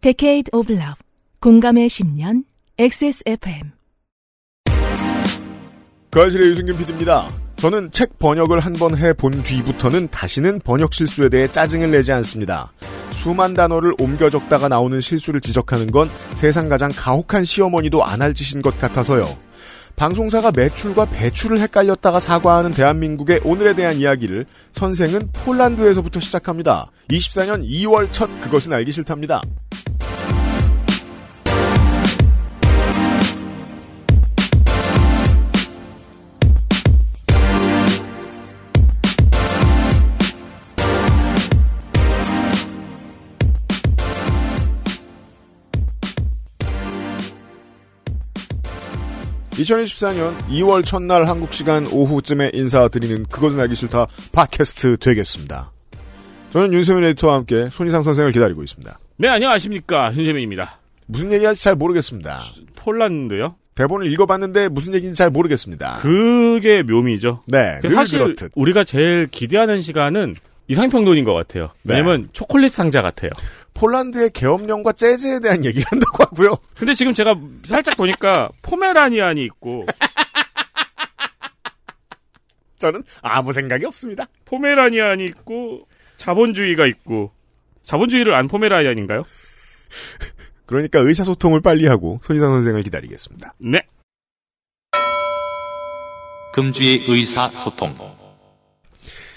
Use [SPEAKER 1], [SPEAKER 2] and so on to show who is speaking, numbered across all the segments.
[SPEAKER 1] Decade of Love 공감의 10년 XSFM
[SPEAKER 2] 거실의 유승균 PD입니다. 저는 책 번역을 한 번 해 본 뒤부터는 다시는 번역 실수에 대해 짜증을 내지 않습니다. 수만 단어를 옮겨 적다가 나오는 실수를 지적하는 건 세상 가장 가혹한 시어머니도 안 할 짓인 것 같아서요. 방송사가 매출과 배출을 헷갈렸다가 사과하는 대한민국의 오늘에 대한 이야기를 선생은 폴란드에서부터 시작합니다. 24년 2월 첫 그것은 알기 싫답니다. 이천이십사년 2월 첫날 한국 시간 오후쯤에 인사드리는 그것은 알기 싫다 팟캐스트 되겠습니다. 저는 윤세민 에디터와 함께 손희상 선생을 기다리고 있습니다.
[SPEAKER 3] 네, 안녕하십니까. 윤세민입니다.
[SPEAKER 2] 무슨 얘기할지 잘 모르겠습니다.
[SPEAKER 3] 폴란드요?
[SPEAKER 2] 대본을 읽어봤는데 무슨 얘기인지 잘 모르겠습니다.
[SPEAKER 3] 그게 묘미죠.
[SPEAKER 2] 네, 늘
[SPEAKER 3] 사실
[SPEAKER 2] 그렇듯.
[SPEAKER 3] 우리가 제일 기대하는 시간은 이상평론인 것 같아요.
[SPEAKER 2] 네.
[SPEAKER 3] 왜냐면 초콜릿 상자 같아요.
[SPEAKER 2] 폴란드의 계엄령과 재즈에 대한 얘기를 한다고 하고요.
[SPEAKER 3] 근데 지금 제가 살짝 보니까 포메라니안이 있고
[SPEAKER 2] 저는 아무 생각이 없습니다.
[SPEAKER 3] 포메라니안이 있고 자본주의가 있고 자본주의를 안 포메라니안인가요?
[SPEAKER 2] 그러니까 의사소통을 빨리 하고 손희상 선생을 기다리겠습니다.
[SPEAKER 3] 네.
[SPEAKER 4] 금주의 의사소통.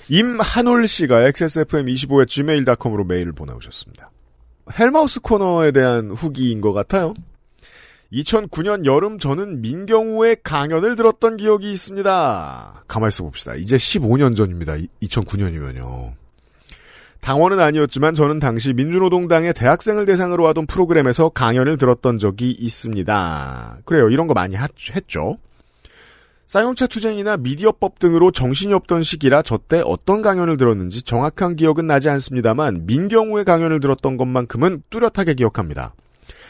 [SPEAKER 2] 임한올 씨가 xsfm25에 gmail.com으로 메일을 보내오셨습니다. 헬마우스 코너에 대한 후기인 것 같아요. 2009년 여름 저는 민경우의 강연을 들었던 기억이 있습니다. 가만 있어 봅시다. 이제 15년 전입니다. 2009년이면요. 당원은 아니었지만 저는 당시 민주노동당의 대학생을 대상으로 하던 프로그램에서 강연을 들었던 적이 있습니다. 그래요. 이런 거 많이 하- 했죠. 쌍용차 투쟁이나 미디어법 등으로 정신이 없던 시기라 저 때 어떤 강연을 들었는지 정확한 기억은 나지 않습니다만 민경우의 강연을 들었던 것만큼은 뚜렷하게 기억합니다.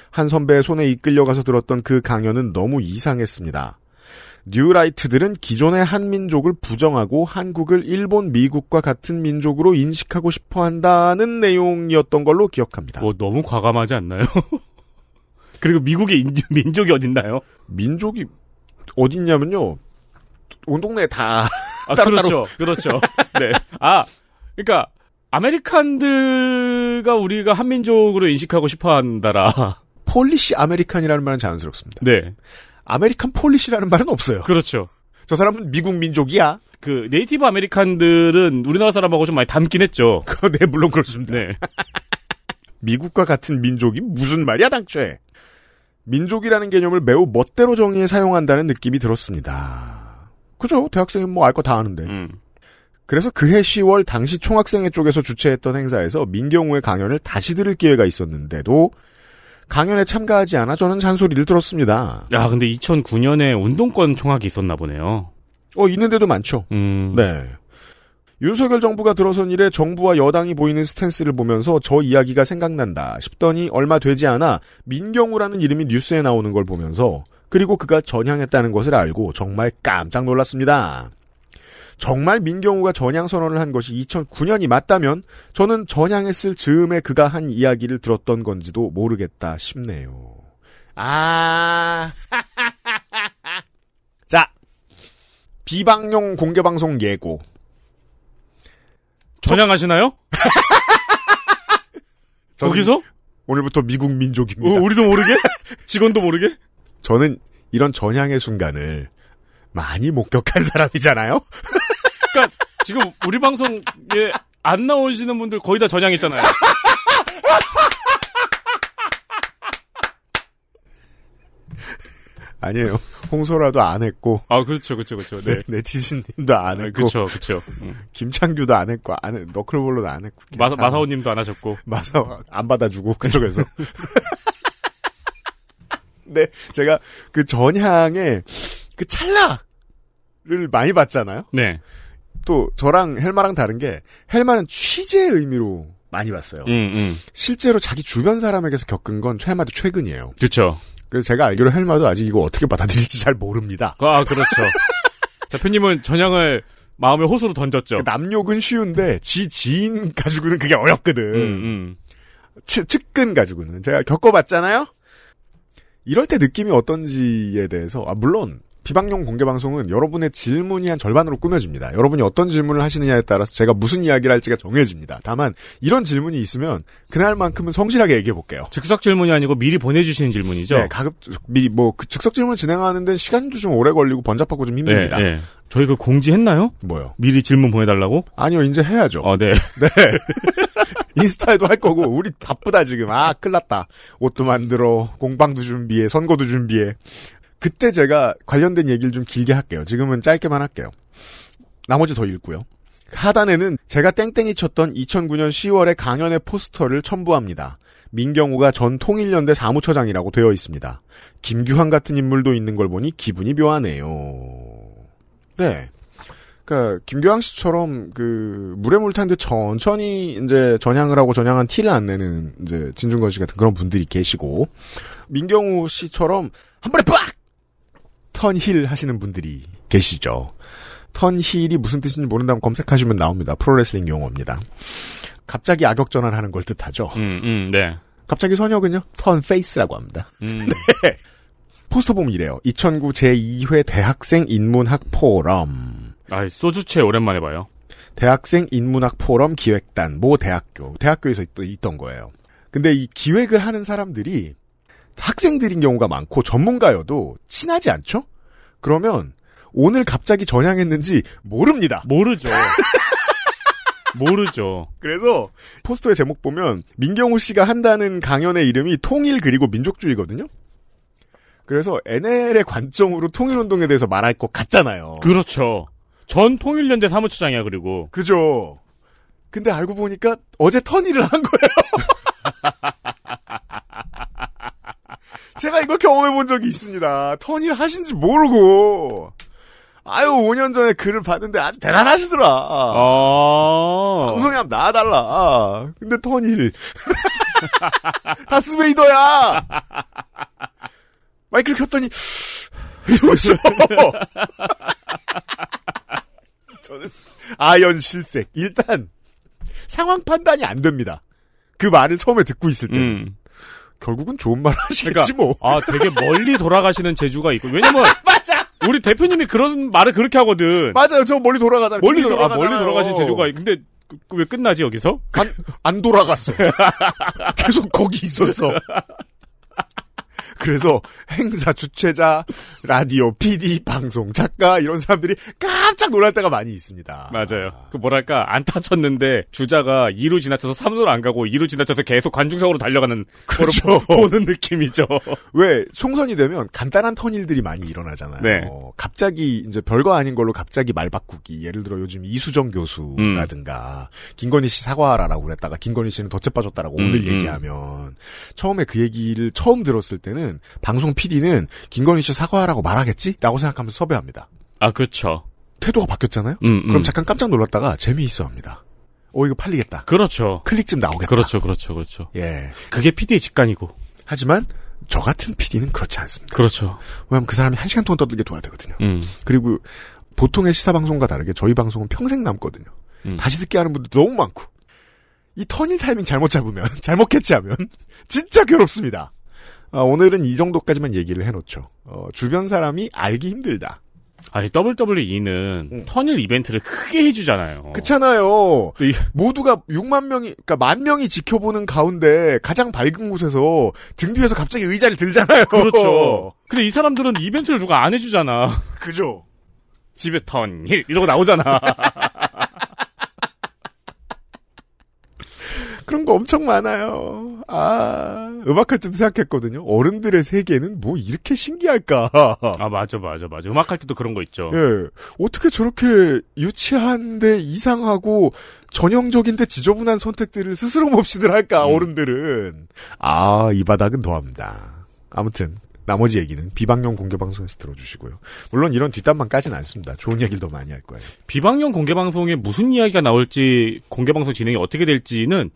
[SPEAKER 2] 한 선배의 손에 이끌려가서 들었던 그 강연은 너무 이상했습니다. 뉴라이트들은 기존의 한민족을 부정하고 한국을 일본, 미국과 같은 민족으로 인식하고 싶어 한다는 내용이었던 걸로 기억합니다.
[SPEAKER 3] 뭐 너무 과감하지 않나요? 그리고 미국의 인주- 민족이 어딨나요?
[SPEAKER 2] 민족이 어딨냐면요. 온 동네에 다
[SPEAKER 3] 아,
[SPEAKER 2] 따로따로.
[SPEAKER 3] 그렇죠. 그렇죠. 네. 아, 그러니까 아메리칸들과 우리가 한민족으로 인식하고 싶어 한다라.
[SPEAKER 2] 폴리시 아메리칸이라는 말은 자연스럽습니다.
[SPEAKER 3] 네.
[SPEAKER 2] 아메리칸 폴리시라는 말은 없어요.
[SPEAKER 3] 그렇죠.
[SPEAKER 2] 저 사람은 미국 민족이야.
[SPEAKER 3] 그 네이티브 아메리칸들은 우리나라 사람하고 좀 많이 닮긴 했죠.
[SPEAKER 2] 그거 네 물론 그렇습니다.
[SPEAKER 3] 네.
[SPEAKER 2] 미국과 같은 민족이 무슨 말이야 당초에. 민족이라는 개념을 매우 멋대로 정의해 사용한다는 느낌이 들었습니다. 그죠? 대학생이 뭐 알 거 다 아는데.
[SPEAKER 3] 음.
[SPEAKER 2] 그래서 그해 10월 당시 총학생회 쪽에서 주최했던 행사에서 민경우의 강연을 다시 들을 기회가 있었는데도 강연에 참가하지 않아 저는 잔소리를 들었습니다.
[SPEAKER 3] 야, 근데 2009년에 운동권 총학이 있었나 보네요.
[SPEAKER 2] 어 있는데도 많죠.
[SPEAKER 3] 음.
[SPEAKER 2] 네. 윤석열 정부가 들어선 이래 정부와 여당이 보이는 스탠스를 보면서 저 이야기가 생각난다 싶더니 얼마 되지 않아 민경우라는 이름이 뉴스에 나오는 걸 보면서 그리고 그가 전향했다는 것을 알고 정말 깜짝 놀랐습니다. 정말 민경우가 전향 선언을 한 것이 2009년이 맞다면 저는 전향했을 즈음에 그가 한 이야기를 들었던 건지도 모르겠다 싶네요. 아. 자, 비방용 공개방송 예고.
[SPEAKER 3] 전향하시나요?
[SPEAKER 2] 저는
[SPEAKER 3] 거기서?
[SPEAKER 2] 오늘부터 미국
[SPEAKER 3] 어,
[SPEAKER 2] 민족입니다.
[SPEAKER 3] 우리도 모르게? 직원도 모르게?
[SPEAKER 2] 저는 이런 전향의 순간을 많이 목격한 사람이잖아요.
[SPEAKER 3] 그러니까 지금 우리 방송에 안 나오시는 분들 거의 다 전향했잖아요.
[SPEAKER 2] 아니에요. 홍소라도 안 했고
[SPEAKER 3] 아, 그렇죠. 그렇죠. 그렇죠. 네.
[SPEAKER 2] 네티즌님도 안
[SPEAKER 3] 아,
[SPEAKER 2] 했고
[SPEAKER 3] 그렇죠. 그렇죠. 음.
[SPEAKER 2] 김창규도 안 했고 안 했, 너클볼로도 안 했고
[SPEAKER 3] 마사,
[SPEAKER 2] 괜찮아.
[SPEAKER 3] 마사오님도 안 하셨고.
[SPEAKER 2] 마사 안 받아주고 그쪽에서. 네, 제가 그 전향의 그 찰나를 많이 봤잖아요.
[SPEAKER 3] 네.
[SPEAKER 2] 또 저랑 헬마랑 다른 게 헬마는 취재의 의미로 많이 봤어요.
[SPEAKER 3] 음, 음.
[SPEAKER 2] 실제로 자기 주변 사람에게서 겪은 건 헬마도 최근이에요.
[SPEAKER 3] 그렇죠.
[SPEAKER 2] 그래서 제가 알기로 헬마도 아직 이거 어떻게 받아들일지 잘 모릅니다.
[SPEAKER 3] 아, 그렇죠. 대표님은 전향을 마음의
[SPEAKER 2] 그러니까
[SPEAKER 3] 호수로 던졌죠.
[SPEAKER 2] 그 남욕은 쉬운데 지 지인 가지고는 그게 어렵거든.
[SPEAKER 3] 음, 음.
[SPEAKER 2] 측- 측근 가지고는 제가 겪어봤잖아요. 이럴 때 느낌이 어떤지에 대해서 아 물론 비방용 공개 방송은 여러분의 질문이 한 절반으로 꾸며집니다. 여러분이 어떤 질문을 하시느냐에 따라서 제가 무슨 이야기를 할지가 정해집니다. 다만 이런 질문이 있으면 그날만큼은 성실하게 얘기해 볼게요.
[SPEAKER 3] 즉석 질문이 아니고 미리 보내주시는 질문이죠.
[SPEAKER 2] 네, 가급 미리 뭐그 즉석 질문 진행하는 데는 시간도 좀 오래 걸리고 번잡하고 좀 힘듭니다.
[SPEAKER 3] 네, 네. 저희 그 공지했나요?
[SPEAKER 2] 뭐요?
[SPEAKER 3] 미리 질문 보내달라고?
[SPEAKER 2] 아니요, 이제 해야죠.
[SPEAKER 3] 어, 네.
[SPEAKER 2] 인스타에도 할 거고 우리 바쁘다 지금 아 큰났다 옷도 만들어 공방도 준비해 선거도 준비해 그때 제가 관련된 얘기를 좀 길게 할게요 지금은 짧게만 할게요 나머지 더 읽고요 하단에는 제가 땡땡이 쳤던 2009년 10월에 강연의 포스터를 첨부합니다 민경우가 전 통일연대 사무처장이라고 되어 있습니다 김규환 같은 인물도 있는 걸 보니 기분이 묘하네요 네 그러니까 김교양 씨처럼 그 물에 물 탄 듯 천천히 이제 전향을 하고 전향한 티를 안 내는 이제 진중건 씨 같은 그런 분들이 계시고 민경우 씨처럼 한 번에 빡 턴힐 하시는 분들이 계시죠. 턴힐이 무슨 뜻인지 모른다면 검색하시면 나옵니다. 프로레슬링 용어입니다. 갑자기 악역 전환하는 걸 뜻하죠.
[SPEAKER 3] 음, 음, 네.
[SPEAKER 2] 갑자기 선역은요 턴 페이스라고 합니다. 네.
[SPEAKER 3] 음,
[SPEAKER 2] 포스터 보면 이래요. 2009 제2회 대학생 인문학 포럼.
[SPEAKER 3] 아, 소주채 오랜만에 봐요.
[SPEAKER 2] 대학생 인문학 포럼 기획단 모 대학교 대학교에서 있, 던 거예요. 근데 이 기획을 하는 사람들이 학생들인 경우가 많고 전문가여도 친하지 않죠? 그러면 오늘 갑자기 전향했는지 모릅니다.
[SPEAKER 3] 모르죠. 모르죠.
[SPEAKER 2] 그래서 포스터의 제목 보면 민경호 씨가 한다는 강연의 이름이 통일 그리고 민족주의거든요. 그래서 NL의 관점으로 통일운동에 대해서 말할 것 같잖아요.
[SPEAKER 3] 그렇죠. 전 통일연대 사무처장이야, 그리고.
[SPEAKER 2] 그죠. 근데 알고 보니까 어제 턴일을 한 거예요. 제가 이걸 경험해 본 적이 있습니다. 턴일 하신지 모르고. 아유, 5년 전에 글을 봤는데 아주 대단하시더라.
[SPEAKER 3] 아.
[SPEAKER 2] 방송에 한번 나와달라. 아, 근데 턴일. 다스웨이더야! 마이크를 켰더니, 이러고 있어. 저는 아연 실색. 일단, 상황 판단이 안 됩니다. 그 말을 처음에 듣고 있을 때.
[SPEAKER 3] 음.
[SPEAKER 2] 결국은 좋은 말
[SPEAKER 3] 그러니까
[SPEAKER 2] 하시겠지 뭐.
[SPEAKER 3] 아, 되게 멀리 돌아가시는 재주가 있고. 왜냐면
[SPEAKER 2] 맞아!
[SPEAKER 3] 우리 대표님이 그런 말을 그렇게 하거든.
[SPEAKER 2] 맞아요. 저 멀리 돌아가잖아요.
[SPEAKER 3] 멀리
[SPEAKER 2] 길이
[SPEAKER 3] 돌아, 아, 멀리
[SPEAKER 2] 돌아가잖아요.
[SPEAKER 3] 돌아가신 재주가 있. 근데 그- 그왜 끝나지 여기서?
[SPEAKER 2] 안, 안 돌아갔어. 계속 거기 있었어. 그래서 행사 주최자, 라디오, PD, 방송, 작가 이런 사람들이 깜짝 놀랄 때가 많이 있습니다.
[SPEAKER 3] 맞아요. 그 뭐랄까 안 타쳤는데 주자가 2루 지나쳐서 3루로 안 가고 2루 지나쳐서 계속 관중석으로 달려가는
[SPEAKER 2] 그렇죠.
[SPEAKER 3] 거를 보는 느낌이죠.
[SPEAKER 2] 왜 총선이 되면 간단한 턴일들이 많이 일어나잖아요.
[SPEAKER 3] 네.
[SPEAKER 2] 어, 갑자기 이제 별거 아닌 걸로 갑자기 말 바꾸기. 예를 들어 요즘 이수정 교수라든가 김건희 씨 사과하라라고 그랬다가 김건희 씨는 덫에 빠졌다라고
[SPEAKER 3] 음,
[SPEAKER 2] 오늘
[SPEAKER 3] 음.
[SPEAKER 2] 얘기하면 처음에 그 얘기를 처음 들었을 때는 방송 PD는 김건희 씨 사과하라고 말하겠지라고 생각하면서 섭외합니다.
[SPEAKER 3] 아 그렇죠.
[SPEAKER 2] 태도가 바뀌었잖아요.
[SPEAKER 3] 음, 음.
[SPEAKER 2] 그럼 잠깐 깜짝 놀랐다가 재미있어합니다. 어 이거 팔리겠다.
[SPEAKER 3] 그렇죠.
[SPEAKER 2] 클릭 좀 나오겠다.
[SPEAKER 3] 그렇죠, 그렇죠, 그렇죠.
[SPEAKER 2] 예.
[SPEAKER 3] 그게 PD의 직관이고.
[SPEAKER 2] 하지만 저 같은 PD는 그렇지 않습니다.
[SPEAKER 3] 그렇죠.
[SPEAKER 2] 왜냐하면 그 사람이 한 시간 동안 떠들게 둬야 되거든요.
[SPEAKER 3] 음.
[SPEAKER 2] 그리고 보통의 시사 방송과 다르게 저희 방송은 평생 남거든요.
[SPEAKER 3] 음.
[SPEAKER 2] 다시 듣게 하는 분들 너무 많고 이 턴일 타이밍 잘못 잡으면 잘못 캐치하면 진짜 괴롭습니다. 아, 오늘은 이 정도까지만 얘기를 해놓죠. 어, 주변 사람이 알기 힘들다.
[SPEAKER 3] 아니 WWE는
[SPEAKER 2] 음.
[SPEAKER 3] 턴일 이벤트를 크게 해주잖아요.
[SPEAKER 2] 그렇잖아요.
[SPEAKER 3] 어. 이-
[SPEAKER 2] 모두가 6만 명이 그러니까 만 명이 지켜보는 가운데 가장 밝은 곳에서 등 뒤에서 갑자기 의자를 들잖아요.
[SPEAKER 3] 그렇죠. 근데 이 사람들은 이벤트를 누가 안 해주잖아.
[SPEAKER 2] 그죠.
[SPEAKER 3] 집에 턴힐 이러고 나오잖아.
[SPEAKER 2] 그런 거 엄청 많아요. 아, 음악할 때도 생각했거든요. 어른들의 세계는 뭐 이렇게 신기할까.
[SPEAKER 3] 아 맞아, 맞아, 맞아. 음악할 때도 그런 거 있죠.
[SPEAKER 2] 예. 어떻게 저렇게 유치한데 이상하고 전형적인데 지저분한 선택들을 스스럼 없이들 할까,
[SPEAKER 3] 음.
[SPEAKER 2] 어른들은. 아, 이 바닥은 더합니다. 아무튼. 나머지 얘기는 비방용 공개방송에서 들어주시고요. 물론 이런 뒷담만 까진 않습니다. 좋은 얘기를 더 많이 할 거예요.
[SPEAKER 3] 비방용 공개 방송에 무슨 이야기가 나올지 공개 방송 진행이 어떻게 될지는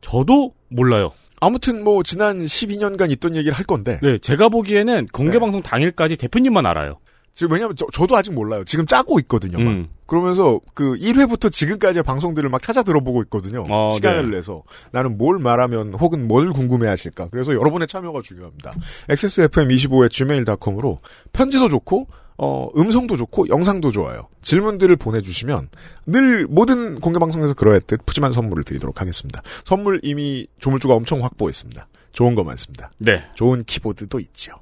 [SPEAKER 3] 저도 몰라요.
[SPEAKER 2] 아무튼 뭐 지난 12년간 있던 얘기를 할 건데
[SPEAKER 3] 네, 제가 보기에는 공개
[SPEAKER 2] 네.
[SPEAKER 3] 방송 당일까지 대표님만 알아요.
[SPEAKER 2] 지금 왜냐면 저, 저도 아직 몰라요. 지금 짜고 있거든요. 막.
[SPEAKER 3] 음.
[SPEAKER 2] 그러면서 그 1회부터 지금까지의 방송들을 막 찾아 들어보고 있거든요.
[SPEAKER 3] 어,
[SPEAKER 2] 시간을
[SPEAKER 3] 네.
[SPEAKER 2] 내서 나는 뭘 말하면 혹은 뭘 궁금해하실까. 그래서 여러분의 참여가 중요합니다. XSFM25의 gmail.com으로 편지도 좋고 어, 음성도 좋고 영상도 좋아요. 질문들을 보내주시면 늘 모든 공개 방송에서 그러했듯 푸짐한 선물을 드리도록 하겠습니다. 선물 이미 조물주가 엄청 확보했습니다. 좋은 거 많습니다.
[SPEAKER 3] 네.
[SPEAKER 2] 좋은 키보드도 있지요.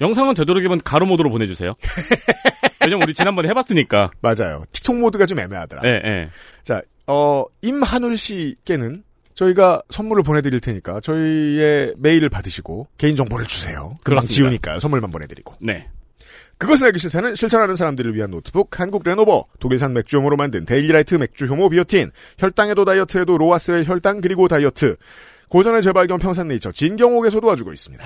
[SPEAKER 3] 영상은 되도록이면 가로모드로 보내주세요. 왜냐면 우리 지난번에 해봤으니까.
[SPEAKER 2] 맞아요. 틱톡 모드가 좀 애매하더라.
[SPEAKER 3] 예, 예.
[SPEAKER 2] 자, 어, 임한울 씨께는 저희가 선물을 보내드릴 테니까 저희의 메일을 받으시고 개인정보를 주세요. 금방
[SPEAKER 3] 그렇습니다.
[SPEAKER 2] 지우니까요. 선물만 보내드리고.
[SPEAKER 3] 네.
[SPEAKER 2] 그것은 알기 싫다는 실천하는 사람들을 위한 노트북 한국 레노버 독일산 맥주효모로 만든 데일리라이트 맥주 효모 비오틴 혈당에도 다이어트에도 로아스의 혈당 그리고 다이어트 고전의 재발견 평산네이처 진경옥에서 도와주고 있습니다.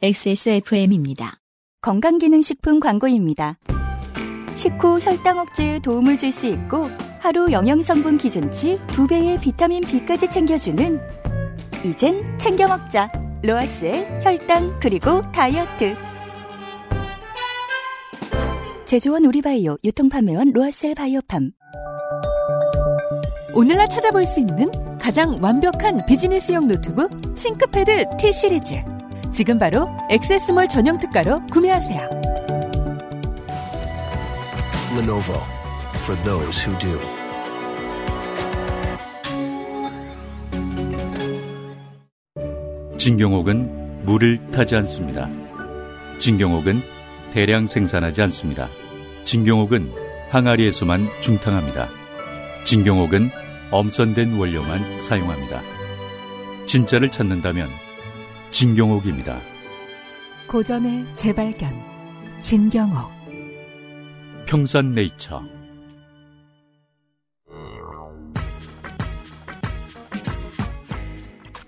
[SPEAKER 5] XSFM입니다.
[SPEAKER 6] 건강기능식품 광고입니다. 식후 혈당 억제에 도움을 줄 수 있고 하루 영양성분 기준치 2배의 비타민 B까지 챙겨주는 이젠 챙겨 먹자. 로아스의 혈당 그리고 다이어트. 제조원 우리바이오 유통판매원 로아셀 바이오팜
[SPEAKER 7] 오늘날 찾아볼 수 있는 가장 완벽한 비즈니스용 노트북 싱크패드 T 시리즈. 지금 바로 액세스몰 전용 특가로 구매하세요.
[SPEAKER 8] Lenovo for those who do.
[SPEAKER 9] 진경옥은 물을 타지 않습니다. 진경옥은 대량 생산하지 않습니다. 진경옥은 항아리에서만 중탕합니다. 진경옥은 엄선된 원료만 사용합니다. 진짜를 찾는다면 진경옥입니다.
[SPEAKER 7] 고전의 재발견. 진경옥.
[SPEAKER 9] 평산네이처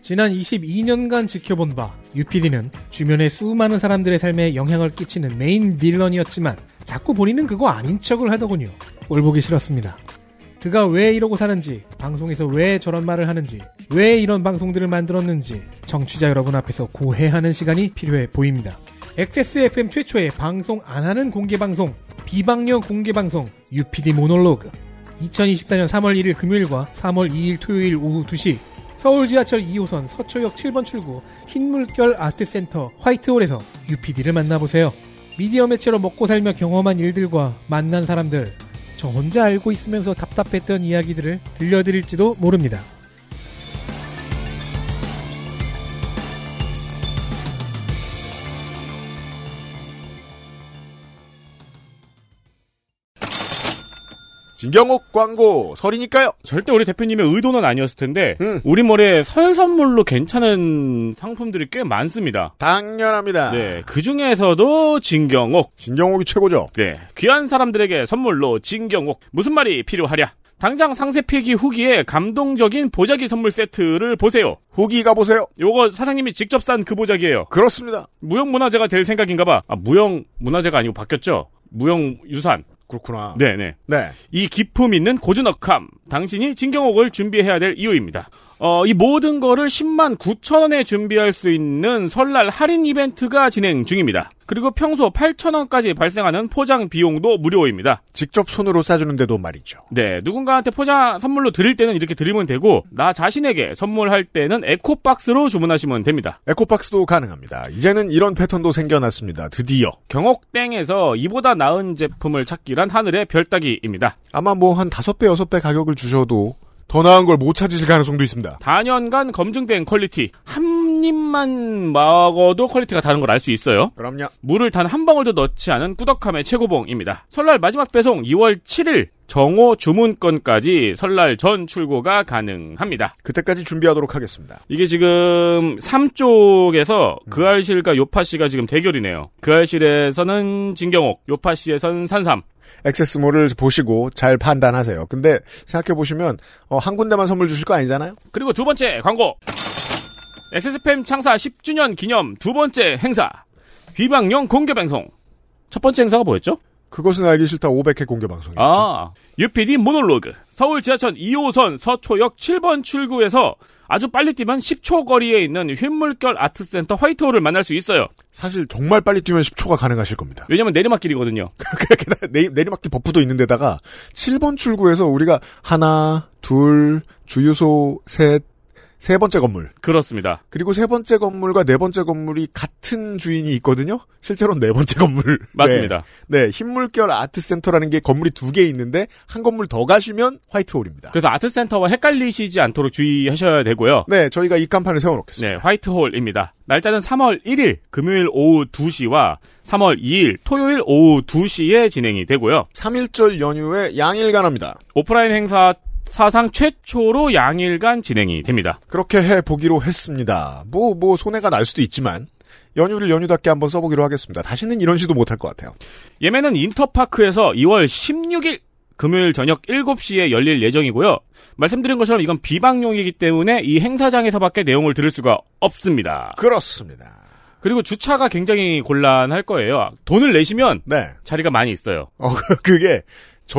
[SPEAKER 10] 지난 22년간 지켜본 바 UPD는 주변의 수많은 사람들의 삶에 영향을 끼치는 메인 빌런이었지만 자꾸 본인은 그거 아닌 척을 하더군요. 꼴 보기 싫었습니다. 그가 왜 이러고 사는지, 방송에서 왜 저런 말을 하는지, 왜 이런 방송들을 만들었는지 청취자 여러분 앞에서 고해하는 시간이 필요해 보입니다. XSFM 최초의 방송 안 하는 공개 방송, 비방령 공개 방송 UPD 모놀로그 2024년 3월 1일 금요일과 3월 2일 토요일 오후 2시 서울 지하철 2호선 서초역 7번 출구 흰물결 아트센터 화이트홀에서 UPD를 만나보세요. 미디어 매체로 먹고 살며 경험한 일들과 만난 사람들, 저 혼자 알고 있으면서 답답했던 이야기들을 들려드릴지도 모릅니다.
[SPEAKER 2] 진경옥 광고 설이니까요.
[SPEAKER 3] 절대 우리 대표님의 의도는 아니었을 텐데,
[SPEAKER 2] 음.
[SPEAKER 3] 우리 머리에 설 선물로 괜찮은 상품들이 꽤 많습니다.
[SPEAKER 2] 당연합니다.
[SPEAKER 3] 네. 그 중에서도 진경옥.
[SPEAKER 2] 진경옥이 최고죠.
[SPEAKER 3] 네. 귀한 사람들에게 선물로 진경옥. 무슨 말이 필요하랴? 당장 상세 필기 후기에 감동적인 보자기 선물 세트를 보세요.
[SPEAKER 2] 후기 가보세요.
[SPEAKER 3] 요거 사장님이 직접 산 그 보자기예요.
[SPEAKER 2] 그렇습니다.
[SPEAKER 3] 무형 문화재가 될 생각인가 봐. 아, 무형 문화재가 아니고 바뀌었죠. 무형 유산.
[SPEAKER 2] 그렇구나.
[SPEAKER 3] 네, 네.
[SPEAKER 2] 네.
[SPEAKER 3] 이 기품 있는 고즈넉함. 당신이 진경옥을 준비해야 될 이유입니다. 어, 이 모든 거를 10만 9천 원에 준비할 수 있는 설날 할인 이벤트가 진행 중입니다. 그리고 평소 8천 원까지 발생하는 포장 비용도 무료입니다.
[SPEAKER 2] 직접 손으로 싸주는데도 말이죠.
[SPEAKER 3] 네, 누군가한테 포장 선물로 드릴 때는 이렇게 드리면 되고 나 자신에게 선물할 때는 에코박스로 주문하시면 됩니다.
[SPEAKER 2] 에코박스도 가능합니다. 이제는 이런 패턴도 생겨났습니다. 드디어.
[SPEAKER 3] 경옥땡에서 이보다 나은 제품을 찾기란 하늘의 별따기입니다.
[SPEAKER 2] 아마 뭐 한 다섯 배 여섯 배 가격을 주셔도 더 나은 걸 못 찾으실 가능성도 있습니다.
[SPEAKER 3] 단연간 검증된 퀄리티. 한 입만 먹어도 퀄리티가 다른 걸 알 수 있어요.
[SPEAKER 2] 그럼요.
[SPEAKER 3] 물을 단 한 방울도 넣지 않은 꾸덕함의 최고봉입니다. 설날 마지막 배송 2월 7일 정오 주문권까지 설날 전 출고가 가능합니다.
[SPEAKER 2] 그때까지 준비하도록 하겠습니다.
[SPEAKER 3] 이게 지금 3쪽에서 그알실과 요파씨가 지금 대결이네요. 그알실에서는 진경옥, 요파씨에선 산삼.
[SPEAKER 2] 액세스몰을 보시고 잘 판단하세요. 근데 생각해보시면 어, 한 군데만 선물 주실 거 아니잖아요?
[SPEAKER 3] 그리고 두 번째 광고. XSFM 창사 10주년 기념 두 번째 행사. 비방용 공개 방송. 첫 번째 행사가 뭐였죠?
[SPEAKER 2] 그것은 알기 싫다 500회 공개 방송이었죠.
[SPEAKER 3] 아, UPD 모놀로그. 서울 지하철 2호선 서초역 7번 출구에서 아주 빨리 뛰면 10초 거리에 있는 휘물결 아트센터 화이트홀을 만날 수 있어요.
[SPEAKER 2] 사실 정말 빨리 뛰면 10초가 가능하실 겁니다.
[SPEAKER 3] 왜냐면 내리막길이거든요.
[SPEAKER 2] 게다가 내- 내리막길 버프도 있는데다가 7번 출구에서 우리가 하나, 둘, 주유소, 셋, 세 번째 건물.
[SPEAKER 3] 그렇습니다.
[SPEAKER 2] 그리고 세 번째 건물과 네 번째 건물이 같은 주인이 있거든요. 실제로는 네 번째 건물.
[SPEAKER 3] 맞습니다.
[SPEAKER 2] 네, 네, 흰물결 아트센터라는 게 건물이 두 개 있는데 한 건물 더 가시면 화이트홀입니다.
[SPEAKER 3] 그래서 아트센터와 헷갈리시지 않도록 주의하셔야 되고요.
[SPEAKER 2] 네, 저희가 이 간판을 세워놓겠습니다.
[SPEAKER 3] 네, 화이트홀입니다. 날짜는 3월 1일 금요일 오후 2시와 3월 2일 토요일 오후 2시에 진행이 되고요.
[SPEAKER 2] 3일절 연휴에 양일간 합니다.
[SPEAKER 3] 오프라인 행사 사상 최초로 양일간 진행이 됩니다.
[SPEAKER 2] 그렇게 해 보기로 했습니다. 뭐, 뭐, 손해가 날 수도 있지만, 연휴를 연휴답게 한번 써보기로 하겠습니다. 다시는 이런 시도 못할 것 같아요.
[SPEAKER 3] 예매는 인터파크에서 2월 16일 금요일 저녁 7시에 열릴 예정이고요. 말씀드린 것처럼 이건 비방용이기 때문에 이 행사장에서밖에 내용을 들을 수가 없습니다.
[SPEAKER 2] 그렇습니다.
[SPEAKER 3] 그리고 주차가 굉장히 곤란할 거예요. 돈을 내시면
[SPEAKER 2] 네.
[SPEAKER 3] 자리가 많이 있어요.
[SPEAKER 2] 어, 그게,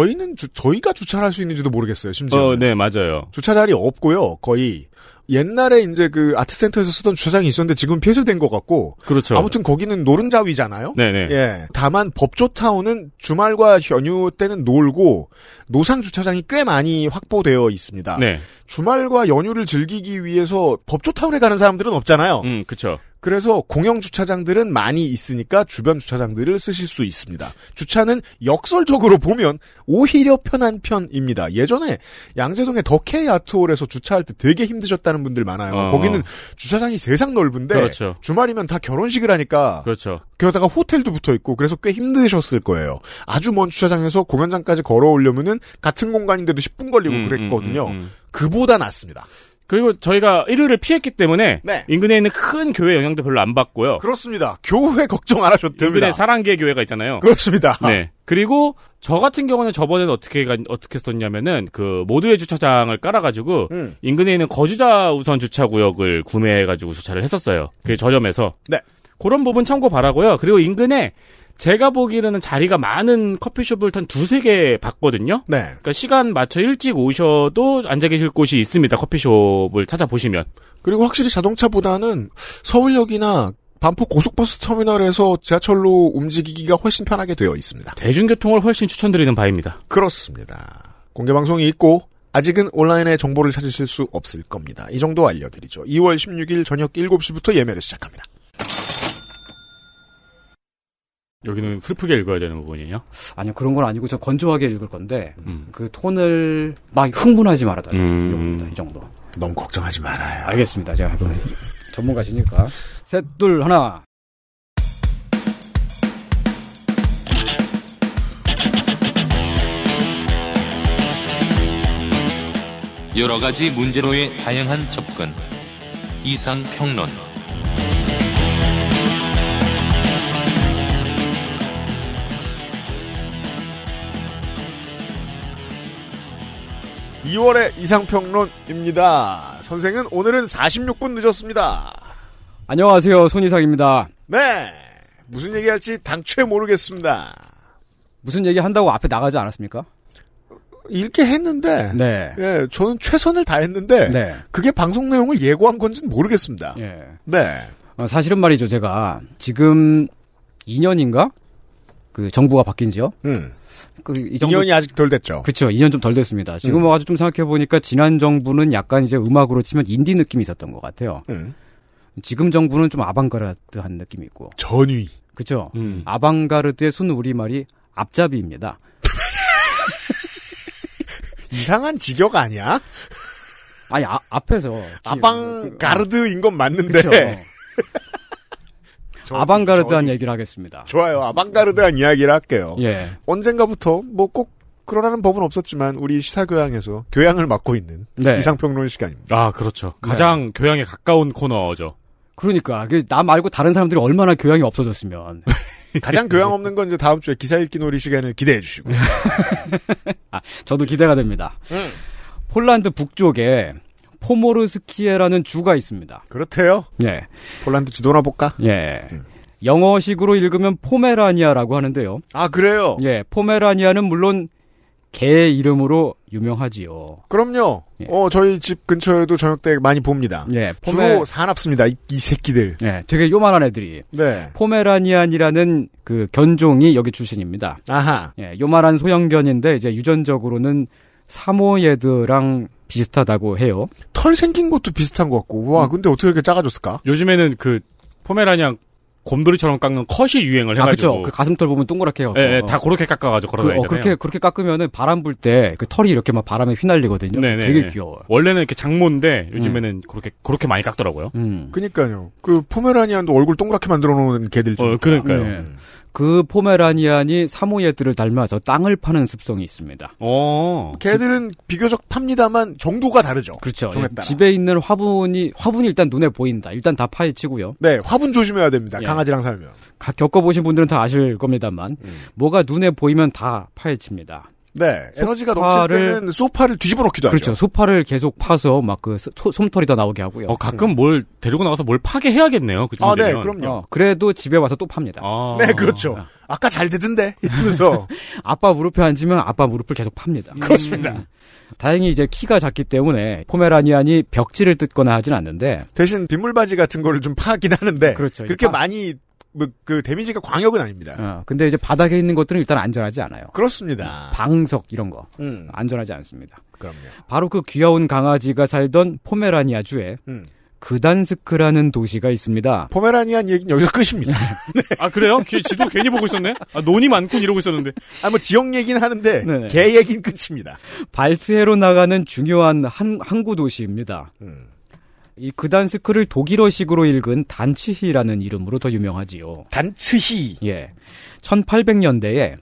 [SPEAKER 2] 저희는 주- 저희가 주차를 할 수 있는지도 모르겠어요, 심지어.
[SPEAKER 3] 어, 네, 맞아요.
[SPEAKER 2] 주차 자리 없고요, 거의. 옛날에 이제 그 아트센터에서 쓰던 주차장이 있었는데 지금 폐쇄된 것 같고,
[SPEAKER 3] 그렇죠.
[SPEAKER 2] 아무튼 거기는 노른자 위잖아요?
[SPEAKER 3] 네네.
[SPEAKER 2] 예. 다만 법조타운은 주말과 연휴 때는 놀고, 노상 주차장이 꽤 많이 확보되어 있습니다.
[SPEAKER 3] 네.
[SPEAKER 2] 주말과 연휴를 즐기기 위해서 법조타운에 가는 사람들은 없잖아요.
[SPEAKER 3] 음, 그쵸.
[SPEAKER 2] 그래서 공영 주차장들은 많이 있으니까 주변 주차장들을 쓰실 수 있습니다. 주차는 역설적으로 보면 오히려 편한 편입니다. 예전에 양재동의 덕해 아트홀에서 주차할 때 되게 힘드셨다는 분들 많아요.
[SPEAKER 3] 어.
[SPEAKER 2] 거기는 주차장이 세상 넓은데
[SPEAKER 3] 그렇죠.
[SPEAKER 2] 주말이면 다 결혼식을 하니까
[SPEAKER 3] 그렇죠.
[SPEAKER 2] 게다가 호텔도 붙어 있고 그래서 꽤 힘드셨을 거예요. 아주 먼 주차장에서 공연장까지 걸어오려면은 같은 공간인데도 10분 걸리고
[SPEAKER 3] 음,
[SPEAKER 2] 그랬거든요.
[SPEAKER 3] 음, 음, 음.
[SPEAKER 2] 그보다 낫습니다.
[SPEAKER 3] 그리고 저희가 일요일을 피했기 때문에
[SPEAKER 2] 네.
[SPEAKER 3] 인근에 있는 큰 교회 영향도 별로 안 받고요.
[SPEAKER 2] 그렇습니다. 교회 걱정 안 하셔도
[SPEAKER 3] 인근에
[SPEAKER 2] 됩니다.
[SPEAKER 3] 사랑계 교회가 있잖아요.
[SPEAKER 2] 그렇습니다.
[SPEAKER 3] 네. 그리고 저 같은 경우는 저번에는 어떻게 가- 어떻게 썼냐면은 그 모두의 주차장을 깔아가지고
[SPEAKER 2] 음.
[SPEAKER 3] 인근에 있는 거주자 우선 주차 구역을 구매해가지고 주차를 했었어요. 그 저렴해서.
[SPEAKER 2] 네.
[SPEAKER 3] 그런 부분 참고 바라고요. 그리고 인근에 제가 보기로는 자리가 많은 커피숍을 한 두세 개 봤거든요.
[SPEAKER 2] 네.
[SPEAKER 3] 그러니까 시간 맞춰 일찍 오셔도 앉아 계실 곳이 있습니다. 커피숍을 찾아보시면.
[SPEAKER 2] 그리고 확실히 자동차보다는 서울역이나 반포 고속버스 터미널에서 지하철로 움직이기가 훨씬 편하게 되어 있습니다.
[SPEAKER 3] 대중교통을 훨씬 추천드리는 바입니다.
[SPEAKER 2] 그렇습니다. 공개 방송이 있고 아직은 온라인에 정보를 찾으실 수 없을 겁니다. 이 정도 알려드리죠. 2월 16일 저녁 7시부터 예매를 시작합니다.
[SPEAKER 3] 여기는 슬프게 읽어야 되는 부분이에요.
[SPEAKER 5] 아니요, 그런 건 아니고 저 건조하게 읽을 건데,
[SPEAKER 3] 음.
[SPEAKER 5] 그 톤을 막 흥분하지 말아달라는
[SPEAKER 3] 음.
[SPEAKER 5] 요구입니다, 이 정도.
[SPEAKER 2] 너무 걱정하지 말아요.
[SPEAKER 5] 알겠습니다. 제가 전문가시니까. 셋, 둘, 하나.
[SPEAKER 4] 여러 가지 문제로의 다양한 접근. 이상 평론.
[SPEAKER 2] 이 2월의 이상평론입니다. 선생은 오늘은 46분 늦었습니다.
[SPEAKER 5] 안녕하세요, 손희상입니다.
[SPEAKER 2] 네. 무슨 얘기할지 당초에 모르겠습니다.
[SPEAKER 5] 무슨 얘기 한다고 앞에 나가지 않았습니까?
[SPEAKER 2] 읽게 했는데
[SPEAKER 5] 네.
[SPEAKER 2] 예, 저는 최선을 다했는데
[SPEAKER 5] 네.
[SPEAKER 2] 그게 방송 내용을 예고한 건지는 모르겠습니다.
[SPEAKER 5] 예.
[SPEAKER 2] 네.
[SPEAKER 5] 어, 사실은 말이죠, 제가 지금 2년인가? 그 정부가 바뀐 지요?
[SPEAKER 2] 음.
[SPEAKER 5] 그, 이 정도.
[SPEAKER 2] 2년이 아직 덜 됐죠.
[SPEAKER 5] 그쵸, 2년 좀 덜 됐습니다. 지금
[SPEAKER 2] 음.
[SPEAKER 5] 와가지고 좀 생각해보니까 지난 정부는 약간 이제 음악으로 치면 인디 느낌이 있었던 것 같아요.
[SPEAKER 2] 음.
[SPEAKER 5] 지금 정부는 좀 아방가르드한 느낌이 있고.
[SPEAKER 2] 전위.
[SPEAKER 5] 그쵸?
[SPEAKER 3] 음.
[SPEAKER 5] 아방가르드의 순 우리말이 앞잡이입니다.
[SPEAKER 2] 이상한 직역 아니야?
[SPEAKER 5] 아니, 아- 앞에서. 그,
[SPEAKER 2] 아방가르드인
[SPEAKER 11] 네.
[SPEAKER 5] 그쵸.
[SPEAKER 2] 건 맞는데. 네.
[SPEAKER 5] 어,
[SPEAKER 2] 저-
[SPEAKER 5] 아방가르드한
[SPEAKER 2] 저기-
[SPEAKER 5] 얘기를 하겠습니다.
[SPEAKER 2] 좋아요. 아방가르드한 이야기를 할게요.
[SPEAKER 5] 예.
[SPEAKER 2] 언젠가부터 뭐 꼭 그러라는 법은 없었지만 우리 시사교양에서 교양을 맡고 있는
[SPEAKER 5] 네.
[SPEAKER 2] 이상평론 시간입니다.
[SPEAKER 3] 아, 그렇죠. 가장 교양에 가까운 코너죠.
[SPEAKER 5] 그러니까 그 나 말고 다른 사람들이 얼마나 교양이 없어졌으면
[SPEAKER 2] 가장 교양 없는 건 이제 다음 주에 기사 읽기 놀이 시간을 기대해 주시고.
[SPEAKER 5] 예. 저도 기대가 됩니다. 폴란드 북쪽에 포모르스키에라는 주가 있습니다.
[SPEAKER 2] 그렇대요.
[SPEAKER 5] 예,
[SPEAKER 2] 폴란드 지도나 볼까?
[SPEAKER 5] 예. 영어식으로 읽으면 포메라니아라고 하는데요.
[SPEAKER 2] 아, 그래요?
[SPEAKER 5] 예, 포메라니아는 물론 개 이름으로 유명하지요.
[SPEAKER 2] 그럼요. 어, 저희 집 근처에도 저녁 때 많이 봅니다.
[SPEAKER 5] 예,
[SPEAKER 2] 주로 사납습니다. 이, 이 새끼들.
[SPEAKER 5] 예, 되게 요만한 애들이.
[SPEAKER 2] 네.
[SPEAKER 5] 포메라니안이라는 그 견종이 여기 출신입니다.
[SPEAKER 2] 아하.
[SPEAKER 5] 예, 요만한 소형견인데 이제 유전적으로는 사모예드랑 비슷하다고 해요. 아,
[SPEAKER 2] 털 생긴 것도 비슷한 것 같고. 와, 근데 어떻게 이렇게 작아졌을까?
[SPEAKER 3] 요즘에는 그 포메라니안 곰돌이처럼 깎는 컷이 유행을
[SPEAKER 5] 아, 그쵸.
[SPEAKER 3] 해가지고.
[SPEAKER 5] 그 가슴털 보면 동그랗게 해요.
[SPEAKER 3] 예, 예, 다 그렇게 깎아가지고
[SPEAKER 5] 그,
[SPEAKER 3] 걸어다니잖아요.
[SPEAKER 5] 어, 그렇게 그렇게 깎으면은 바람 불 때 그 털이 이렇게 막 바람에 휘날리거든요.
[SPEAKER 3] 네네.
[SPEAKER 5] 되게 귀여워요.
[SPEAKER 3] 원래는 이렇게 장모인데 요즘에는 그렇게 그렇게 많이 깎더라고요.
[SPEAKER 5] 음.
[SPEAKER 2] 그니까요. 그 포메라니안도 얼굴 동그랗게 만들어 놓은 개들 중.
[SPEAKER 3] 어, 그러니까요.
[SPEAKER 5] 네. 그 포메라니안이 사모예드를 닮아서 땅을 파는 습성이 있습니다.
[SPEAKER 3] 어.
[SPEAKER 2] 개들은 비교적 팝니다만 정도가 다르죠.
[SPEAKER 5] 그렇죠.
[SPEAKER 2] 종에
[SPEAKER 5] 예,
[SPEAKER 2] 따라.
[SPEAKER 5] 집에 있는 화분이 화분이 일단 눈에 보인다. 일단 다 파헤치고요.
[SPEAKER 2] 네, 화분 조심해야 됩니다.
[SPEAKER 5] 예.
[SPEAKER 2] 강아지랑 살면.
[SPEAKER 5] 가- 겪어보신 분들은 다 아실 겁니다만
[SPEAKER 2] 음.
[SPEAKER 5] 뭐가 눈에 보이면 다 파헤칩니다.
[SPEAKER 2] 네, 에너지가 넘칠
[SPEAKER 5] 소파를-
[SPEAKER 2] 때는 소파를 뒤집어 놓기도
[SPEAKER 5] 그렇죠.
[SPEAKER 2] 하죠.
[SPEAKER 5] 소파를 계속 파서 막 그 솜털이 다 나오게 하고요.
[SPEAKER 3] 어, 가끔 뭘 데리고 나가서 뭘 파게 해야겠네요. 그쯤
[SPEAKER 2] 아, 네,
[SPEAKER 3] 되면.
[SPEAKER 2] 그럼요.
[SPEAKER 5] 어, 그래도 집에 와서 또 팝니다.
[SPEAKER 3] 아.
[SPEAKER 2] 네, 그렇죠. 아까 잘 되던데. 이러면서.
[SPEAKER 5] 아빠 무릎에 앉으면 아빠 무릎을 계속 팝니다.
[SPEAKER 2] 음.
[SPEAKER 5] 음.
[SPEAKER 2] 그렇습니다.
[SPEAKER 5] 다행히 이제 키가 작기 때문에 포메라니안이 벽지를 뜯거나 하진 않는데
[SPEAKER 2] 대신 빗물바지 같은 거를 좀 파긴 하는데.
[SPEAKER 5] 그렇죠.
[SPEAKER 2] 네. 그렇게
[SPEAKER 5] 파-
[SPEAKER 2] 많이, 뭐, 그, 데미지가 광역은 아닙니다.
[SPEAKER 5] 어, 근데 이제 바닥에 있는 것들은 일단 안전하지 않아요.
[SPEAKER 2] 그렇습니다.
[SPEAKER 5] 방석 이런 거
[SPEAKER 2] 음,
[SPEAKER 5] 안전하지 않습니다.
[SPEAKER 2] 그럼요.
[SPEAKER 5] 바로 그 귀여운 강아지가 살던 포메라니아 주에
[SPEAKER 2] 음.
[SPEAKER 5] 그단스크라는 도시가 있습니다.
[SPEAKER 2] 포메라니안 얘기는 여기서 끝입니다.
[SPEAKER 3] 아, 그래요? 걔 지도 괜히 보고 있었네? 아, 논이 많군 이러고 있었는데.
[SPEAKER 2] 아, 뭐, 지역 얘기는 하는데,
[SPEAKER 5] 네네.
[SPEAKER 2] 개 얘기는 끝입니다.
[SPEAKER 5] 발트해로 나가는 중요한 한, 항구 도시입니다.
[SPEAKER 2] 음.
[SPEAKER 5] 이 그단스크를 독일어식으로 읽은 단치히라는 이름으로 더 유명하지요.
[SPEAKER 2] 단츠히.
[SPEAKER 5] 예. 1800년대에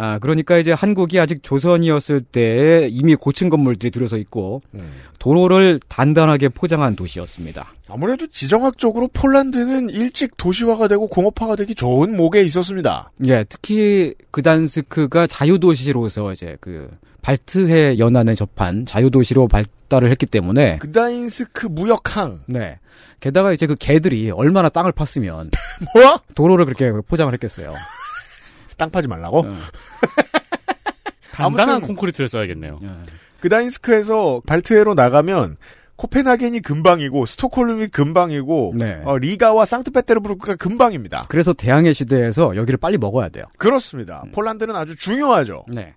[SPEAKER 5] 아, 그러니까 이제 한국이 아직 조선이었을 때에 이미 고층 건물들이 들어서 있고
[SPEAKER 2] 음.
[SPEAKER 5] 도로를 단단하게 포장한 도시였습니다.
[SPEAKER 2] 아무래도 지정학적으로 폴란드는 일찍 도시화가 되고 공업화가 되기 좋은 목에 있었습니다.
[SPEAKER 5] 예, 특히 그단스크가 자유도시로서 이제 그 발트해 연안에 접한 자유도시로 발달을 했기 때문에
[SPEAKER 2] 그다인스크 무역항.
[SPEAKER 5] 네. 게다가 이제 그 개들이 얼마나 땅을 팠으면
[SPEAKER 2] 뭐야?
[SPEAKER 5] 도로를 그렇게 포장을 했겠어요.
[SPEAKER 2] 땅 파지 말라고?
[SPEAKER 5] 어.
[SPEAKER 3] 단단한
[SPEAKER 2] 아무튼-
[SPEAKER 3] 콘크리트를 써야겠네요.
[SPEAKER 5] 예.
[SPEAKER 2] 그다인스크에서 발트해로 나가면 코펜하겐이 금방이고 스톡홀름이 금방이고
[SPEAKER 5] 네.
[SPEAKER 2] 어, 리가와 상트페테르부르크가 금방입니다.
[SPEAKER 5] 그래서 대항해 시대에서 여기를 빨리 먹어야 돼요.
[SPEAKER 2] 그렇습니다. 폴란드는 아주 중요하죠.
[SPEAKER 5] 네.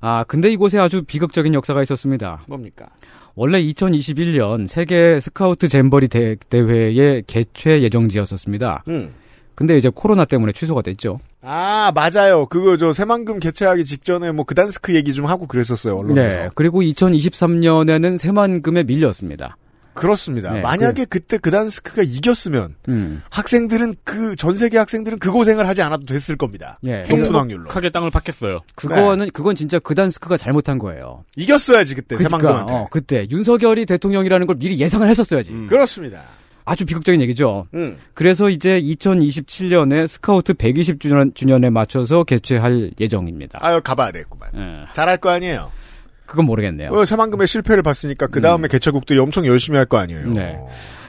[SPEAKER 5] 아, 근데 이곳에 아주 비극적인 역사가 있었습니다.
[SPEAKER 2] 뭡니까?
[SPEAKER 5] 원래 2021년 세계 스카우트 잼버리 대, 대회의 개최 예정지였었습니다.
[SPEAKER 2] 음.
[SPEAKER 5] 근데 이제 코로나 때문에 취소가 됐죠.
[SPEAKER 2] 아 맞아요. 그거 저 새만금 개최하기 직전에 뭐 그단스크 얘기 좀 하고 그랬었어요 언론에서.
[SPEAKER 5] 네. 그리고 2023년에는 새만금에 밀렸습니다.
[SPEAKER 2] 그렇습니다.
[SPEAKER 5] 네,
[SPEAKER 2] 만약에 그... 때 그단스크가 이겼으면
[SPEAKER 5] 음.
[SPEAKER 2] 학생들은 그 전 세계 학생들은 그 고생을 하지 않아도 됐을 겁니다.
[SPEAKER 5] 예.
[SPEAKER 2] 높은 확률로
[SPEAKER 3] 하게 땅을 팠겠어요.
[SPEAKER 5] 그거는 그건 진짜 그단스크가 잘못한 거예요.
[SPEAKER 2] 이겼어야지 그때 새만금한테.
[SPEAKER 5] 어, 그때 윤석열이 대통령이라는 걸 미리 예상을 했었어야지.
[SPEAKER 3] 음.
[SPEAKER 2] 그렇습니다.
[SPEAKER 5] 아주 비극적인 얘기죠.
[SPEAKER 2] 음.
[SPEAKER 5] 그래서 이제 2027년에 스카우트 120주년에 맞춰서 개최할 예정입니다.
[SPEAKER 2] 아유 가봐야 되겠구만.
[SPEAKER 5] 예,
[SPEAKER 2] 잘할 거 아니에요.
[SPEAKER 5] 그건 모르겠네요.
[SPEAKER 2] 어, 새만금의 실패를 봤으니까 그 다음에 개최국들이 엄청 열심히 할 거 아니에요.
[SPEAKER 5] 네.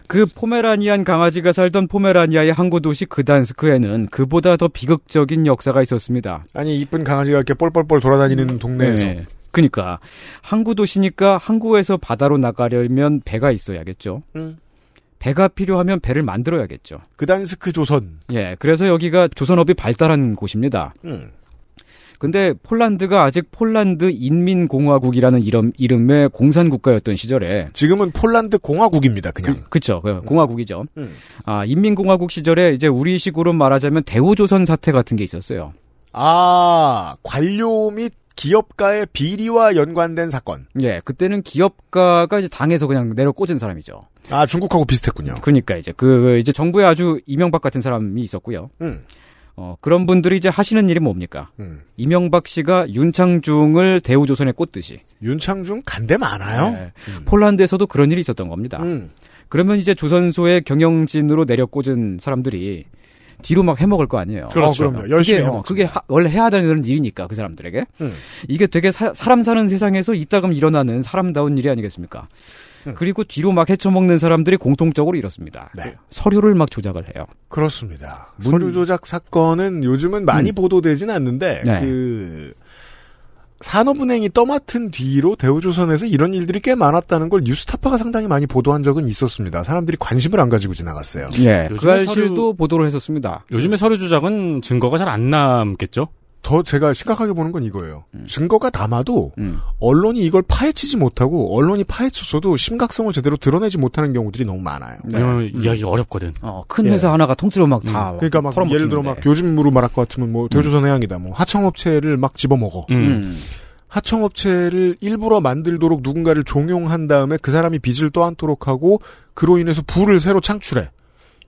[SPEAKER 5] 그 포메라니안 강아지가 살던 포메라니아의 항구 도시 그단스크에는 그보다 더 비극적인 역사가 있었습니다.
[SPEAKER 2] 아니 이쁜 강아지가 이렇게 뻘뻘뻘 돌아다니는 음. 동네에서
[SPEAKER 5] 네. 그니까 항구 도시니까 항구에서 바다로 나가려면 배가 있어야겠죠.
[SPEAKER 2] 음.
[SPEAKER 5] 배가 필요하면 배를 만들어야겠죠.
[SPEAKER 2] 그단스크 조선.
[SPEAKER 5] 예, 그래서 여기가 조선업이 발달한 곳입니다.
[SPEAKER 2] 음.
[SPEAKER 5] 근데 폴란드가 아직 폴란드 인민공화국이라는 이름, 이름의 공산국가였던 시절에
[SPEAKER 2] 지금은 폴란드 공화국입니다. 그냥
[SPEAKER 5] 그, 그쵸. 그 공화국이죠.
[SPEAKER 2] 음.
[SPEAKER 5] 아, 인민공화국 시절에 이제 우리식으로 말하자면 대우조선 사태 같은 게 있었어요.
[SPEAKER 2] 아 관료 및 기업가의 비리와 연관된 사건.
[SPEAKER 5] 예, 그때는 기업가가 이제 당에서 그냥 내려 꽂은 사람이죠.
[SPEAKER 2] 아 중국하고 비슷했군요.
[SPEAKER 5] 그러니까 이제 그 이제 정부에 아주 이명박 같은 사람이 있었고요.
[SPEAKER 2] 음.
[SPEAKER 5] 어, 그런 분들이 이제 하시는 일이 뭡니까?
[SPEAKER 2] 음.
[SPEAKER 5] 이명박 씨가 윤창중을 대우조선에 꽂듯이
[SPEAKER 2] 윤창중 간대 많아요.
[SPEAKER 5] 예, 폴란드에서도 그런 일이 있었던 겁니다.
[SPEAKER 2] 어? 음.
[SPEAKER 5] 그러면 이제 조선소의 경영진으로 내려 꽂은 사람들이 뒤로 막 해먹을 거 아니에요.
[SPEAKER 2] 그렇죠. 어, 그럼요. 열심히
[SPEAKER 5] 그게, 어,
[SPEAKER 2] 해먹죠.
[SPEAKER 5] 그게 하- 원래 해야 되는 일이니까 그 사람들에게
[SPEAKER 2] 음.
[SPEAKER 5] 이게 되게 사, 람 사는 세상에서 이따금 일어나는 사람다운 일이 아니겠습니까?
[SPEAKER 2] 음.
[SPEAKER 5] 그리고 뒤로 막 헤쳐먹는 사람들이 공통적으로 이렇습니다.
[SPEAKER 2] 네.
[SPEAKER 5] 그 서류를 막 조작을 해요.
[SPEAKER 2] 그렇습니다. 서류 조작 사건은 요즘은 많이
[SPEAKER 5] 음.
[SPEAKER 2] 보도되진 않는데
[SPEAKER 5] 네.
[SPEAKER 2] 그 산업은행이 떠맡은 뒤로 대우조선에서 이런 일들이 꽤 많았다는 걸 뉴스타파가 상당히 많이 보도한 적은 있었습니다. 사람들이 관심을 안 가지고 지나갔어요.
[SPEAKER 5] 예, 그
[SPEAKER 12] 요즘에
[SPEAKER 5] 사실도
[SPEAKER 12] 서류-
[SPEAKER 5] 보도를 했었습니다.
[SPEAKER 3] 예.
[SPEAKER 12] 요즘에 서류 조작은 증거가 잘 안 남겠죠?
[SPEAKER 2] 더 제가 심각하게 보는 건 이거예요. 증거가 담아도 언론이 이걸 파헤치지 못하고 언론이 파헤쳤어도 심각성을 제대로 드러내지 못하는 경우들이 너무 많아요.
[SPEAKER 12] 왜냐면
[SPEAKER 3] 음.
[SPEAKER 12] 이야기가 어렵거든.
[SPEAKER 5] 큰
[SPEAKER 2] 예.
[SPEAKER 5] 회사 하나가 통째로 막 다. 음.
[SPEAKER 2] 그러니까 막 예를 들어
[SPEAKER 5] 네.
[SPEAKER 2] 막 요즘으로 말할 것 같으면 뭐 대조선 해양이다 뭐 하청업체를 막 집어먹어
[SPEAKER 12] 음.
[SPEAKER 2] 하청업체를 일부러 만들도록 누군가를 종용한 다음에 그 사람이 빚을 떠안도록 하고 그로 인해서 부를 새로 창출해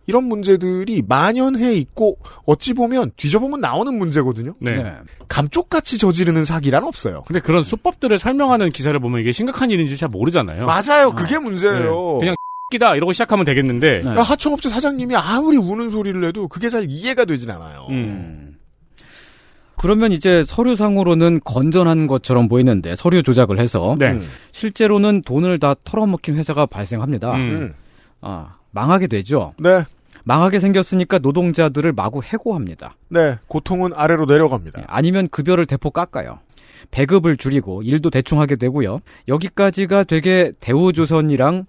[SPEAKER 2] 이런 문제들이 만연해 있고 어찌 보면 뒤져보면 나오는 문제거든요.
[SPEAKER 12] 네.
[SPEAKER 2] 감쪽같이 저지르는 사기란 없어요.
[SPEAKER 12] 근데 그런 수법들을 설명하는 기사를 보면 이게 심각한 일인지 잘 모르잖아요.
[SPEAKER 2] 맞아요. 그게 문제예요.
[SPEAKER 12] 네. 그냥 끼다 이러고 시작하면 되겠는데.
[SPEAKER 2] 그러니까 하청업체 사장님이 아무리 우는 소리를 해도 그게 잘 이해가 되진 않아요.
[SPEAKER 5] 음, 그러면 이제 서류상으로는 건전한 것처럼 보이는데 서류 조작을 해서
[SPEAKER 12] 네.
[SPEAKER 5] 실제로는 돈을 다 털어먹힌 회사가 발생합니다.
[SPEAKER 12] 음.
[SPEAKER 5] 아, 망하게 되죠.
[SPEAKER 2] 네.
[SPEAKER 5] 망하게 생겼으니까 노동자들을 마구 해고합니다.
[SPEAKER 2] 네, 고통은 아래로 내려갑니다.
[SPEAKER 5] 예, 아니면 급여를 대폭 깎아요. 배급을 줄이고 일도 대충 하게 되고요. 여기까지가 되게 대우조선이랑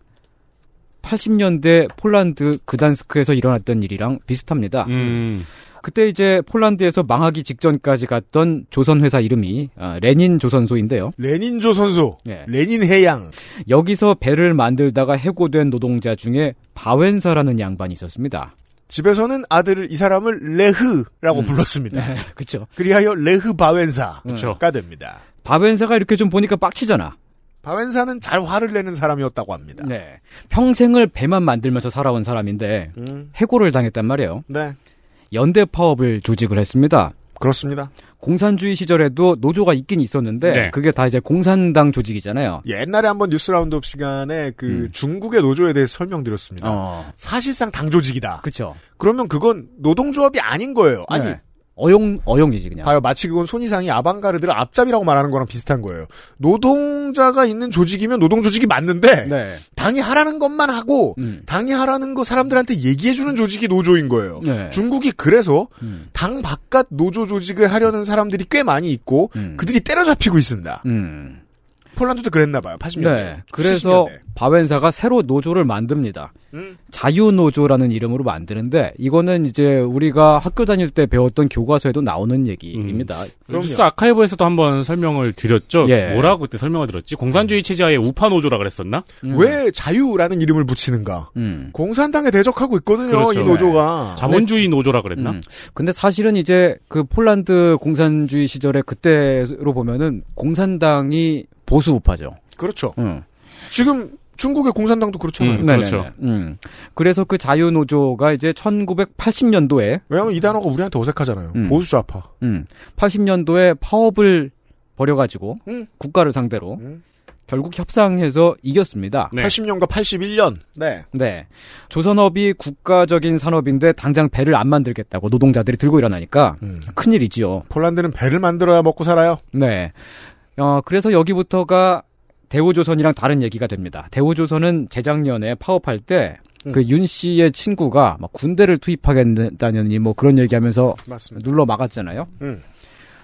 [SPEAKER 5] 80년대 폴란드 그단스크에서 일어났던 일이랑 비슷합니다.
[SPEAKER 3] 음.
[SPEAKER 12] 음.
[SPEAKER 5] 그때 이제 폴란드에서 망하기 직전까지 갔던 조선 회사 이름이 아, 레닌 조선소인데요. 예.
[SPEAKER 2] 레닌 조선소,
[SPEAKER 5] 네.
[SPEAKER 2] 레닌 해양.
[SPEAKER 5] 여기서 배를 만들다가 해고된 노동자 중에 바웬사라는 양반이 있었습니다.
[SPEAKER 2] 집에서는 아들을 이 사람을 레흐라고 불렀습니다.
[SPEAKER 5] 그렇죠.
[SPEAKER 2] 그리하여 레흐 바웬사가 됩니다.
[SPEAKER 5] 바웬사가 이렇게 좀 보니까 빡치잖아.
[SPEAKER 2] 바웬사는 잘 화를 내는 사람이었다고 합니다.
[SPEAKER 5] 네. 평생을 배만 만들면서 살아온 사람인데
[SPEAKER 2] 음.
[SPEAKER 5] 해고를 당했단 말이에요.
[SPEAKER 2] 네.
[SPEAKER 5] 연대 파업을 조직을 했습니다.
[SPEAKER 2] 그렇습니다.
[SPEAKER 5] 공산주의 시절에도 노조가 있긴 있었는데
[SPEAKER 2] 네.
[SPEAKER 5] 그게 다 이제 공산당 조직이잖아요.
[SPEAKER 2] 옛날에 한번 뉴스 라운드업 시간에 그 중국의 노조에 대해서 설명드렸습니다. 사실상 당 조직이다.
[SPEAKER 5] 어. 그렇죠.
[SPEAKER 2] 그러면 그건 노동조합이 아닌 거예요. 아니
[SPEAKER 5] 네. 어용 어용이지 그냥.
[SPEAKER 2] 봐요. 마치 그건 손이상이 아방가르드를 앞잡이라고 말하는 거랑 비슷한 거예요. 노동자가 있는 조직이면 노동 조직이
[SPEAKER 5] 네.
[SPEAKER 2] 맞는데 당이 하라는 것만 하고
[SPEAKER 5] 음.
[SPEAKER 2] 당이 하라는 거 사람들한테 얘기해 주는 조직이 노조인 거예요.
[SPEAKER 5] 네. 음.
[SPEAKER 2] 중국이 그래서 당 바깥 노조 조직을 하려는 사람들이 꽤 많이 있고
[SPEAKER 5] 음.
[SPEAKER 2] 그들이 때려잡히고 있습니다. 폴란드도 그랬나 봐요. 80년대.
[SPEAKER 5] 네. 그래서 바웬사가 새로 노조를 만듭니다.
[SPEAKER 2] 음.
[SPEAKER 5] 자유노조라는 이름으로 만드는데 이거는 이제 우리가 학교 다닐 때 배웠던 교과서에도 나오는 얘기입니다.
[SPEAKER 12] 뉴스 아카이브에서도 한번 설명을 드렸죠.
[SPEAKER 5] 예.
[SPEAKER 12] 뭐라고 그때 설명을 드렸지? 공산주의 체제하에 우파 노조라 그랬었나?
[SPEAKER 5] 음.
[SPEAKER 2] 왜 자유라는 이름을 붙이는가? 공산당에 대적하고 있거든요.
[SPEAKER 5] 그렇죠.
[SPEAKER 2] 이 노조가.
[SPEAKER 5] 네.
[SPEAKER 12] 자본주의 노조라 그랬나?
[SPEAKER 5] 음. 근데 사실은 이제 그 폴란드 공산주의 시절에 그때로 보면은 공산당이 보수 우파죠.
[SPEAKER 2] 그렇죠. 지금 중국의 공산당도 그렇잖아요.
[SPEAKER 5] 음, 네네네. 음. 그래서 그 자유노조가 이제 1980년도에
[SPEAKER 2] 왜냐면 이 단어가 우리한테 어색하잖아요. 보수 좌파.
[SPEAKER 5] 음. 80년도에 파업을 벌여가지고
[SPEAKER 2] 음. 네.
[SPEAKER 5] 국가를 상대로 결국 협상해서 이겼습니다.
[SPEAKER 2] 80년과 81년. 네.
[SPEAKER 5] 네. 조선업이 국가적인 산업인데 당장 배를 안 만들겠다고 노동자들이 들고 일어나니까 큰일이지요.
[SPEAKER 2] 음. 폴란드는 배를 만들어야 먹고 살아요.
[SPEAKER 5] 네. 어, 그래서 여기부터가 대우조선이랑 다른 얘기가 됩니다. 대우조선은 재작년에 파업할 때
[SPEAKER 2] 음.
[SPEAKER 5] 그 윤 씨의 친구가 막 군대를 투입하겠다느니 뭐 그런 얘기하면서
[SPEAKER 2] 맞습니다.
[SPEAKER 5] 눌러 막았잖아요.
[SPEAKER 2] 음.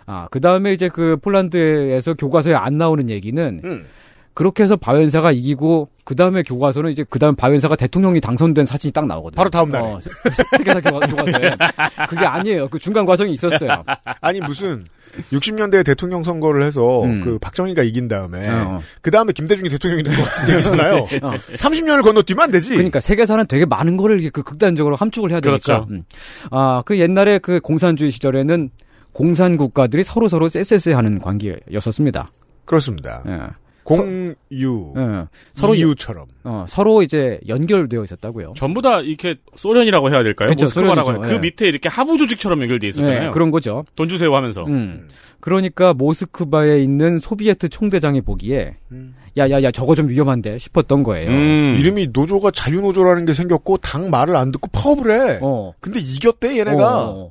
[SPEAKER 5] 아, 그 다음에 이제 그 폴란드에서 교과서에 안 나오는 얘기는
[SPEAKER 2] 음.
[SPEAKER 5] 그렇게 해서 바웬사가 이기고 그 다음에 교과서는 이제 그 다음 바웬사가 대통령이 당선된 사진이 딱 나오거든요. 어,
[SPEAKER 2] 바로 그 다음 날에.
[SPEAKER 5] 세계사 교과- 교과서에 그게 아니에요. 그 중간 과정이 있었어요.
[SPEAKER 2] 아니 무슨 60년대 대통령 선거를 해서
[SPEAKER 5] 음.
[SPEAKER 2] 그 박정희가 이긴 다음에 그 다음에 김대중이 대통령이 된 것 같은 얘기잖아요.
[SPEAKER 5] 어.
[SPEAKER 2] 30년을 건너뛰면 안 되지.
[SPEAKER 12] 예.
[SPEAKER 5] 그러니까 세계사는 되게 많은 거를 이렇게 그 극단적으로 함축을 해야 되니까.
[SPEAKER 2] 그렇죠.
[SPEAKER 5] 음. 아, 그 옛날에 그 공산주의 시절에는 공산 국가들이 서로 서로 쎄쎄쎄하는 관계였었습니다. 예.
[SPEAKER 2] 그렇습니다. 공유,
[SPEAKER 5] 네. 서로
[SPEAKER 2] 이유처럼.
[SPEAKER 5] 예. 어, 서로 이제 연결되어 있었다고요.
[SPEAKER 12] 전부 다 이렇게 소련이라고 해야 될까요?
[SPEAKER 5] 그쵸,
[SPEAKER 12] 모스크바라고
[SPEAKER 5] 소련이죠.
[SPEAKER 12] 해야- 그
[SPEAKER 5] 예.
[SPEAKER 12] 밑에 이렇게 하부 조직처럼 연결돼 있었잖아요. 어.
[SPEAKER 5] 네, 그런 거죠.
[SPEAKER 12] 돈 주세요 하면서.
[SPEAKER 5] 음. 그러니까 모스크바에 있는 소비에트 총대장이 보기에 야야야 저거 좀 위험한데 싶었던
[SPEAKER 12] 음.
[SPEAKER 5] 거예요.
[SPEAKER 2] 이름이 노조가 자유노조라는 게 생겼고 당 말을 안 듣고 파업을 해. 근데 이겼대 얘네가.
[SPEAKER 5] 어.
[SPEAKER 2] 음.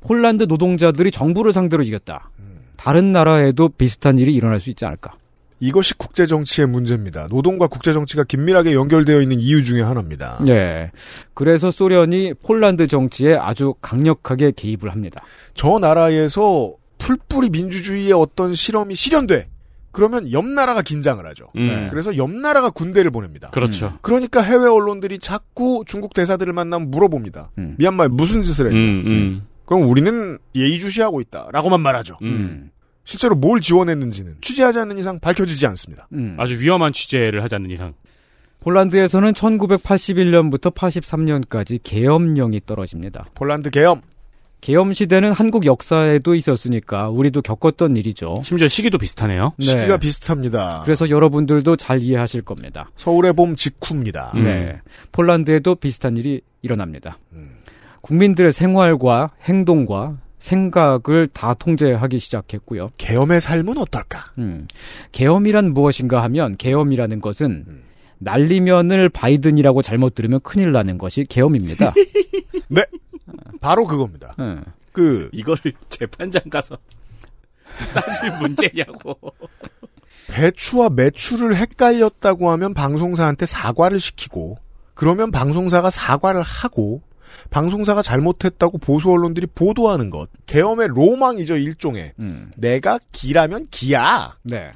[SPEAKER 5] 폴란드 노동자들이 정부를 상대로 이겼다. 다른 나라에도 비슷한 일이 일어날 수 있지 않을까.
[SPEAKER 2] 이것이 국제 정치의 문제입니다. 노동과 국제 정치가 긴밀하게 연결되어 있는 이유 중에 하나입니다.
[SPEAKER 5] 네. 그래서 소련이 폴란드 정치에 아주 강력하게 개입을 합니다.
[SPEAKER 2] 저 나라에서 풀뿌리 민주주의의 어떤 실험이 실현돼. 그러면 옆 나라가 긴장을 하죠. 네.
[SPEAKER 12] 음.
[SPEAKER 2] 그래서 옆 나라가 군대를 보냅니다.
[SPEAKER 12] 그렇죠.
[SPEAKER 2] 그러니까 해외 언론들이 자꾸 중국 대사들을 만나면 물어봅니다.
[SPEAKER 12] 음.
[SPEAKER 2] 미얀마에
[SPEAKER 5] 음.
[SPEAKER 2] 무슨
[SPEAKER 5] 네.
[SPEAKER 2] 짓을 했냐. 그럼 우리는 예의주시하고 있다라고만 말하죠.
[SPEAKER 12] 음.
[SPEAKER 5] 음.
[SPEAKER 2] 실제로 뭘 지원했는지는 취재하지 않는 이상 밝혀지지 않습니다.
[SPEAKER 12] 음. 아주 위험한 취재를 하지 않는 이상.
[SPEAKER 5] 음. 폴란드에서는 1981년부터 83년까지 계엄령이 떨어집니다.
[SPEAKER 2] 폴란드 계엄.
[SPEAKER 5] 계엄 시대는 한국 역사에도 있었으니까 우리도 겪었던 일이죠.
[SPEAKER 12] 심지어 시기도 비슷하네요.
[SPEAKER 2] 시기가 비슷합니다.
[SPEAKER 5] 그래서 여러분들도 잘 이해하실 겁니다.
[SPEAKER 2] 서울의 봄 직후입니다.
[SPEAKER 12] 음.
[SPEAKER 5] 네. 폴란드에도 비슷한 일이 일어납니다. 국민들의 생활과 행동과 생각을 다 통제하기 시작했고요.
[SPEAKER 2] 계엄의 삶은 어떨까?
[SPEAKER 5] 음. 계엄이란 무엇인가 하면 계엄이라는 것은 날리면을 바이든이라고 잘못 들으면 큰일 나는 것이 계엄입니다. 음.
[SPEAKER 2] 네. 바로 그겁니다. 그
[SPEAKER 12] 이거를 재판장 가서 따질 문제냐고.
[SPEAKER 2] 배추와 매추를 헷갈렸다고 하면 방송사한테 사과를 시키고 그러면 방송사가 사과를 하고 방송사가 잘못했다고 보수 언론들이 보도하는 것 계엄의 로망이죠 일종의 내가 기라면 기야
[SPEAKER 5] 네.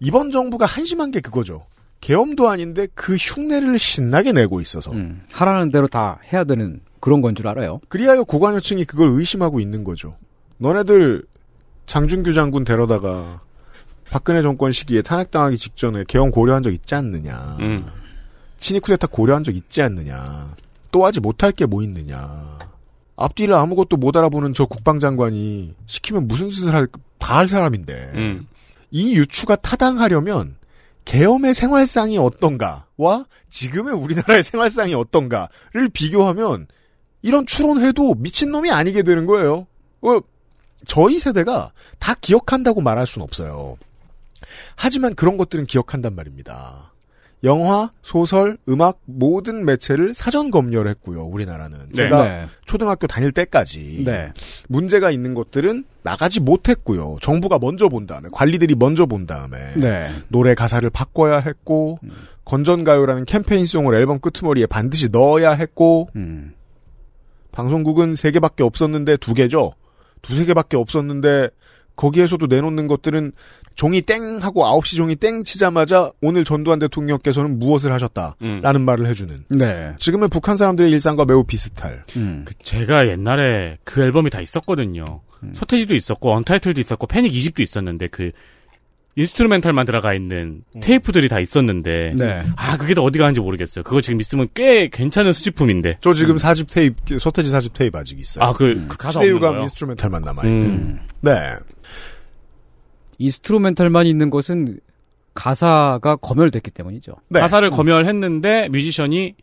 [SPEAKER 2] 이번 정부가 한심한 게 그거죠 계엄도 아닌데 그 흉내를 신나게 내고 있어서
[SPEAKER 5] 하라는 대로 다 해야 되는 그런 건 줄 알아요.
[SPEAKER 2] 그리하여 고관여층이 그걸 의심하고 있는 거죠. 너네들 장준규 장군 데려다가 박근혜 정권 시기에 탄핵당하기 직전에 개헌 고려한 적 있지 않느냐. 친이 쿠데타 고려한 적 있지 않느냐. 또 하지 못할 게 뭐 있느냐. 앞뒤를 아무것도 못 알아보는 저 국방장관이 시키면 무슨 짓을 할, 다 할 사람인데.
[SPEAKER 3] 음.
[SPEAKER 12] 음.
[SPEAKER 2] 이 유추가 타당하려면 계엄의 생활상이 어떤가와 지금의 우리나라의 생활상이 어떤가를 비교하면 이런 추론해도 미친놈이 아니게 되는 거예요. 어, 저희 세대가 다 기억한다고 말할 순 없어요. 하지만 그런 것들은 기억한단 말입니다. 영화, 소설, 음악 모든 매체를 사전 검열했고요. 우리나라는
[SPEAKER 5] 네.
[SPEAKER 2] 제가
[SPEAKER 5] 네.
[SPEAKER 2] 초등학교 다닐 때까지
[SPEAKER 5] 네.
[SPEAKER 2] 문제가 있는 것들은 나가지 못했고요. 정부가 먼저 본 다음에 관리들이 먼저 본 다음에
[SPEAKER 5] 네.
[SPEAKER 2] 노래 가사를 바꿔야 했고 건전가요라는 캠페인송을 앨범 끄트머리에 반드시 넣어야 했고
[SPEAKER 5] 음.
[SPEAKER 2] 방송국은 세 개밖에 없었는데 두 개죠 두세 개밖에 없었는데 거기에서도 내놓는 것들은 종이 땡 하고 9시 종이 땡 치자마자 오늘 전두환 대통령께서는 무엇을 하셨다라는 말을 해주는
[SPEAKER 5] 네.
[SPEAKER 2] 지금의 북한 사람들의 일상과 매우 비슷할
[SPEAKER 5] 음.
[SPEAKER 12] 그 제가 옛날에 그 앨범이 다 있었거든요.
[SPEAKER 5] 음.
[SPEAKER 12] 서태지도 있었고 언타이틀도 있었고 패닉 20도 있었는데 그 인스트루멘탈만 들어가 있는 테이프들이 다 있었는데
[SPEAKER 5] 음. 네.
[SPEAKER 12] 아 그게 다 어디 가는지 모르겠어요. 그거 지금 있으면 꽤 괜찮은 수집품인데.
[SPEAKER 2] 저 지금 사집 테이프 서태지 사집 테이프 아직 있어요.
[SPEAKER 12] 아그
[SPEAKER 3] 음.
[SPEAKER 12] 그 가사 없는
[SPEAKER 2] 시대유감
[SPEAKER 12] 거요.
[SPEAKER 2] 인스트루멘탈만 남아 있는.
[SPEAKER 12] 음.
[SPEAKER 2] 네.
[SPEAKER 5] 인스트루멘탈만 있는 것은 가사가 검열됐기 때문이죠.
[SPEAKER 3] 네.
[SPEAKER 2] 네.
[SPEAKER 3] 음.
[SPEAKER 12] 가사를 검열했는데 뮤지션이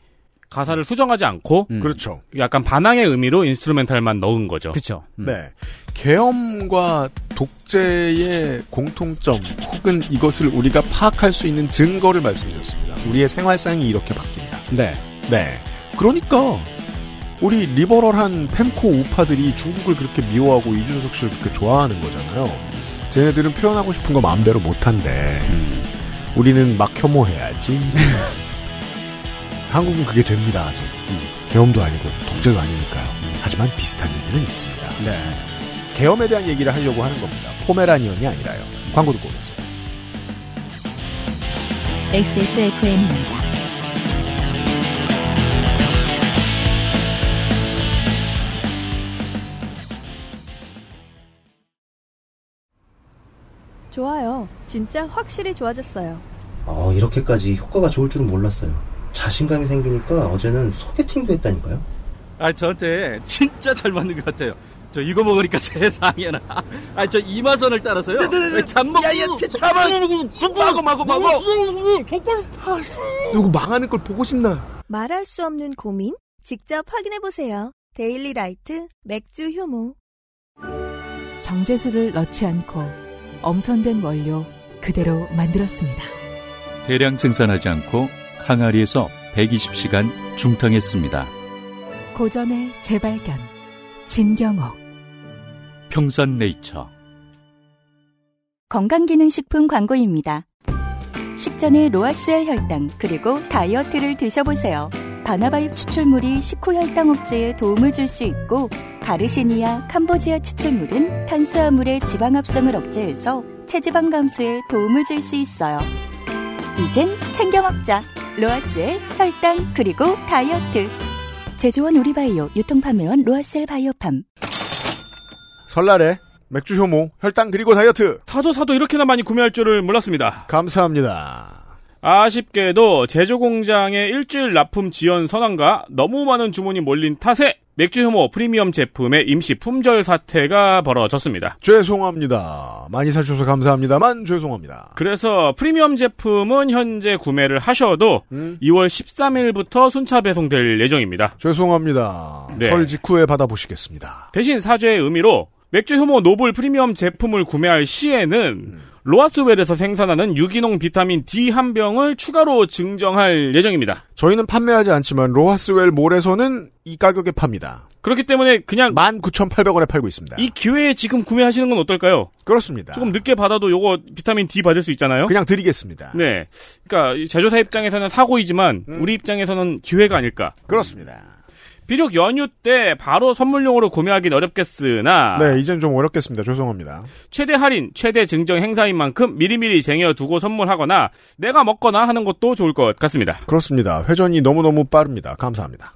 [SPEAKER 12] 가사를 수정하지 않고
[SPEAKER 3] 음.
[SPEAKER 2] 그렇죠.
[SPEAKER 12] 약간 반항의 의미로 인스트루멘탈만 넣은 거죠.
[SPEAKER 5] 그렇죠.
[SPEAKER 2] 네. 계엄과 독재의 공통점 혹은 이것을 우리가 파악할 수 있는 증거를 말씀드렸습니다. 우리의 생활상이 이렇게 바뀐다.
[SPEAKER 5] 네.
[SPEAKER 2] 네. 그러니까 우리 리버럴한 펜코 우파들이 중국을 그렇게 미워하고 이준석 씨를 그렇게 좋아하는 거잖아요. 쟤네들은 표현하고 싶은 거 마음대로 못한데 우리는 막 혐오해야지. 한국은 그게 됩니다 아직. 계엄도 아니고 독재도 아니니까요. 하지만 비슷한 일들은 있습니다.
[SPEAKER 5] 네.
[SPEAKER 2] 계엄에 대한 얘기를 하려고 하는 겁니다. 포메라니언이 아니라요. 광고 듣고 오겠습니다.
[SPEAKER 13] XSFM입니다.
[SPEAKER 14] 좋아요. 진짜 확실히 좋아졌어요.
[SPEAKER 15] 어, 이렇게까지 효과가 좋을 줄은 몰랐어요. 자신감이 생기니까 어제는 소개팅도 했다니까요.
[SPEAKER 11] 아 저한테 진짜 잘 맞는 것 같아요. 저 이거 먹으니까 세상에나. 아저 이마선을 따라서요. 잠먹. 네, 야야 잠만. 마고 마고 마고.
[SPEAKER 2] 누구 망하는 걸 보고 싶나?
[SPEAKER 16] 말할 수 없는 고민? 직접 확인해보세요. 데일리 라이트 맥주 효모.
[SPEAKER 7] 정제수를 넣지 않고 엄선된 원료 그대로 만들었습니다.
[SPEAKER 9] 대량 생산하지 않고 항아리에서 120시간 중탕했습니다.
[SPEAKER 7] 고전의 재발견 진경옥
[SPEAKER 9] 평산네이처
[SPEAKER 6] 건강기능식품 광고입니다. 식전에 로아스엘 혈당 그리고 다이어트를 드셔보세요. 바나바잎 추출물이 식후 혈당 억제에 도움을 줄 수 있고 가르시니아, 캄보지아 추출물은 탄수화물의 지방 합성을 억제해서 체지방 감소에 도움을 줄 수 있어요. 이젠 챙겨 먹자. 로아스엘 혈당 그리고 다이어트. 제조원 우리바이오 유통판매원 로아셀 바이오팜
[SPEAKER 2] 설날에 맥주 효모, 혈당 그리고 다이어트.
[SPEAKER 3] 사도 사도 이렇게나 많이 구매할 줄을 몰랐습니다.
[SPEAKER 2] 감사합니다.
[SPEAKER 3] 아쉽게도 제조 공장의 일주일 납품 지연 선언과 너무 많은 주문이 몰린 탓에 맥주 효모 프리미엄 제품의 임시 품절 사태가 벌어졌습니다.
[SPEAKER 2] 죄송합니다. 많이 사주셔서 감사합니다만 죄송합니다.
[SPEAKER 3] 그래서 프리미엄 제품은 현재 구매를 하셔도 2월 13일부터 순차 배송될 예정입니다.
[SPEAKER 2] 죄송합니다.
[SPEAKER 3] 네.
[SPEAKER 2] 설 직후에 받아보시겠습니다.
[SPEAKER 3] 대신 사죄의 의미로 맥주 효모 노블 프리미엄 제품을 구매할 시에는 로아스웰에서 생산하는 유기농 비타민 D 한 병을 추가로 증정할 예정입니다.
[SPEAKER 2] 저희는 판매하지 않지만 로하스웰 몰에서는 이 가격에 팝니다.
[SPEAKER 3] 그렇기 때문에 그냥
[SPEAKER 2] 19,800원에 팔고 있습니다.
[SPEAKER 3] 이 기회에 지금 구매하시는 건 어떨까요?
[SPEAKER 2] 그렇습니다.
[SPEAKER 3] 조금 늦게 받아도 요거 비타민 D 받을 수 있잖아요.
[SPEAKER 2] 그냥 드리겠습니다.
[SPEAKER 3] 네. 그러니까 이 제조사 입장에서는 사고이지만 우리 입장에서는 기회가 아닐까.
[SPEAKER 2] 그렇습니다.
[SPEAKER 3] 비록 연휴 때 바로 선물용으로 구매하긴 어렵겠으나
[SPEAKER 2] 네, 이젠 좀 어렵겠습니다. 죄송합니다.
[SPEAKER 3] 최대 할인, 최대 증정 행사인 만큼 미리미리 쟁여두고 선물하거나 내가 먹거나 하는 것도 좋을 것 같습니다.
[SPEAKER 2] 그렇습니다. 회전이 너무너무 빠릅니다. 감사합니다.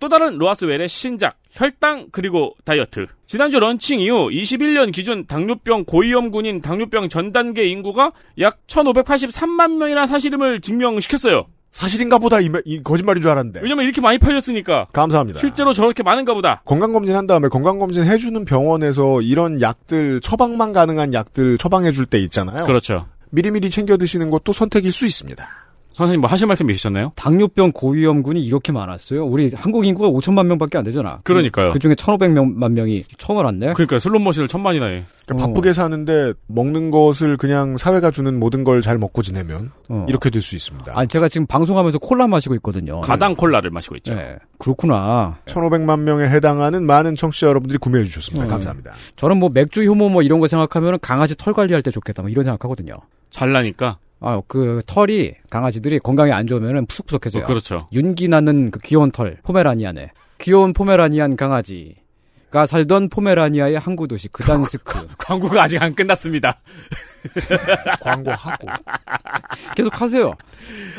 [SPEAKER 3] 또 다른 로아스웰의 신작 혈당 그리고 다이어트 지난주 런칭 이후 21년 기준 당뇨병 고위험군인 당뇨병 전 단계 인구가 약 1583만 명이나 사실임을 증명시켰어요.
[SPEAKER 2] 사실인가 보다 이, 말- 이 거짓말인 줄 알았는데.
[SPEAKER 3] 왜냐면 이렇게 많이 팔렸으니까
[SPEAKER 2] 감사합니다.
[SPEAKER 3] 실제로 저렇게 많은가 보다.
[SPEAKER 2] 건강검진 한 다음에 건강검진 해주는 병원에서 이런 약들, 처방만 가능한 약들 처방해줄 때 있잖아요.
[SPEAKER 3] 그렇죠.
[SPEAKER 2] 미리미리 챙겨 드시는 것도 선택일 수 있습니다.
[SPEAKER 3] 선생님 뭐 하실 말씀 있으셨나요?
[SPEAKER 5] 당뇨병 고위험군이 이렇게 많았어요. 우리 한국 인구가 5천만 명밖에 안 되잖아.
[SPEAKER 3] 그러니까요.
[SPEAKER 5] 그 중에 1,500만 명이 처음 알았네.
[SPEAKER 3] 그러니까 슬롯머신을 천만이나 해.
[SPEAKER 2] 그러니까 바쁘게 사는데 먹는 것을 그냥 사회가 주는 모든 걸 잘 먹고 지내면
[SPEAKER 5] 어.
[SPEAKER 2] 이렇게 될 수 있습니다.
[SPEAKER 5] 아, 제가 지금 방송하면서 콜라 마시고 있거든요. 예.
[SPEAKER 3] 가당 네. 콜라를 마시고 있죠.
[SPEAKER 5] 그렇구나.
[SPEAKER 2] 1,500만 명에 해당하는 많은 청취자 여러분들이 구매해 주셨습니다.
[SPEAKER 5] 음.
[SPEAKER 2] 감사합니다.
[SPEAKER 5] 저는 뭐 맥주 효모 뭐 이런 거 생각하면 강아지 털 관리할 때 좋겠다 뭐 이런 생각하거든요.
[SPEAKER 3] 잘나니까.
[SPEAKER 5] 아, 그 털이 강아지들이 건강에 안 좋으면 푸석푸석해져요.
[SPEAKER 3] 어, 그렇죠.
[SPEAKER 5] 윤기 나는 그 귀여운 털 포메라니안에 귀여운 포메라니안 강아지가 살던 포메라니아의 항구 도시 그단스크
[SPEAKER 3] 광고가 아직 안 끝났습니다.
[SPEAKER 2] 광고하고.
[SPEAKER 5] 계속 하세요.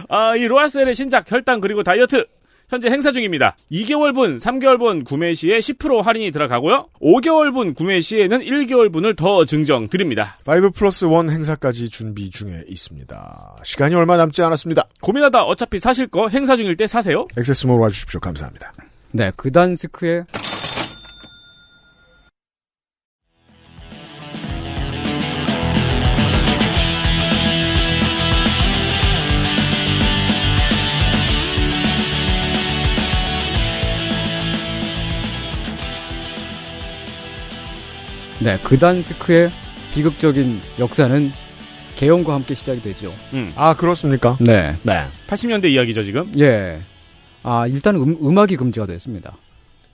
[SPEAKER 3] 아, 이 로아셀의 신작 혈당 그리고 다이어트 현재 행사 중입니다. 2개월분, 3개월분 구매 시에 10% 할인이 들어가고요. 5개월분 구매 시에는 1개월분을 더 증정 드립니다.
[SPEAKER 2] 5 플러스 1 행사까지 준비 중에 있습니다. 시간이 얼마 남지 않았습니다.
[SPEAKER 3] 고민하다 어차피 사실 거 행사 중일 때 사세요.
[SPEAKER 2] 액세스몰 와주십시오. 감사합니다.
[SPEAKER 5] 네, 그단스크의 네, 그단스크의 비극적인 역사는 개헌과 함께 시작이 되죠.
[SPEAKER 2] 아, 그렇습니까?
[SPEAKER 5] 네.
[SPEAKER 2] 네.
[SPEAKER 3] 80년대 이야기죠, 지금?
[SPEAKER 5] 예. 아, 일단 음, 악이 금지가 됐습니다.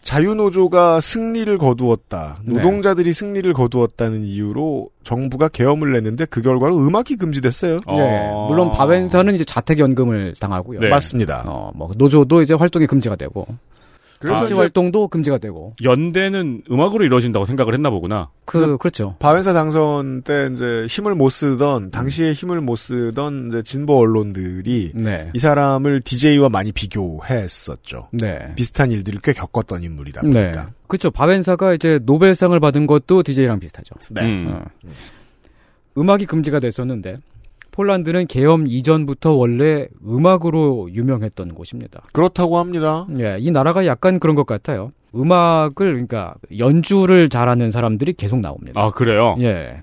[SPEAKER 2] 자유노조가 승리를 거두었다.
[SPEAKER 5] 네.
[SPEAKER 2] 노동자들이 승리를 거두었다는 이유로 정부가 계엄을 냈는데 그 결과로 음악이 금지됐어요.
[SPEAKER 3] 네.
[SPEAKER 5] 예. 물론 바벤사는 이제 자택연금을 당하고요.
[SPEAKER 2] 아. 네. 맞습니다.
[SPEAKER 5] 어, 뭐 노조도 이제 활동이 금지가 되고.
[SPEAKER 3] 아,
[SPEAKER 2] 그래서
[SPEAKER 5] 정치
[SPEAKER 2] 이제-
[SPEAKER 5] 활동도 금지가 되고.
[SPEAKER 3] 연대는 음악으로 이루어진다고 생각을 했나 보구나.
[SPEAKER 5] 그 그렇죠.
[SPEAKER 2] 바벤사 당선 때 이제 힘을 못 쓰던 당시에 힘을 못 쓰던 이제 진보 언론들이
[SPEAKER 5] 네.
[SPEAKER 2] 이 사람을 DJ와 많이 비교했었죠.
[SPEAKER 5] 네.
[SPEAKER 2] 비슷한 일들을 꽤 겪었던 인물이다 보니까.
[SPEAKER 5] 네. 그렇죠. 바벤사가 이제 노벨상을 받은 것도 DJ랑 비슷하죠.
[SPEAKER 2] 네.
[SPEAKER 3] 음.
[SPEAKER 5] 어. 음악이 금지가 됐었는데 폴란드는 계엄 이전부터 원래 음악으로 유명했던 곳입니다.
[SPEAKER 2] 그렇다고 합니다.
[SPEAKER 5] 예, 이 나라가 약간 그런 것 같아요. 음악을 그러니까 연주를 잘하는 사람들이 계속 나옵니다.
[SPEAKER 3] 아, 그래요?
[SPEAKER 5] 예.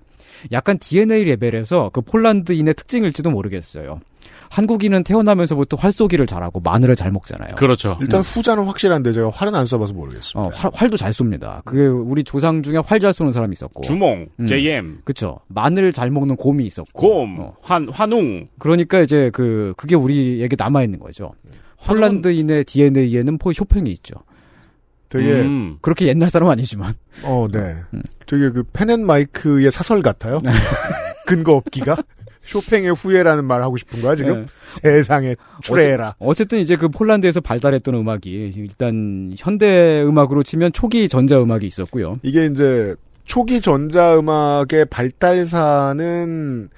[SPEAKER 5] 약간 DNA 레벨에서 그 폴란드인의 특징일지도 모르겠어요. 한국인은 태어나면서부터 활쏘기를 잘하고 마늘을 잘 먹잖아요.
[SPEAKER 3] 그렇죠.
[SPEAKER 2] 일단
[SPEAKER 5] 음.
[SPEAKER 2] 후자는 확실한데 제가 활은 안 써봐서 모르겠습니다.
[SPEAKER 5] 어, 활, 활도 잘 쏩니다. 그게 우리 조상 중에 활 잘 쏘는 사람이 있었고.
[SPEAKER 3] 주몽,
[SPEAKER 5] 음.
[SPEAKER 3] JM,
[SPEAKER 5] 그쵸. 마늘 잘 먹는 곰이 있었고. 어.
[SPEAKER 3] 곰, 환, 환웅.
[SPEAKER 5] 그러니까 이제 그, 그게 우리에게 남아있는 거죠. 폴란드인의 DNA에는 포 쇼팽이 있죠.
[SPEAKER 2] 되게
[SPEAKER 5] 음.
[SPEAKER 3] 음.
[SPEAKER 5] 그렇게 옛날 사람 아니지만. 음. 네.
[SPEAKER 2] 어, 네. 되게 그 펜앤마이크의 사설 같아요. 근거 없기가 쇼팽의 후예라는 말 하고 싶은 거야 지금? 세상에 출애라.
[SPEAKER 5] 네. 어째, 든 이제 그 폴란드에서 발달했던 음악이 일단 현대 음악으로 치면 초기 전자 음악이 있었고요.
[SPEAKER 2] 이게 이제 초기 전자 음악의 발달사는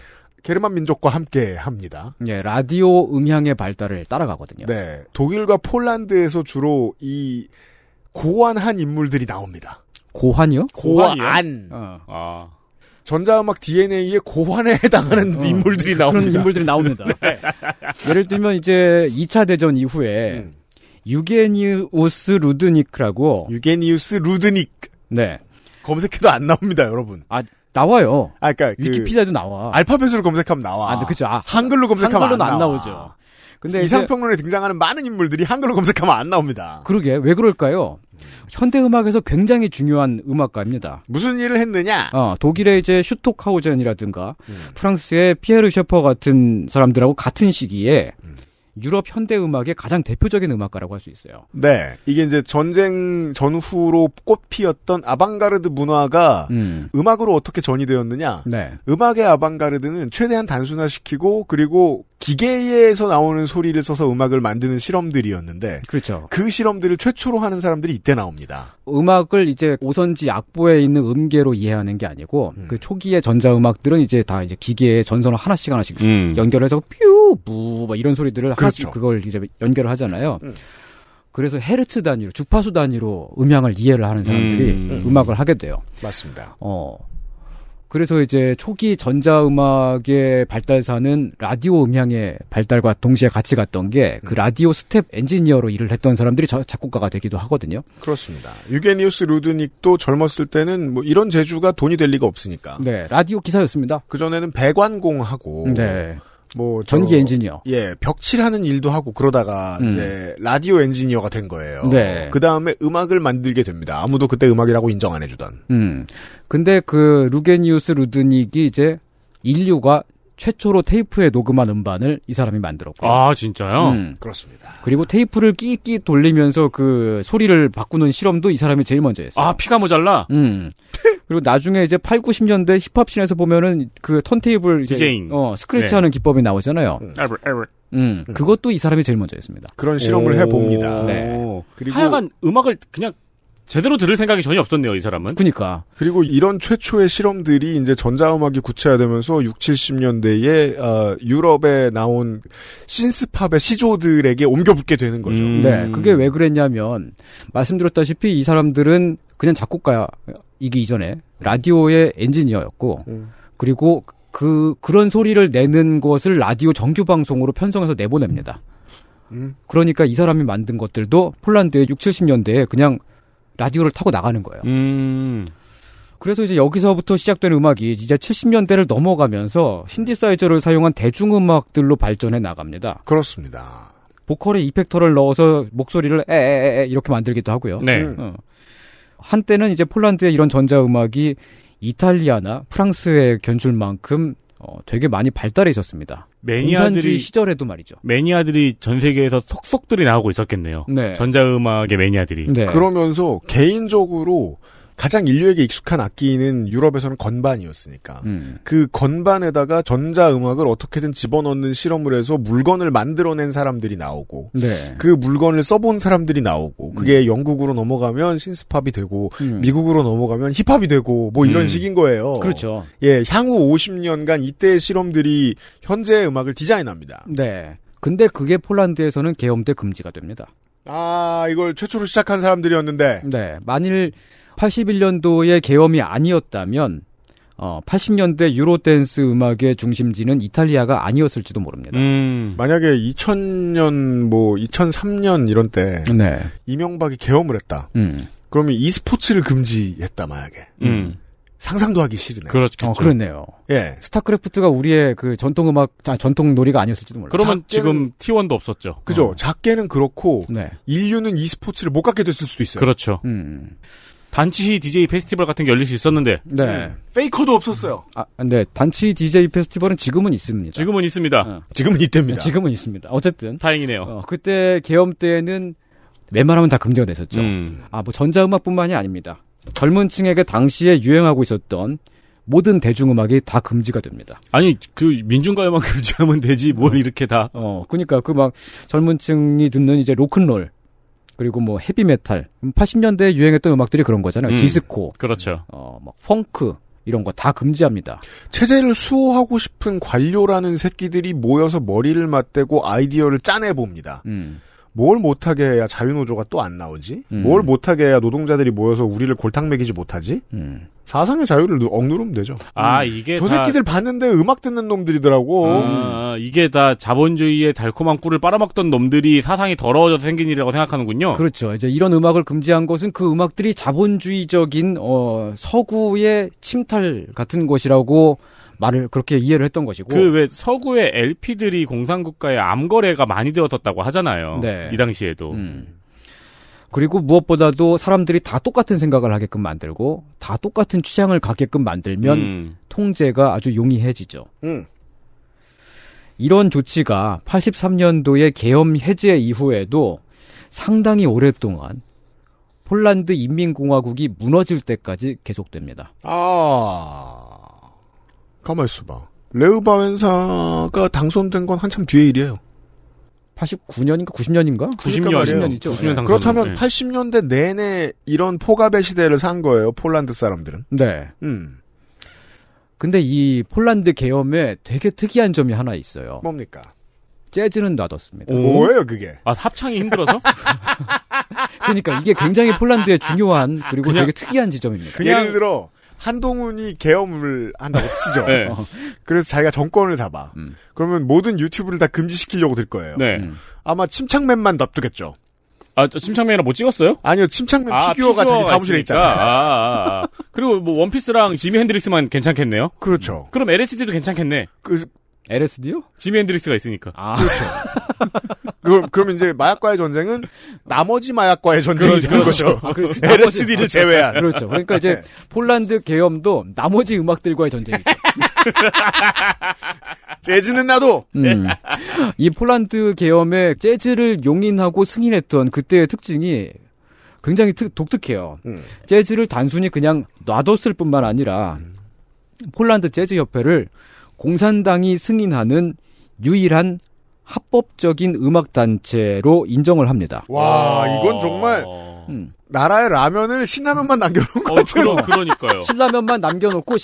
[SPEAKER 2] 게르만 민족과 함께 합니다.
[SPEAKER 5] 예, 라디오 음향의 발달을 따라가거든요.
[SPEAKER 2] 네, 독일과 폴란드에서 주로 이 고환한 인물들이 나옵니다.
[SPEAKER 5] 고환이요? 어.
[SPEAKER 2] 고환.
[SPEAKER 3] 아.
[SPEAKER 2] 전자음악 DNA의 고환에 해당하는 인물들이 나옵니다.
[SPEAKER 5] 어. 아, 그런 인물들이 나옵니다.
[SPEAKER 2] 네.
[SPEAKER 5] 예를 들면 이제 2차 대전 이후에 유게니우스 루드니크라고
[SPEAKER 2] 음. 유게니우스 루드닉
[SPEAKER 5] 네.
[SPEAKER 2] 검색해도 안 나옵니다, 여러분.
[SPEAKER 5] 아, 나와요.
[SPEAKER 2] 아, 그러니까 그
[SPEAKER 5] 위키피디아도 나와.
[SPEAKER 2] 알파벳으로 검색하면 나와.
[SPEAKER 5] 아, 네, 그죠. 아,
[SPEAKER 2] 한글로 검색하면
[SPEAKER 5] 한글로는
[SPEAKER 2] 안,
[SPEAKER 5] 안
[SPEAKER 2] 나와.
[SPEAKER 5] 나오죠. 근데 이제-
[SPEAKER 2] 이상평론에 등장하는 많은 인물들이 한글로 검색하면 안 나옵니다.
[SPEAKER 5] 그러게 왜 그럴까요? 현대 음악에서 굉장히 중요한 음악가입니다.
[SPEAKER 2] 무슨 일을 했느냐?
[SPEAKER 5] 어, 독일의 이제 슈토카우젠이라든가 프랑스의 피에르 셰퍼 같은 사람들하고 같은 시기에 유럽 현대 음악의 가장 대표적인 음악가라고 할 수 있어요.
[SPEAKER 2] 네. 이게 이제 전쟁 전후로 꽃피었던 아방가르드 문화가
[SPEAKER 5] 음.
[SPEAKER 2] 악으로 어떻게 전이되었느냐?
[SPEAKER 5] 네.
[SPEAKER 2] 음악의 아방가르드는 최대한 단순화시키고 그리고 기계에서 나오는 소리를 써서 음악을 만드는 실험들이었는데
[SPEAKER 5] 그렇죠.
[SPEAKER 2] 그 실험들을 최초로 하는 사람들이 이때 나옵니다.
[SPEAKER 5] 음악을 이제 오선지 악보에 있는 음계로 이해하는 게 아니고 그 초기의 전자 음악들은 이제 다 이제 기계의 전선을 하나씩 하나씩
[SPEAKER 2] 음.
[SPEAKER 5] 연결해서 뾰부막 뭐 이런 소리들을 하나씩 음. 그걸 이제 연결을 하잖아요. 그래서 헤르츠 단위로 주파수 단위로 음향을 이해를 하는 사람들이
[SPEAKER 2] 음.
[SPEAKER 5] 음. 악을 하게 돼요.
[SPEAKER 2] 맞습니다.
[SPEAKER 5] 어. 그래서 이제 초기 전자 음악의 발달사는 라디오 음향의 발달과 동시에 같이 갔던 게 그
[SPEAKER 12] 음.
[SPEAKER 5] 라디오 스텝 엔지니어로 일을 했던 사람들이 저- 작곡가가 되기도 하거든요.
[SPEAKER 2] 그렇습니다. 유게니우스 루드닉도 젊었을 때는 뭐 이런 재주가 돈이 될 리가
[SPEAKER 12] 아.
[SPEAKER 2] 없으니까.
[SPEAKER 5] 네, 라디오 기사였습니다.
[SPEAKER 2] 그 전에는 배관공하고
[SPEAKER 5] 네.
[SPEAKER 2] 뭐
[SPEAKER 5] 전기
[SPEAKER 2] 저-
[SPEAKER 5] 엔지니어.
[SPEAKER 2] 예, 벽칠하는 일도 하고 그러다가
[SPEAKER 5] 음.
[SPEAKER 2] 이제 라디오 엔지니어가 된 거예요.
[SPEAKER 5] 네.
[SPEAKER 2] 그 다음에 음악을 만들게 됩니다. 아무도 그때 음악이라고 인정 안 해주던.
[SPEAKER 5] 음. 근데 그 루게니우스 루드닉이 이제 인류가 최초로 테이프에 녹음한 음반을 이 사람이 만들었고요.
[SPEAKER 12] 아, 진짜요?
[SPEAKER 5] 음.
[SPEAKER 2] 그렇습니다.
[SPEAKER 5] 그리고 테이프를 끼끼 돌리면서 그 소리를 바꾸는 실험도 이 사람이 제일 먼저 했어요.
[SPEAKER 12] 아, 피가 모자라?
[SPEAKER 5] 음. 그리고 나중에 이제 8, 90년대 힙합씬에서 보면은 그 턴테이블 이제
[SPEAKER 12] 디제잉.
[SPEAKER 5] 어, 스크래치
[SPEAKER 12] 네. 음.
[SPEAKER 5] 하는 기법이 나오잖아요.
[SPEAKER 12] 에버, 에버.
[SPEAKER 5] 음. 그것도 이 사람이 제일 먼저 했습니다.
[SPEAKER 2] 그런 실험을
[SPEAKER 12] 오.
[SPEAKER 2] 해봅니다.
[SPEAKER 12] 네.
[SPEAKER 2] 그리고-
[SPEAKER 12] 하여간 음악을 그냥 제대로 들을 생각이 전혀 없었네요, 이 사람은.
[SPEAKER 5] 그니까.
[SPEAKER 2] 그리고 이런 최초의 실험들이 이제 전자음악이 구체화되면서 6, 70년대에 어, 유럽에 나온 신스팝의 시조들에게 옮겨붙게 되는 거죠.
[SPEAKER 5] 네, 그게 왜 그랬냐면 말씀드렸다시피 이 사람들은 그냥 작곡가이기 이전에 라디오의 엔지니어였고 그리고 그 그런 소리를 내는 것을 라디오 정규 방송으로 편성해서 내보냅니다.
[SPEAKER 2] 음.
[SPEAKER 5] 그러니까 이 사람이 만든 것들도 폴란드의 6, 70년대에 그냥 라디오를 타고 나가는 거예요. 그래서 이제 여기서부터 시작된 음악이 이제 70년대를 넘어가면서 신디사이저를 사용한 대중음악들로 발전해 나갑니다.
[SPEAKER 2] 그렇습니다.
[SPEAKER 5] 보컬에 이펙터를 넣어서 목소리를 에에에 이렇게 만들기도 하고요.
[SPEAKER 12] 네.
[SPEAKER 2] 음.
[SPEAKER 5] 어. 한때는 이제 폴란드의 이런 전자음악이 이탈리아나 프랑스에 견줄 만큼 어, 되게 많이 발달해 있었습니다. 공산주의
[SPEAKER 12] 매니아들이
[SPEAKER 5] 시절에도 말이죠.
[SPEAKER 12] 매니아들이 전 세계에서 속속들이 나오고 있었겠네요.
[SPEAKER 5] 네.
[SPEAKER 12] 전자음악의 매니아들이.
[SPEAKER 2] 그러면서 개인적으로 가장 인류에게 익숙한 악기는 유럽에서는 건반이었으니까
[SPEAKER 5] 음.
[SPEAKER 2] 그 건반에다가 전자 음악을 어떻게든 집어넣는 실험을 해서 물건을 만들어낸 사람들이 나오고
[SPEAKER 5] 네.
[SPEAKER 2] 그 물건을 써본 사람들이 나오고 그게 영국으로 넘어가면 신스팝이 되고
[SPEAKER 5] 음.
[SPEAKER 2] 미국으로 넘어가면 힙합이 되고 뭐 이런
[SPEAKER 5] 음.
[SPEAKER 2] 식인 거예요.
[SPEAKER 5] 그렇죠.
[SPEAKER 2] 예, 향후 50년간 이때의 실험들이 현재의 음악을 디자인합니다.
[SPEAKER 5] 네. 근데 그게 폴란드에서는 계엄때 금지가 됩니다.
[SPEAKER 2] 아, 이걸 최초로 시작한 사람들이었는데
[SPEAKER 5] 네. 만일 81년도의 계엄이 아니었다면 어, 80년대 유로 댄스 음악의 중심지는 이탈리아가 아니었을지도 모릅니다.
[SPEAKER 12] 음.
[SPEAKER 2] 만약에 2000년 뭐 2003년 이런 때
[SPEAKER 12] 음.
[SPEAKER 5] 네.
[SPEAKER 2] 이명박이 계엄을 했다.
[SPEAKER 5] 음.
[SPEAKER 2] 그러면 e스포츠를 금지했다 만약에
[SPEAKER 12] 음.
[SPEAKER 2] 상상도 하기 싫으네.
[SPEAKER 12] 그렇겠죠.
[SPEAKER 5] 어, 그렇네요.
[SPEAKER 2] 예.
[SPEAKER 5] 스타크래프트가 우리의 그 전통 음악, 아, 전통 놀이가 아니었을지도 몰라요.
[SPEAKER 12] 그러면 지금 T1도 없었죠. 어.
[SPEAKER 2] 그죠. 작게는 그렇고
[SPEAKER 5] 네.
[SPEAKER 2] 인류는 e스포츠를 못 갖게 됐을 수도 있어요.
[SPEAKER 12] 그렇죠.
[SPEAKER 5] 음.
[SPEAKER 12] 단치 DJ 페스티벌 같은 게 열릴 수 있었는데.
[SPEAKER 5] 네.
[SPEAKER 2] 페이커도 없었어요.
[SPEAKER 5] 아, 근데 단치 DJ 페스티벌은 지금은 있습니다. 네,
[SPEAKER 12] 지금은 있습니다.
[SPEAKER 2] 지금은 이때입니다.
[SPEAKER 5] 지금은 있습니다. 어쨌든
[SPEAKER 12] 다행이네요.
[SPEAKER 5] 음. 어, 그때 계엄 때는 웬만하면 다 금지가
[SPEAKER 12] 음.
[SPEAKER 5] 됐었죠. 아, 뭐 전자음악뿐만이 아닙니다. 젊은 층에게 당시에 유행하고 있었던 모든 대중음악이 다 금지가 됩니다.
[SPEAKER 12] 아니 그 민중가요만 금지하면 되지
[SPEAKER 2] 음.
[SPEAKER 12] 뭘 이렇게 다.
[SPEAKER 5] 어, 그러니까 그 막 젊은층이 듣는 이제 로큰롤 그리고 뭐 헤비메탈 80년대에 유행했던 음악들이 그런 거잖아요.
[SPEAKER 12] 음,
[SPEAKER 5] 디스코,
[SPEAKER 12] 그렇죠.
[SPEAKER 5] 어, 막 펑크 이런 거 다 금지합니다.
[SPEAKER 2] 체제를 수호하고 싶은 관료라는 새끼들이 모여서 머리를 맞대고 아이디어를 짜내 봅니다. 뭘 못하게 해야 자유노조가 또 안 나오지?
[SPEAKER 5] 음.
[SPEAKER 2] 뭘 못하게 해야 노동자들이 모여서 우리를 골탕 먹이지 못하지?
[SPEAKER 5] 음.
[SPEAKER 2] 사상의 자유를 누- 억누르면 되죠.
[SPEAKER 12] 아 이게
[SPEAKER 2] 음. 저
[SPEAKER 12] 다-
[SPEAKER 2] 새끼들 뭐. 봤는데 음악 듣는 놈들이더라고.
[SPEAKER 12] 아, 이게 다 자본주의의 달콤한 꿀을 빨아먹던 놈들이 사상이 더러워져서 생긴 일이라고 생각하는군요.
[SPEAKER 5] 그렇죠. 이제 이런 음악을 금지한 것은 그 음악들이 자본주의적인 어, 서구의 침탈 같은 것이라고 말을 그렇게 이해를 했던 것이고.
[SPEAKER 12] 그 왜 서구의 LP들이 공산국가의 암거래가 많이 되었었다고 하잖아요.
[SPEAKER 5] 네.
[SPEAKER 12] 이 당시에도.
[SPEAKER 2] 음.
[SPEAKER 5] 음. 그리고 무엇보다도 사람들이 다 똑같은 생각을 하게끔 만들고 다 똑같은 취향을 갖게끔 만들면
[SPEAKER 12] 음.
[SPEAKER 5] 통제가 아주 용이해지죠.
[SPEAKER 2] 음.
[SPEAKER 5] 이런 조치가 83년도의 계엄 해제 이후에도 상당히 오랫동안 폴란드 인민공화국이 무너질 때까지 계속됩니다.
[SPEAKER 2] 아, 가만 있어봐. 레우바웬사가 당선된 건 한참 뒤의 일이에요.
[SPEAKER 5] 89년인가 90년인가? 90년이죠.
[SPEAKER 2] 그러니까
[SPEAKER 5] 예.
[SPEAKER 2] 그렇다면 80년대 내내 이런 포가베 시대를 산 거예요. 폴란드 사람들은.
[SPEAKER 5] 네.
[SPEAKER 2] 음.
[SPEAKER 5] 근데 이 폴란드 계엄에 되게 특이한 점이 하나 있어요.
[SPEAKER 2] 뭡니까?
[SPEAKER 5] 재즈는 놔뒀습니다.
[SPEAKER 2] 오. 뭐예요, 그게?
[SPEAKER 12] 아, 합창이 힘들어서?
[SPEAKER 5] 그러니까 이게 굉장히 폴란드의 중요한 그리고
[SPEAKER 2] 그냥-
[SPEAKER 5] 되게 특이한 지점입니다.
[SPEAKER 2] 예를 들어 한동훈이 계엄을 한다고 치죠.
[SPEAKER 12] 네.
[SPEAKER 2] 그래서 자기가 정권을 잡아. 그러면 모든 유튜브를 다 금지시키려고 들 거예요. 음.
[SPEAKER 12] 네.
[SPEAKER 2] 아마 침착맨만 납두겠죠.
[SPEAKER 12] 아, 저 침착맨이라 못 찍었어요?
[SPEAKER 2] 아니요, 침착맨
[SPEAKER 12] 아,
[SPEAKER 2] 피규어가 자기 사무실에
[SPEAKER 12] 있으니까.
[SPEAKER 2] 있잖아요.
[SPEAKER 12] 아, 아, 아. 그리고 뭐 원피스랑 지미 핸드릭스만 괜찮겠네요.
[SPEAKER 2] 그렇죠.
[SPEAKER 12] 그럼 LSD도 괜찮겠네.
[SPEAKER 2] 그
[SPEAKER 5] LSD요?
[SPEAKER 12] 지미 핸드릭스가 있으니까.
[SPEAKER 2] 그렇죠. 그럼 그럼 이제 마약과의 전쟁은 나머지 마약과의 전쟁이 되는 거죠.
[SPEAKER 5] 아,
[SPEAKER 2] LSD를 제외한. 네.
[SPEAKER 5] 그렇죠. 그러니까 이제 폴란드 계엄도 나머지 음악들과의 전쟁이죠.
[SPEAKER 2] 재즈는 나도.
[SPEAKER 5] 음. 이 폴란드 계엄에 재즈를 용인하고 승인했던 그때의 특징이 굉장히 특- 독특해요.
[SPEAKER 2] 음.
[SPEAKER 5] 재즈를 단순히 그냥 놔뒀을 뿐만 아니라 폴란드 재즈 협회를 공산당이 승인하는 유일한 합법적인 음악 단체로 인정을 합니다.
[SPEAKER 2] 와, 아, 이건 정말 나라의 라면을 신라면만 남겨놓은 것 같아요.
[SPEAKER 12] 어, 그러니까요.
[SPEAKER 2] 그렇죠.
[SPEAKER 5] 신라면만 남겨놓고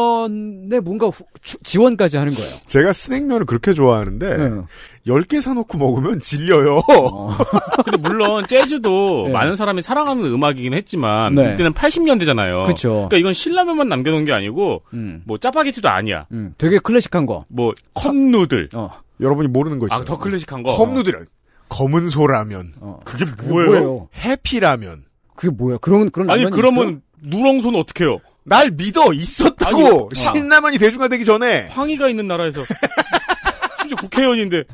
[SPEAKER 5] 신라면에 뭔가 후- 추- 지원까지 하는 거예요. 어.
[SPEAKER 2] 제가 스낵면을 그렇게 좋아하는데
[SPEAKER 5] 네.
[SPEAKER 2] 10개 사놓고 먹으면 질려요.
[SPEAKER 12] 근데 물론 재즈도 많은 사람이 사랑하는 음악이긴 했지만
[SPEAKER 5] 네.
[SPEAKER 12] 이때는 80년대잖아요.
[SPEAKER 5] 그쵸.
[SPEAKER 12] 그러니까 이건 신라면만 남겨놓은 게 아니고
[SPEAKER 5] 음.
[SPEAKER 12] 뭐 짜파게티도 아니야.
[SPEAKER 5] 음, 되게 클래식한 거.
[SPEAKER 12] 뭐 컵누들.
[SPEAKER 2] 여러분이 모르는 거 있어요.
[SPEAKER 12] 아, 더 클래식한 거.
[SPEAKER 2] 컵누들은 검은 소라면. 그게 뭐예요?
[SPEAKER 12] 뭐예요?
[SPEAKER 2] 해피라면.
[SPEAKER 5] 그게 뭐야? 그런 그런
[SPEAKER 12] 아니 그러면 누렁손 어떻게 해요?
[SPEAKER 2] 날 믿어 있었다고
[SPEAKER 12] 아니, 어.
[SPEAKER 2] 신라면이 대중화되기 전에
[SPEAKER 12] 황희가 있는 나라에서 심지어 국회의원인데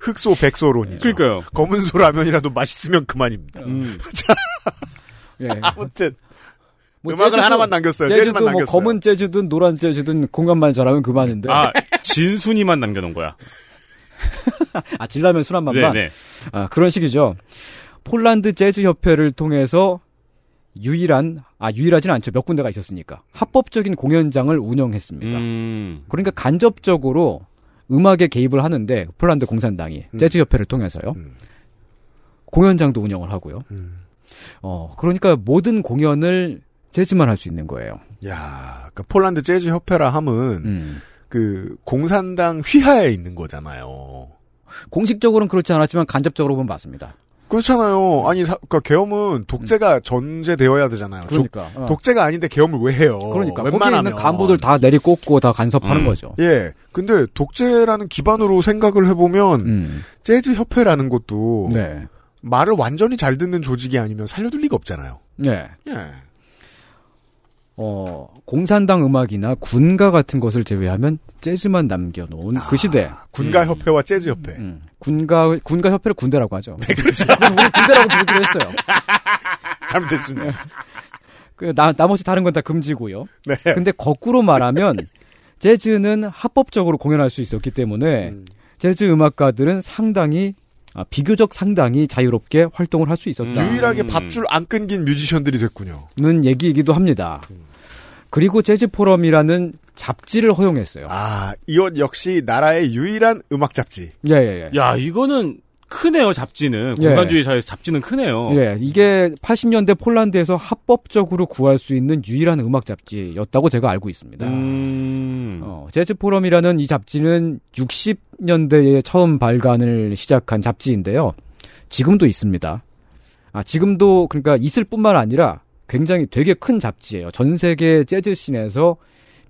[SPEAKER 2] 흑소 백소론이죠.
[SPEAKER 12] 그러니까요.
[SPEAKER 2] 검은 소라면이라도 맛있으면 그만입니다. 자,
[SPEAKER 5] 예.
[SPEAKER 2] 아무튼 음악을 하나만 남겼어요.
[SPEAKER 5] 뭐
[SPEAKER 2] 재즈만
[SPEAKER 5] 재즈도 뭐
[SPEAKER 2] 남겼어요.
[SPEAKER 5] 검은 재즈든 노란 재즈든 공간만 잘하면 그만인데.
[SPEAKER 12] 아 진순이만 남겨놓은 거야. 네,
[SPEAKER 5] 아, 질라면 수란만만.
[SPEAKER 12] 네네.
[SPEAKER 5] 아, 그런 식이죠. 폴란드 재즈 협회를 통해서 유일한 아 유일하진 않죠. 몇 군데가 있었으니까 합법적인 공연장을 운영했습니다.
[SPEAKER 12] 음.
[SPEAKER 5] 그러니까 간접적으로 음악에 개입을 하는데 폴란드 공산당이
[SPEAKER 2] 음.
[SPEAKER 5] 재즈 협회를 통해서요. 공연장도 운영을 하고요.
[SPEAKER 2] 음.
[SPEAKER 5] 어, 그러니까 모든 공연을 재즈만 할 수 있는 거예요.
[SPEAKER 2] 야, 그 폴란드 재즈 협회라 함은
[SPEAKER 5] 음.
[SPEAKER 2] 그 공산당 휘하에 있는 거잖아요.
[SPEAKER 5] 공식적으로는 그렇지 않았지만 간접적으로 보면 맞습니다.
[SPEAKER 2] 그렇잖아요. 아니, 사- 그러니까 계엄은 독재가 전제되어야 되잖아요. 조-
[SPEAKER 5] 음. 그러니까, 어.
[SPEAKER 2] 독재가 아닌데 계엄을 왜 해요?
[SPEAKER 5] 그러니까 거기에
[SPEAKER 2] 웬만하면
[SPEAKER 5] 있는 간부들 다 내리꽂고 다 간섭하는
[SPEAKER 2] 음.
[SPEAKER 5] 거죠.
[SPEAKER 2] 예. 근데 독재라는 기반으로 생각을 해보면 재즈 협회라는 것도
[SPEAKER 5] 음. 네.
[SPEAKER 2] 말을 완전히 잘 듣는 조직이 아니면 살려둘 리가 없잖아요.
[SPEAKER 5] 네.
[SPEAKER 2] 예.
[SPEAKER 5] 어, 공산당 음악이나 군가 같은 것을 제외하면 재즈만 남겨놓은
[SPEAKER 2] 아.
[SPEAKER 5] 그 시대.
[SPEAKER 2] 군가 협회와 재즈 협회.
[SPEAKER 5] 음. 군가, 군가 협회를 군대라고 하죠. 네, 그렇죠. 우리 군대라고 부르기로 했어요.
[SPEAKER 2] 잘못됐습니다.
[SPEAKER 5] 그, 나, 나머지 다른 건 다 금지고요.
[SPEAKER 2] 네.
[SPEAKER 5] 근데 거꾸로 말하면, 재즈는 합법적으로 공연할 수 있었기 때문에, 재즈 음악가들은 상당히 아, 비교적 상당히 자유롭게 활동을 할 수 있었다.
[SPEAKER 2] 음. 유일하게 밥줄 안 끊긴 뮤지션들이 됐군요.
[SPEAKER 5] 는 얘기이기도 합니다. 그리고 재즈 포럼이라는 잡지를 허용했어요.
[SPEAKER 2] 아, 이것 역시 나라의 유일한 음악 잡지.
[SPEAKER 5] 예, 예, 예.
[SPEAKER 3] 야, 이거는 크네요, 잡지는.
[SPEAKER 5] 예.
[SPEAKER 3] 공산주의 사회에서 잡지는 크네요.
[SPEAKER 5] 예, 이게 80년대 폴란드에서 합법적으로 구할 수 있는 유일한 음악 잡지였다고 제가 알고 있습니다.
[SPEAKER 3] 음.
[SPEAKER 2] 음.
[SPEAKER 5] 어, 재즈 포럼이라는 이 잡지는 60년대에 처음 발간을 시작한 잡지인데요. 지금도 있습니다. 아, 지금도 그러니까 있을 뿐만 아니라 굉장히 되게 큰 잡지예요. 전 세계 재즈 씬에서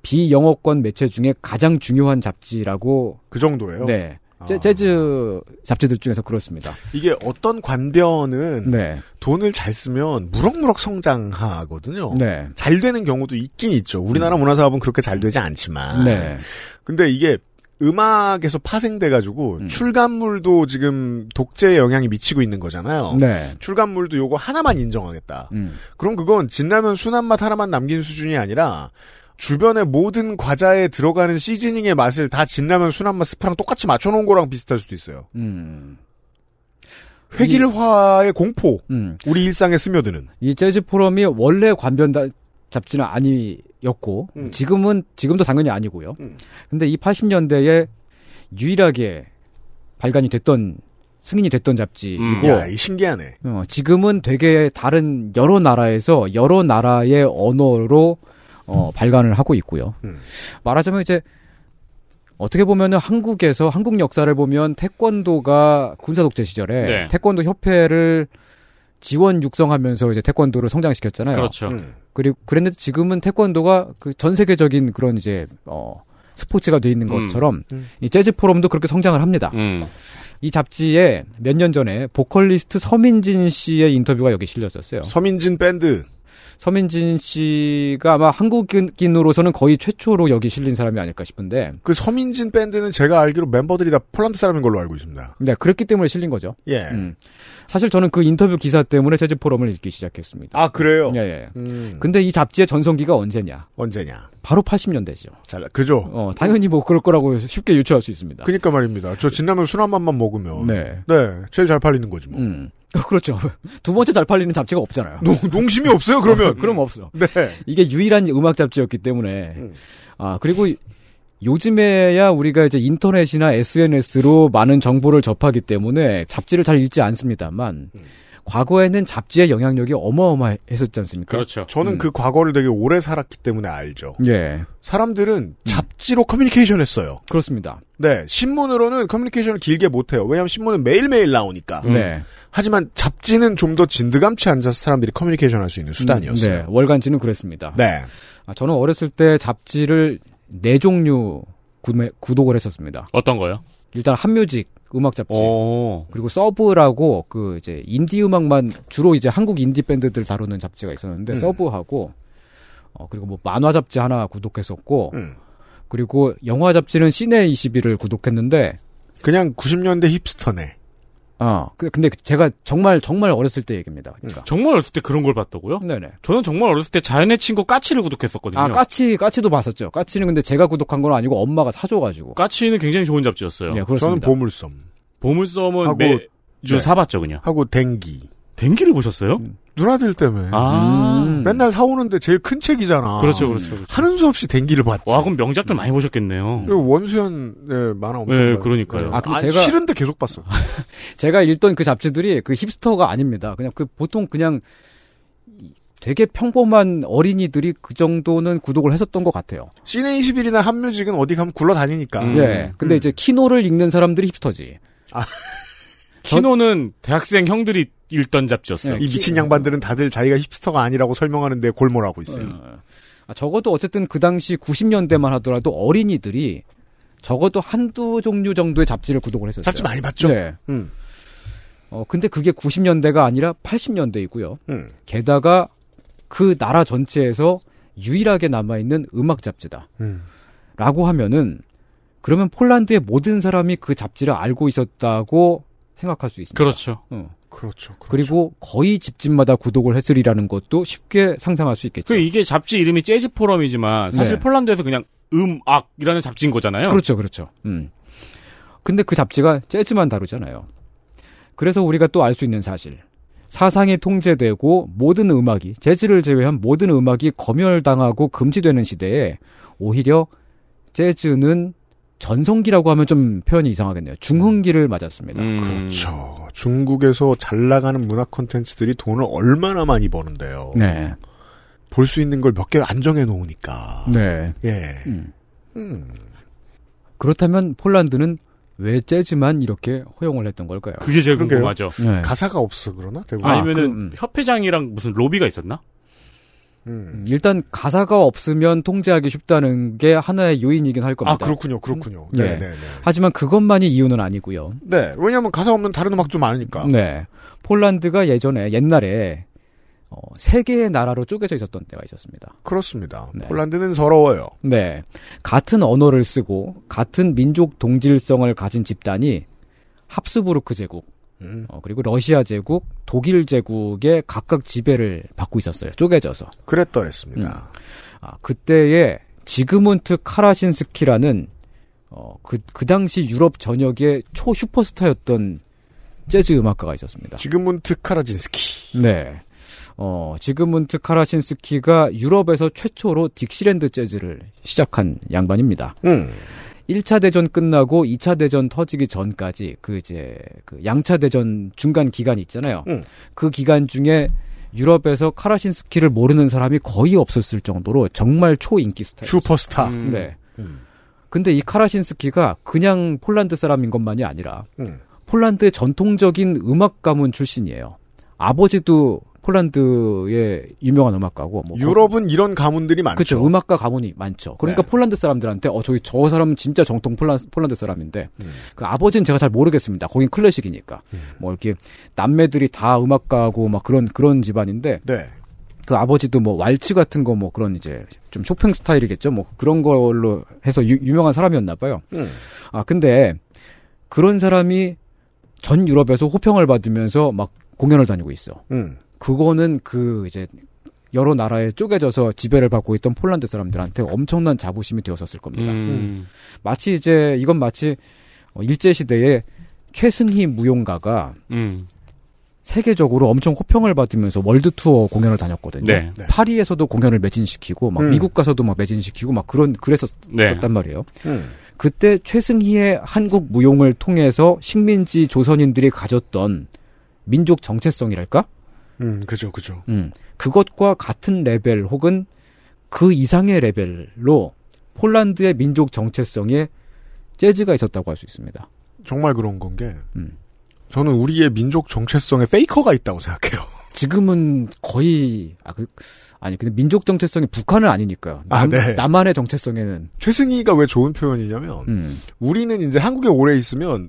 [SPEAKER 5] 비영어권 매체 중에 가장 중요한 잡지라고
[SPEAKER 2] 그 정도예요?
[SPEAKER 5] 네. 재- 재즈 잡지들 중에서 그렇습니다.
[SPEAKER 2] 이게 어떤 관변은
[SPEAKER 5] 네.
[SPEAKER 2] 돈을 잘 쓰면 무럭무럭 성장하거든요.
[SPEAKER 5] 네. 음.
[SPEAKER 2] 잘 되는 경우도 있긴 있죠. 우리나라 문화사업은 그렇게 잘 되지 않지만.
[SPEAKER 5] 네.
[SPEAKER 2] 근데 이게 음악에서 파생돼가지고 출간물도 지금 독재의 영향이 미치고 있는 거잖아요.
[SPEAKER 5] 네.
[SPEAKER 2] 출간물도 요거 하나만 인정하겠다.
[SPEAKER 5] 음.
[SPEAKER 2] 그럼 그건 진라면 순한 맛 하나만 남긴 수준이 아니라 주변의 모든 과자에 들어가는 시즈닝의 맛을 다 진라면 순한 맛 스프랑 똑같이 맞춰놓은 거랑 비슷할 수도 있어요.
[SPEAKER 5] 음.
[SPEAKER 2] 획일화의 공포.
[SPEAKER 5] 음.
[SPEAKER 2] 우리 일상에 스며드는.
[SPEAKER 5] 이 재즈 포럼이 원래 관변 다- 잡지는 아니었고 지금은 지금도 당연히 아니고요. 근데 이 80년대에 유일하게 발간이 됐던 승인이 됐던
[SPEAKER 3] 음.
[SPEAKER 5] 잡지이고
[SPEAKER 2] 야, 이 신기하네.
[SPEAKER 5] 어, 지금은 되게 다른 여러 나라에서 여러 나라의 언어로 어, 발간을 하고 있고요. 말하자면 이제 어떻게 보면은 한국에서 한국 역사를 보면 태권도가 군사 독재 시절에
[SPEAKER 3] 네.
[SPEAKER 5] 태권도 협회를 지원 육성하면서 이제 태권도를 성장시켰잖아요.
[SPEAKER 3] 그렇죠.
[SPEAKER 2] 음.
[SPEAKER 5] 그리고 그랬는데 지금은 태권도가 그 전 세계적인 그런 이제 어 스포츠가 돼 있는
[SPEAKER 3] 음.
[SPEAKER 5] 것처럼
[SPEAKER 3] 음.
[SPEAKER 5] 이 재즈 포럼도 그렇게 성장을 합니다. 이 잡지에 몇 년 전에 보컬리스트 서민진 씨의 인터뷰가 여기 실렸었어요.
[SPEAKER 2] 서민진 밴드.
[SPEAKER 5] 서민진 씨가 아마 한국인으로서는 거의 최초로 여기 실린 사람이 아닐까 싶은데.
[SPEAKER 2] 그 서민진 밴드는 제가 알기로 멤버들이 다 폴란드 사람인 걸로 알고 있습니다.
[SPEAKER 5] 네, 그랬기 때문에 실린 거죠.
[SPEAKER 2] 예.
[SPEAKER 5] 음. 사실 저는 그 인터뷰 기사 때문에 재즈 포럼을 읽기 시작했습니다.
[SPEAKER 2] 아,
[SPEAKER 3] 네.
[SPEAKER 2] 그래요?
[SPEAKER 5] 예, 예.
[SPEAKER 2] 음.
[SPEAKER 5] 근데 이 잡지의 전성기가 언제냐?
[SPEAKER 2] 언제냐?
[SPEAKER 5] 바로 80년대죠.
[SPEAKER 2] 잘, 그죠?
[SPEAKER 5] 어, 당연히 뭐 그럴 거라고 쉽게 유추할 수 있습니다.
[SPEAKER 2] 그니까 말입니다. 저 진라면 순한 맛만 먹으면.
[SPEAKER 5] 네.
[SPEAKER 2] 제일 잘 팔리는 거지 뭐.
[SPEAKER 5] 그렇죠. 두 번째 잘 팔리는 잡지가 없잖아요.
[SPEAKER 2] 농, 농심이 없어요,
[SPEAKER 5] 네,
[SPEAKER 2] 그러면.
[SPEAKER 5] 그럼 없어.
[SPEAKER 2] 네.
[SPEAKER 5] 이게 유일한 음악 잡지였기 때문에.
[SPEAKER 2] 음.
[SPEAKER 5] 아, 그리고 요즘에야 우리가 이제 인터넷이나 SNS로 많은 정보를 접하기 때문에 잡지를 잘 읽지 않습니다만,
[SPEAKER 2] 음.
[SPEAKER 5] 과거에는 잡지의 영향력이 어마어마했었지 않습니까?
[SPEAKER 3] 그렇죠.
[SPEAKER 2] 저는 그 과거를 되게 오래 살았기 때문에 알죠.
[SPEAKER 5] 예.
[SPEAKER 2] 사람들은 잡지로 커뮤니케이션 했어요.
[SPEAKER 5] 그렇습니다.
[SPEAKER 2] 네. 신문으로는 커뮤니케이션을 길게 못해요. 왜냐하면 신문은 매일매일 나오니까.
[SPEAKER 3] 음.
[SPEAKER 5] 네.
[SPEAKER 2] 하지만 잡지는 좀 더 진드감치 앉아서 사람들이 커뮤니케이션 할 수 있는 수단이었어요.
[SPEAKER 5] 네, 월간지는 그랬습니다.
[SPEAKER 2] 네.
[SPEAKER 5] 아, 저는 어렸을 때 잡지를 네 종류 구매, 구독을 했었습니다.
[SPEAKER 3] 어떤 거요?
[SPEAKER 5] 일단 한뮤직 음악 잡지
[SPEAKER 3] 오.
[SPEAKER 5] 그리고 서브라고 그 이제 인디 음악만 주로 이제 한국 인디 밴드들 다루는 잡지가 있었는데
[SPEAKER 3] 음.
[SPEAKER 5] 서브하고 어 그리고 뭐 만화 잡지 하나 구독했었고
[SPEAKER 2] 음.
[SPEAKER 5] 그리고 영화 잡지는 시네 21을 구독했는데
[SPEAKER 2] 그냥 90년대 힙스터네.
[SPEAKER 5] 아 그- 근데 제가 정말 정말 어렸을 때
[SPEAKER 3] 음.
[SPEAKER 5] 얘기입니다. 그러니까
[SPEAKER 3] 정말 어렸을 때 그런 걸 봤다고요?
[SPEAKER 5] 네네.
[SPEAKER 3] 저는 정말 어렸을 때 자연의 친구 까치를 구독했었거든요.
[SPEAKER 5] 아 까치 까치도 봤었죠. 까치는 근데 제가 구독한 건 아니고 엄마가 사줘가지고
[SPEAKER 3] 까치는 굉장히 좋은 잡지였어요.
[SPEAKER 5] 예, 그렇습니다. 저는
[SPEAKER 2] 보물섬.
[SPEAKER 3] 보물섬은
[SPEAKER 5] 하고-
[SPEAKER 3] 매주
[SPEAKER 5] 네.
[SPEAKER 3] 사봤죠, 그냥.
[SPEAKER 2] 하고 댕기.
[SPEAKER 3] 댕기를 보셨어요?
[SPEAKER 2] 누나들 때문에.
[SPEAKER 3] 아.
[SPEAKER 5] 음.
[SPEAKER 2] 맨날 사오는데 제일 큰 책이잖아. 네.
[SPEAKER 3] 그렇죠, 그렇죠,
[SPEAKER 2] 하는 수 없이 댕기를 봤지.
[SPEAKER 3] 와, 그럼 명작들 많이 보셨겠네요.
[SPEAKER 2] 이거 원수연 네, 만화 엄청.
[SPEAKER 3] 네,
[SPEAKER 2] 봐요.
[SPEAKER 3] 그러니까요.
[SPEAKER 5] 아, 근데
[SPEAKER 2] 아,
[SPEAKER 5] 제가-
[SPEAKER 2] 싫은데 계속 봤어.
[SPEAKER 5] 제가 읽던 그 잡지들이 그 힙스터가 아닙니다. 그냥 그 보통 그냥 이- 되게 평범한 어린이들이 그 정도는 구독을 했었던 것 같아요.
[SPEAKER 2] 시네 21이나 한뮤직은 어디 가면 굴러다니니까.
[SPEAKER 3] 음.
[SPEAKER 5] 예. 근데 이제 키노를 읽는 사람들이 힙스터지.
[SPEAKER 3] 키노는 대학생 형들이 읽던 잡지였어요.
[SPEAKER 2] 이 미친 양반들은 다들 자기가 힙스터가 아니라고 설명하는데 골몰하고 있어요.
[SPEAKER 3] 음,
[SPEAKER 5] 아, 적어도 어쨌든 그 당시 90년대만 하더라도 어린이들이 적어도 한두 종류 정도의 잡지를 구독을
[SPEAKER 3] 그렇죠.
[SPEAKER 5] 했었어요.
[SPEAKER 2] 잡지 많이 봤죠?
[SPEAKER 5] 네.
[SPEAKER 2] 음.
[SPEAKER 5] 어, 근데 그게 90년대가 아니라 80년대이고요.
[SPEAKER 2] 음.
[SPEAKER 5] 게다가 그 나라 전체에서 유일하게 남아있는 음악 잡지다.
[SPEAKER 2] 음.
[SPEAKER 5] 라고 하면은 그러면 폴란드의 모든 사람이 그 잡지를 알고 있었다고 생각할 수 있습니다.
[SPEAKER 3] 그렇죠.
[SPEAKER 5] 어.
[SPEAKER 2] 그렇죠.
[SPEAKER 5] 그리고 거의 집집마다 구독을 했으리라는 것도 쉽게 상상할 수 있겠죠.
[SPEAKER 3] 그 이게 잡지 이름이 재즈 포럼이지만 사실
[SPEAKER 5] 네.
[SPEAKER 3] 폴란드에서 그냥 음악이라는
[SPEAKER 5] 예.
[SPEAKER 3] 잡지인 거잖아요.
[SPEAKER 5] 그렇죠, 그렇죠. 음. 근데 그 잡지가 재즈만 다루잖아요. 그래서 우리가 또 알 수 있는 사실. 사상이 통제되고 모든 음악이 재즈를 제외한 모든 음악이 검열당하고 금지되는 시대에 오히려 재즈는 전성기라고 하면 좀 표현이 이상하겠네요. 중흥기를
[SPEAKER 3] 음.
[SPEAKER 5] 맞았습니다.
[SPEAKER 12] 음.
[SPEAKER 2] 그렇죠. 중국에서 잘 나가는 문화 콘텐츠들이 돈을 얼마나 많이 버는데요.
[SPEAKER 5] 네.
[SPEAKER 2] 볼 수 있는 걸 몇 개 안정해 놓으니까.
[SPEAKER 5] 네.
[SPEAKER 2] 예.
[SPEAKER 5] 음.
[SPEAKER 2] 음.
[SPEAKER 5] 그렇다면 폴란드는 왜 재즈만 이렇게 허용을 했던 걸까요?
[SPEAKER 12] 그게 제일 궁금하죠. 음.
[SPEAKER 5] 네.
[SPEAKER 2] 가사가 없어 그러나 대부분.
[SPEAKER 12] 아니면은 협회장이랑 무슨 로비가 있었나?
[SPEAKER 5] 음, 일단 가사가 없으면 통제하기 쉽다는 게 하나의 요인이긴 할 겁니다.
[SPEAKER 2] 아, 그렇군요. 그렇군요.
[SPEAKER 5] 음,
[SPEAKER 2] 네,
[SPEAKER 5] 예.
[SPEAKER 2] 네, 네.
[SPEAKER 5] 하지만 그것만이 이유는 아니고요.
[SPEAKER 2] 네. 왜냐하면 가사 없는 다른 음악도 많으니까.
[SPEAKER 5] 네. 폴란드가 예전에 옛날에 어, 세 개의 나라로 쪼개져 있었던 때가 있었습니다.
[SPEAKER 2] 그렇습니다. 폴란드는 서러워요.
[SPEAKER 5] 네. 같은 언어를 쓰고 같은 민족 동질성을 가진 집단이 합스부르크 제국, 어, 그리고 러시아 제국, 독일 제국의 각각 지배를 받고 있었어요. 쪼개져서.
[SPEAKER 2] 그랬더랬습니다.
[SPEAKER 5] 아, 그때에 지그문트 카라신스키라는 어, 그, 그 당시 유럽 전역의 초 슈퍼스타였던 재즈 음악가가 있었습니다.
[SPEAKER 2] 지그문트 카라진스키.
[SPEAKER 5] 네. 어, 지그문트 카라신스키가 유럽에서 최초로 딕시랜드 재즈를 시작한 양반입니다.
[SPEAKER 2] 음.
[SPEAKER 5] 1차 대전 끝나고 2차 대전 터지기 전까지 그 이제 그 양차 대전 중간 기간 있잖아요.
[SPEAKER 2] 음.
[SPEAKER 5] 그 기간 중에 유럽에서 카라신스키를 모르는 사람이 거의 없었을 정도로 정말 초인기 스타일.
[SPEAKER 2] 슈퍼스타.
[SPEAKER 12] 음.
[SPEAKER 2] 음.
[SPEAKER 5] 네. 근데 이 카라신스키가 그냥 폴란드 사람인 것만이 아니라
[SPEAKER 2] 음.
[SPEAKER 5] 폴란드의 전통적인 음악 가문 출신이에요. 아버지도 폴란드의 유명한 음악가고 뭐
[SPEAKER 2] 유럽은 이런 가문들이 많죠. 네.
[SPEAKER 5] 그렇죠. 음악가 가문이 많죠. 그러니까 폴란드 사람들한테 어 저기 저 사람은 진짜 정통 폴란, 폴란드 사람인데
[SPEAKER 2] 음.
[SPEAKER 5] 그 아버지는 제가 잘 모르겠습니다. 거긴 클래식이니까 뭐 이렇게 남매들이 다 음악가고 막 그런 그런 집안인데
[SPEAKER 2] 네.
[SPEAKER 5] 그 아버지도 뭐 왈츠 같은 거 뭐 그런 이제 좀 쇼팽 스타일이겠죠. 뭐 그런 걸로 해서 유, 유명한 사람이었나 봐요.
[SPEAKER 2] 음.
[SPEAKER 5] 아, 근데 그런 사람이 전 유럽에서 호평을 받으면서 막 공연을 다니고 있어.
[SPEAKER 2] 음.
[SPEAKER 5] 그거는 그 이제 여러 나라에 쪼개져서 지배를 받고 있던 폴란드 사람들한테 엄청난 자부심이 되었었을 겁니다.
[SPEAKER 12] 음.
[SPEAKER 5] 마치 이제 이건 마치 어, 일제 시대에 최승희 무용가가
[SPEAKER 12] 음.
[SPEAKER 5] 세계적으로 엄청 호평을 받으면서 월드 투어 공연을 다녔거든요.
[SPEAKER 12] 네.
[SPEAKER 5] 파리에서도 공연을 매진시키고 막
[SPEAKER 12] 음.
[SPEAKER 5] 미국 가서도 막 매진시키고 막 그런 그랬었-
[SPEAKER 12] 네.
[SPEAKER 5] 그랬었단 말이에요.
[SPEAKER 2] 음.
[SPEAKER 5] 그때 최승희의 한국 무용을 통해서 식민지 조선인들이 가졌던 민족 정체성이랄까?
[SPEAKER 2] 음, 그죠, 그죠.
[SPEAKER 5] 음, 그것과 같은 레벨 혹은 그 이상의 레벨로 폴란드의 민족 정체성에 재즈가 있었다고 할 수 있습니다.
[SPEAKER 2] 정말 그런 건 게,
[SPEAKER 5] 음.
[SPEAKER 2] 저는 우리의 민족 정체성에 페이커가 있다고 생각해요.
[SPEAKER 5] 지금은 거의 아, 그, 아니 근데 민족 정체성이 북한은 아니니까요. 남,
[SPEAKER 2] 아, 네.
[SPEAKER 5] 남한의 정체성에는
[SPEAKER 2] 최승희가 왜 좋은 표현이냐면,
[SPEAKER 5] 음.
[SPEAKER 2] 우리는 이제 한국에 오래 있으면,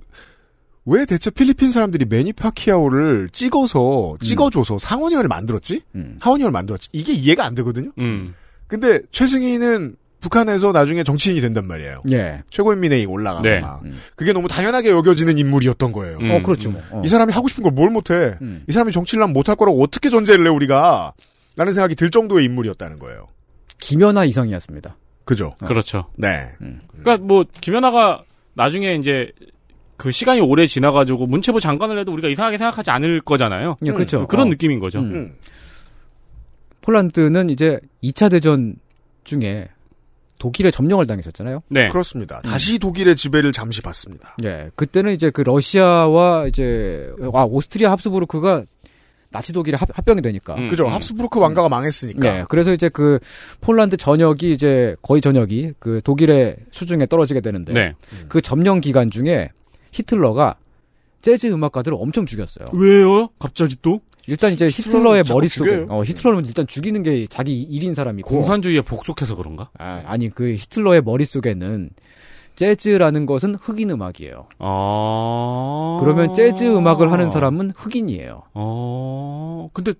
[SPEAKER 2] 왜 대체 필리핀 사람들이 매니파키아오를 찍어서, 찍어줘서 상원의원을 만들었지?
[SPEAKER 5] 음.
[SPEAKER 2] 하원의원을 만들었지? 이게 이해가 안 되거든요?
[SPEAKER 12] 음.
[SPEAKER 2] 근데 최승희는 북한에서 나중에 정치인이 된단 말이에요. 아.
[SPEAKER 5] 예. 음.
[SPEAKER 2] 최고인민회의 올라가고
[SPEAKER 12] 네.
[SPEAKER 2] 막. 그게 너무 당연하게 여겨지는 인물이었던 거예요.
[SPEAKER 12] 음. 어, 그렇죠.
[SPEAKER 5] 뭐. 어. 음.
[SPEAKER 2] 이 사람이 하고 싶은 걸 뭘 못해. 이 사람이 정치를 하면 못할 거라고 어떻게 전제를 해, 우리가. 라는 생각이 들 정도의 인물이었다는 거예요.
[SPEAKER 5] 김연아 이상이었습니다.
[SPEAKER 2] 그죠.
[SPEAKER 5] 음.
[SPEAKER 12] 그렇죠.
[SPEAKER 2] 네.
[SPEAKER 12] 그러니까 뭐 김연아가 나중에 이제 그 시간이 오래 지나가지고 문체부 장관을 해도 우리가 이상하게 생각하지 않을 거잖아요. 음.
[SPEAKER 5] 예, 그렇죠.
[SPEAKER 12] 그런
[SPEAKER 5] 어.
[SPEAKER 12] 느낌인 거죠.
[SPEAKER 5] 음. 폴란드는 이제 2차 대전 중에 독일에 점령을 당했었잖아요.
[SPEAKER 12] 네.
[SPEAKER 3] 네.
[SPEAKER 2] 그렇습니다. 다시 독일의 지배를 잠시 봤습니다.
[SPEAKER 5] 예. 그때는 이제 그 러시아와 이제 와 오스트리아 합스부르크가 나치 독일에 합, 합병이 되니까.
[SPEAKER 12] 음.
[SPEAKER 2] 그죠. 합스부르크 왕가가 망했으니까.
[SPEAKER 12] 그러니까.
[SPEAKER 5] 예, 그래서 이제 그 폴란드 전역이 이제 거의 전역이 그 독일의 수중에 떨어지게 되는데
[SPEAKER 12] 네.
[SPEAKER 5] 그 점령 기간 중에 히틀러가 재즈 음악가들을 엄청 죽였어요.
[SPEAKER 12] 왜요? 갑자기 또?
[SPEAKER 5] 일단 이제 히틀러의
[SPEAKER 12] 자꾸
[SPEAKER 5] 머릿속에
[SPEAKER 12] 음, 죽여요?
[SPEAKER 5] 어, 히틀러는 일단 죽이는 게 자기 일인 사람이고
[SPEAKER 12] 공산주의에 복속해서 그런가?
[SPEAKER 5] 아, 아니 그 히틀러의 머릿속에는 재즈라는 것은 흑인 음악이에요.
[SPEAKER 12] 아.
[SPEAKER 5] 그러면 재즈 음악을 하는 사람은 흑인이에요.
[SPEAKER 12] 어. 근데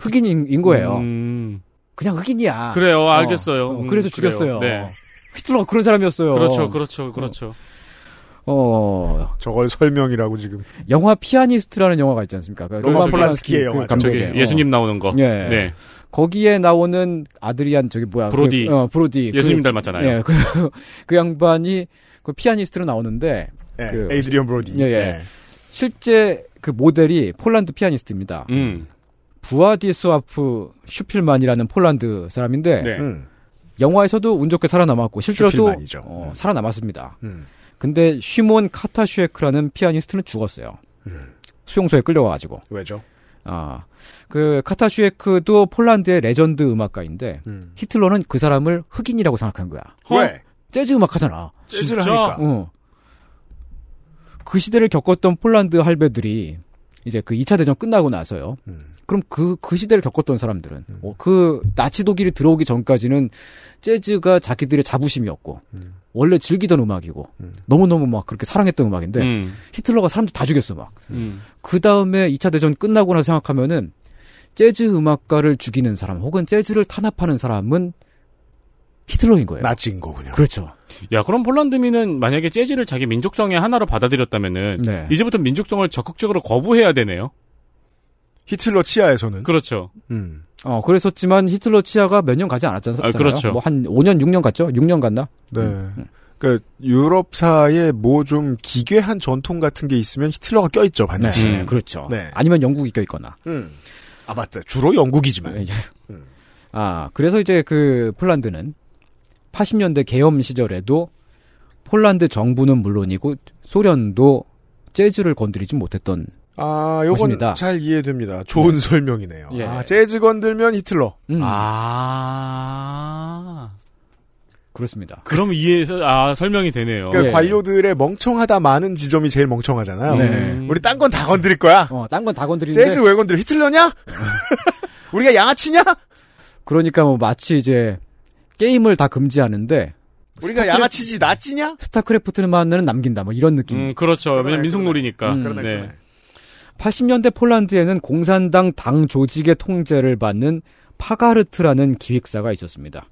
[SPEAKER 5] 흑인인 거예요.
[SPEAKER 12] 음.
[SPEAKER 5] 그냥 흑인이야.
[SPEAKER 12] 그래요.
[SPEAKER 5] 어,
[SPEAKER 12] 알겠어요.
[SPEAKER 5] 어,
[SPEAKER 12] 음,
[SPEAKER 5] 그래서
[SPEAKER 12] 그래요.
[SPEAKER 5] 죽였어요.
[SPEAKER 12] 네.
[SPEAKER 5] 히틀러가 그런 사람이었어요.
[SPEAKER 12] 그렇죠. 그렇죠. 그렇죠.
[SPEAKER 5] 어.
[SPEAKER 2] 저걸 설명이라고 지금.
[SPEAKER 5] 영화 피아니스트라는 영화가 있지 않습니까? 그
[SPEAKER 2] 로만
[SPEAKER 5] 로만
[SPEAKER 2] 폴란스키의 영화죠.
[SPEAKER 5] 감독의. 어.
[SPEAKER 12] 저기 예수님 나오는 거.
[SPEAKER 5] 예.
[SPEAKER 12] 네.
[SPEAKER 5] 거기에 나오는 아드리안 저기 뭐야?
[SPEAKER 12] 브로디.
[SPEAKER 5] 그, 어, 브로디.
[SPEAKER 12] 예수님
[SPEAKER 5] 그-
[SPEAKER 12] 닮았잖아요.
[SPEAKER 5] 예, 그, 그 양반이 그 피아니스트로 나오는데
[SPEAKER 2] 예,
[SPEAKER 5] 그-
[SPEAKER 2] 에이드리언 브로디.
[SPEAKER 5] 예, 예.
[SPEAKER 2] 네.
[SPEAKER 5] 실제 그 모델이 폴란드 피아니스트입니다.
[SPEAKER 12] 음.
[SPEAKER 5] 부아디스와프 슈필만이라는 폴란드 사람인데
[SPEAKER 17] 네. 음.
[SPEAKER 5] 영화에서도 운 좋게 살아남았고 실제로도
[SPEAKER 17] 슈필만이죠. 네.
[SPEAKER 5] 어, 살아남았습니다.
[SPEAKER 2] 음.
[SPEAKER 5] 근데 쉬몬 카타슈에크라는 피아니스트는 죽었어요.
[SPEAKER 17] 네.
[SPEAKER 5] 수용소에 끌려가가지고.
[SPEAKER 2] 왜죠?
[SPEAKER 5] 아, 그 카타슈에크도 폴란드의 레전드 음악가인데 히틀러는 그 사람을 흑인이라고 생각한 거야.
[SPEAKER 2] 왜?
[SPEAKER 5] 재즈 음악 하잖아.
[SPEAKER 2] 재즈를 어? 진짜? 하니까.
[SPEAKER 5] 어. 그 시대를 겪었던 폴란드 할배들이 이제 그 2차 대전 끝나고 나서요. 그럼 그, 그 시대를 겪었던 사람들은, 어, 그, 나치 독일이 들어오기 전까지는 재즈가 자기들의 자부심이었고, 원래 즐기던 음. 음악이고, 너무너무 막 그렇게 사랑했던 음악인데,
[SPEAKER 17] 음.
[SPEAKER 5] 히틀러가 사람들 다 죽였어, 막.
[SPEAKER 12] 음.
[SPEAKER 5] 그 다음에 2차 대전 끝나고 나 생각하면은 재즈 음악가를 죽이는 사람 혹은 재즈를 탄압하는 사람은 히틀러인 거예요.
[SPEAKER 2] 나치인 거군요.
[SPEAKER 5] 그렇죠.
[SPEAKER 12] 야, 그럼 폴란드민은 만약에 재즈를 자기 민족성의 하나로 받아들였다면은
[SPEAKER 5] 네.
[SPEAKER 12] 이제부터 민족성을 적극적으로 거부해야 되네요.
[SPEAKER 2] 히틀러 치하에서는 음.
[SPEAKER 12] 그렇죠.
[SPEAKER 5] 어, 그랬었지만 히틀러 치하가 몇 년 가지 않았잖아요.
[SPEAKER 12] 아, 그렇죠.
[SPEAKER 5] 뭐한 5년, 6년 갔죠? 6년 갔나?
[SPEAKER 2] 네.
[SPEAKER 5] 음,
[SPEAKER 2] 그러니까 유럽사에 뭐 좀 기괴한 전통 같은 게 있으면 히틀러가 껴있죠, 반드시.
[SPEAKER 5] 네, 그렇죠.
[SPEAKER 2] 네.
[SPEAKER 5] 아니면 영국이 껴 있거나.
[SPEAKER 2] 음. 아, 맞다. 주로 영국이지만. 음.
[SPEAKER 5] 아, 그래서 이제 그 폴란드는 80년대 계엄 시절에도 폴란드 정부는 물론이고 소련도 재즈를 건드리지 못했던
[SPEAKER 2] 아, 요건
[SPEAKER 5] 맞습니다.
[SPEAKER 2] 잘 이해됩니다. 좋은 설명이네요.
[SPEAKER 5] 예.
[SPEAKER 2] 아, 재즈 건들면 히틀러.
[SPEAKER 5] 음.
[SPEAKER 12] 아.
[SPEAKER 5] 그렇습니다.
[SPEAKER 12] 그럼 이해해서, 아, 설명이 되네요.
[SPEAKER 5] 어, 예.
[SPEAKER 2] 그러니까 관료들의 멍청하다 많은 지점이 제일 멍청하잖아요.
[SPEAKER 12] 네.
[SPEAKER 2] 우리 딴 건 다 건드릴 거야.
[SPEAKER 5] 어, 딴 건 다 건드리는데
[SPEAKER 2] 재즈 왜 건드려? 히틀러냐? 우리가 양아치냐?
[SPEAKER 5] 그러니까 뭐 마치 이제 게임을 다 금지하는데
[SPEAKER 2] 우리가 양아치지 나치냐?
[SPEAKER 5] 스타크래프트만은 남긴다 뭐 이런 느낌.
[SPEAKER 12] 음, 그렇죠. 왜냐면 민속놀이니까.
[SPEAKER 5] 음.
[SPEAKER 12] 네.
[SPEAKER 5] 80년대 폴란드에는 공산당 당 조직의 통제를 받는 파가르트라는 기획사가 있었습니다.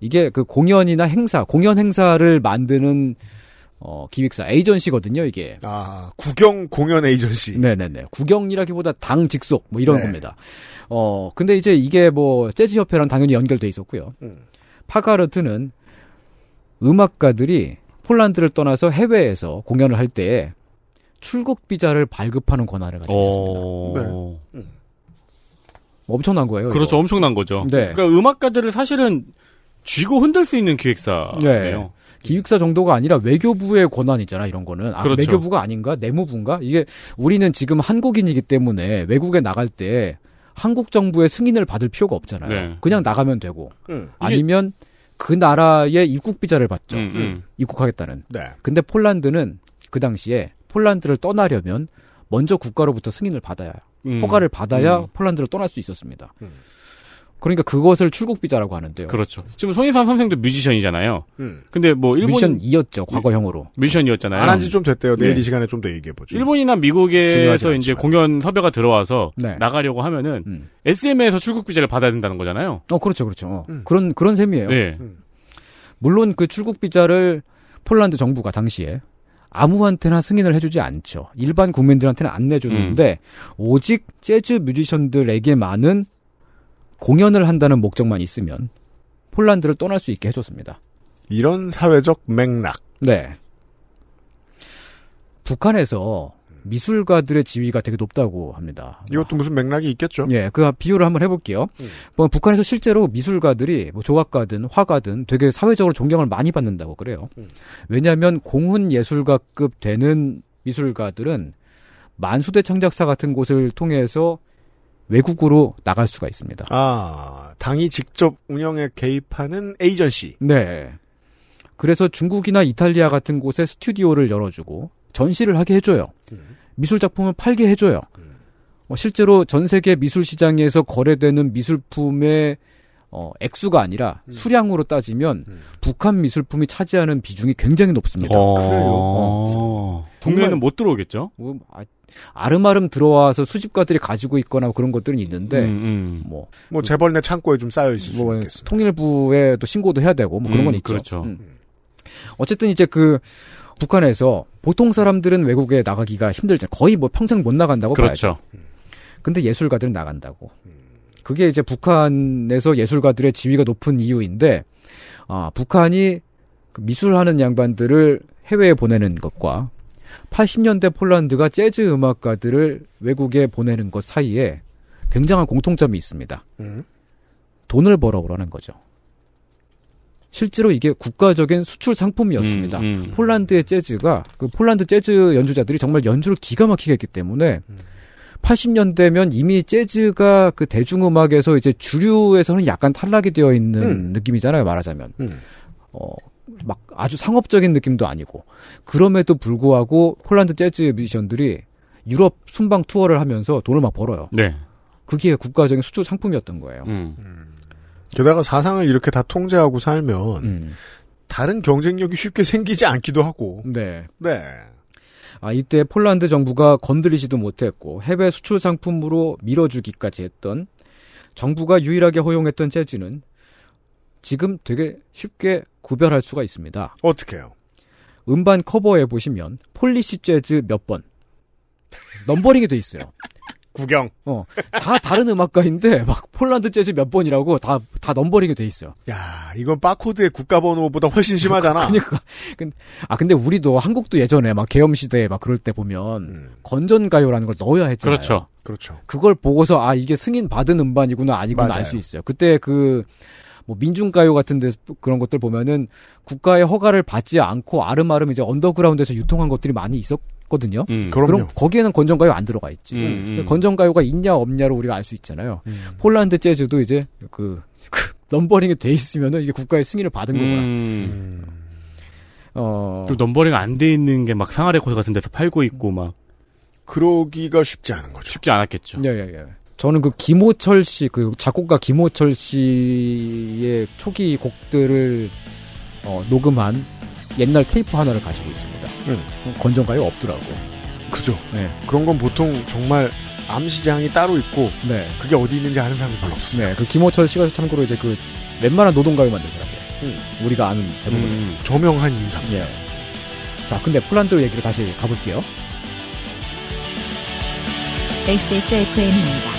[SPEAKER 5] 이게 그 공연이나 행사, 공연 행사를 만드는 어, 기획사 에이전시거든요, 이게.
[SPEAKER 2] 아, 구경 공연
[SPEAKER 12] 음.
[SPEAKER 2] 에이전시.
[SPEAKER 5] 네네네. 구경이라기보다 당 직속 뭐 이런
[SPEAKER 2] 네.
[SPEAKER 5] 겁니다. 어, 근데 이제 이게 뭐 재즈 협회랑 당연히 연결돼 있었고요. 파가르트는 음악가들이 폴란드를 떠나서 해외에서 공연을 할 때에 출국 비자를 발급하는 권한을 가지고
[SPEAKER 3] 어.
[SPEAKER 5] 있었습니다. 뭐 엄청난 거예요.
[SPEAKER 12] 어. 그렇죠.
[SPEAKER 5] 이거.
[SPEAKER 12] 엄청난 거죠.
[SPEAKER 5] 네.
[SPEAKER 12] 그러니까 음악가들을 사실은 쥐고 흔들 수 있는 기획사예요.
[SPEAKER 5] 네. 기획사 정도가 아니라 외교부의 권한 있잖아 이런 거는 아,
[SPEAKER 12] 그렇죠.
[SPEAKER 5] 외교부가 아닌가 내무부인가 이게 우리는 지금 한국인이기 때문에 외국에 나갈 때 한국 정부의 승인을 받을 필요가 없잖아요
[SPEAKER 17] 네.
[SPEAKER 5] 그냥 나가면 되고
[SPEAKER 17] 음.
[SPEAKER 5] 아니면 그 나라의 입국 비자를 받죠
[SPEAKER 17] 음, 음.
[SPEAKER 5] 입국하겠다는
[SPEAKER 2] 네.
[SPEAKER 5] 근데 폴란드는 그 당시에 폴란드를 떠나려면 먼저 국가로부터 승인을 받아야
[SPEAKER 12] 음.
[SPEAKER 5] 허가를 받아야
[SPEAKER 12] 음.
[SPEAKER 5] 폴란드를 떠날 수 있었습니다 그러니까 그것을 출국 비자라고 하는데요
[SPEAKER 12] 그렇죠. 지금 손희상 선생도 뮤지션이잖아요.
[SPEAKER 2] 음.
[SPEAKER 12] 근데 뭐 일본
[SPEAKER 5] 뮤지션이었죠 과거형으로
[SPEAKER 12] 뮤지션이었잖아요.
[SPEAKER 2] 안 한 지 좀 됐대요. 내일
[SPEAKER 12] 네.
[SPEAKER 2] 이 시간에 좀 더 얘기해보죠.
[SPEAKER 12] 일본이나
[SPEAKER 2] 중요하진
[SPEAKER 12] 미국에서
[SPEAKER 2] 않지만. 음.
[SPEAKER 12] 이제 공연 섭외가 들어와서
[SPEAKER 5] 네.
[SPEAKER 12] 나가려고 하면은 SM에서 출국 비자를 받아야 된다는 거잖아요.
[SPEAKER 5] 어 그렇죠 그렇죠 그런 그런 셈이에요.
[SPEAKER 3] 예.
[SPEAKER 12] 네.
[SPEAKER 2] 음.
[SPEAKER 5] 물론 그 출국 비자를 폴란드 정부가 당시에 아무한테나 승인을 해주지 않죠. 일반 국민들한테는 안 내주는데 오직 재즈 뮤지션들에게만은 공연을 한다는 목적만 있으면 폴란드를 떠날 수 있게 해줬습니다.
[SPEAKER 2] 이런 사회적 맥락.
[SPEAKER 5] 네. 북한에서 미술가들의 지위가 되게 높다고 합니다.
[SPEAKER 12] 아.
[SPEAKER 2] 이것도 무슨 맥락이 있겠죠?
[SPEAKER 12] 음.
[SPEAKER 5] 예, 그 비유를 한번 해볼게요. 뭐 북한에서 실제로 미술가들이 뭐 조각가든 화가든 되게 사회적으로 존경을 많이 받는다고 그래요. 왜냐하면 공훈 예술가급 되는 미술가들은 만수대 창작사 같은 곳을 통해서 외국으로 나갈 수가 있습니다.
[SPEAKER 2] 아, 당이 직접 운영에 개입하는 에이전시.
[SPEAKER 5] 네. 그래서 중국이나 이탈리아 같은 곳에 스튜디오를 열어주고 전시를 하게 해줘요. 미술 작품을 팔게 해줘요. 어, 실제로 전 세계 미술 시장에서 거래되는 미술품의 어, 액수가 아니라 수량으로 따지면 북한 미술품이 차지하는 비중이 굉장히 높습니다.
[SPEAKER 3] 어.
[SPEAKER 12] 그래요.
[SPEAKER 2] 어.
[SPEAKER 12] 북미에는 어. 못 들어오겠죠?
[SPEAKER 5] 뭐, 아, 아름아름 들어와서 수집가들이 가지고 있거나 그런 것들은
[SPEAKER 2] 네.
[SPEAKER 5] 있는데
[SPEAKER 12] 음,
[SPEAKER 3] 음.
[SPEAKER 5] 뭐
[SPEAKER 2] 뭐 재벌 내 창고에 좀 쌓여 있을 수 있겠습니다.
[SPEAKER 5] 통일부에 또 신고도 해야 되고 뭐 그런 건
[SPEAKER 12] 음,
[SPEAKER 5] 있죠.
[SPEAKER 12] 그렇죠.
[SPEAKER 5] 어쨌든 이제 그 북한에서 보통 사람들은 외국에 나가기가 힘들죠. 거의 뭐 평생 못 나간다고
[SPEAKER 12] 그렇죠.
[SPEAKER 5] 봐야죠. 근데 예술가들은 나간다고. 그게 이제 북한에서 예술가들의 지위가 높은 이유인데 아, 북한이 그 미술하는 양반들을 해외에 보내는 것과 80년대 폴란드가 재즈 음악가들을 외국에 보내는 것 사이에 굉장한 공통점이 있습니다.
[SPEAKER 2] 음.
[SPEAKER 5] 돈을 벌어오라는 거죠. 실제로 이게 국가적인 수출
[SPEAKER 12] 음,
[SPEAKER 3] 음,
[SPEAKER 5] 상품이었습니다. 폴란드의 재즈가 그 폴란드 재즈 연주자들이 정말 연주를 기가 막히게 했기 때문에 80년대면 이미 재즈가 그 대중음악에서 이제 주류에서는 약간 탈락이 되어 있는 느낌이잖아요, 말하자면.
[SPEAKER 2] 음.
[SPEAKER 5] 어, 막 아주 상업적인 느낌도 아니고. 그럼에도 불구하고 폴란드 재즈 뮤지션들이 유럽 순방 투어를 하면서 돈을 막 벌어요.
[SPEAKER 3] 네.
[SPEAKER 5] 그게 국가적인 수출 상품이었던 거예요.
[SPEAKER 2] 음.
[SPEAKER 12] 음.
[SPEAKER 2] 게다가 사상을 이렇게 다 통제하고 살면
[SPEAKER 12] 음.
[SPEAKER 2] 다른 경쟁력이 쉽게 생기지 않기도 하고.
[SPEAKER 5] 네.
[SPEAKER 2] 네.
[SPEAKER 5] 아, 이때 폴란드 정부가 건드리지도 못했고 해외 수출 상품으로 밀어주기까지 했던 정부가 유일하게 허용했던 재즈는 지금 되게 쉽게 구별할 수가 있습니다.
[SPEAKER 2] 어떻게요?
[SPEAKER 5] 음반 커버에 보시면 폴리시 재즈 몇 번. 넘버링이 돼 있어요.
[SPEAKER 2] 구경.
[SPEAKER 5] 어. 다 다른 음악가인데 막 폴란드 재즈 몇 번이라고 다 다 넘버링이 돼 있어요.
[SPEAKER 2] 야, 이건 바코드의 국가 번호보다 훨씬 심하잖아.
[SPEAKER 5] 그러니까. 근- 아 근데 우리도 한국도 예전에 막 계엄 시대 막 그럴 때 보면 건전 가요라는 걸 넣어야 했잖아요.
[SPEAKER 2] 음. 그렇죠. 그렇죠.
[SPEAKER 5] 그걸 보고서 아 이게 승인 받은 음반이구나 아니구나
[SPEAKER 2] 맞아요.
[SPEAKER 5] 알 수 있어요. 그때 그 뭐 민중가요 같은 데 그런 것들 보면은 국가의 허가를 받지 않고 아름아름 이제 언더그라운드에서 유통한 것들이 많이 있었거든요.
[SPEAKER 2] 네.
[SPEAKER 3] 음,
[SPEAKER 12] 음.
[SPEAKER 2] 그럼요.
[SPEAKER 5] 럼 거기에는 건전가요 안 들어가 있지.
[SPEAKER 2] 음, 음.
[SPEAKER 5] 근데 건전가요가 있냐 없냐로 우리가 알 수 있잖아요. 폴란드 재즈도 이제 그, 그 넘버링이 돼 있으면은 이게 국가의 승인을 받은
[SPEAKER 2] 음.
[SPEAKER 5] 거구나. 어.
[SPEAKER 12] 음. 또 넘버링 안 돼 있는 게 막 상하레 코드 같은 데서 팔고 있고 막.
[SPEAKER 2] 그러기가 쉽지 않은 거죠.
[SPEAKER 12] 쉽지 않았겠죠.
[SPEAKER 2] 네.
[SPEAKER 5] 예, 예, 예. 저는 그 김호철 씨, 그 작곡가 김호철 씨의 초기 곡들을 어, 녹음한 옛날 테이프 하나를 가지고 있습니다. 건전가요 네. 없더라고.
[SPEAKER 2] 그죠.
[SPEAKER 5] 네.
[SPEAKER 2] 그런 건 보통 정말 암시장이 따로 있고
[SPEAKER 5] 네.
[SPEAKER 2] 그게 어디 있는지 아는 사람이 별로 없어요.
[SPEAKER 5] 네, 그 김호철 씨가 참고로 이제 그 웬만한 노동가요 만들더라고요. 우리가 아는 대부분.
[SPEAKER 2] 음, 저명한 인사.
[SPEAKER 5] 네. 예. 자, 근데 폴란드 얘기로 다시 가볼게요.
[SPEAKER 13] XSFM입니다.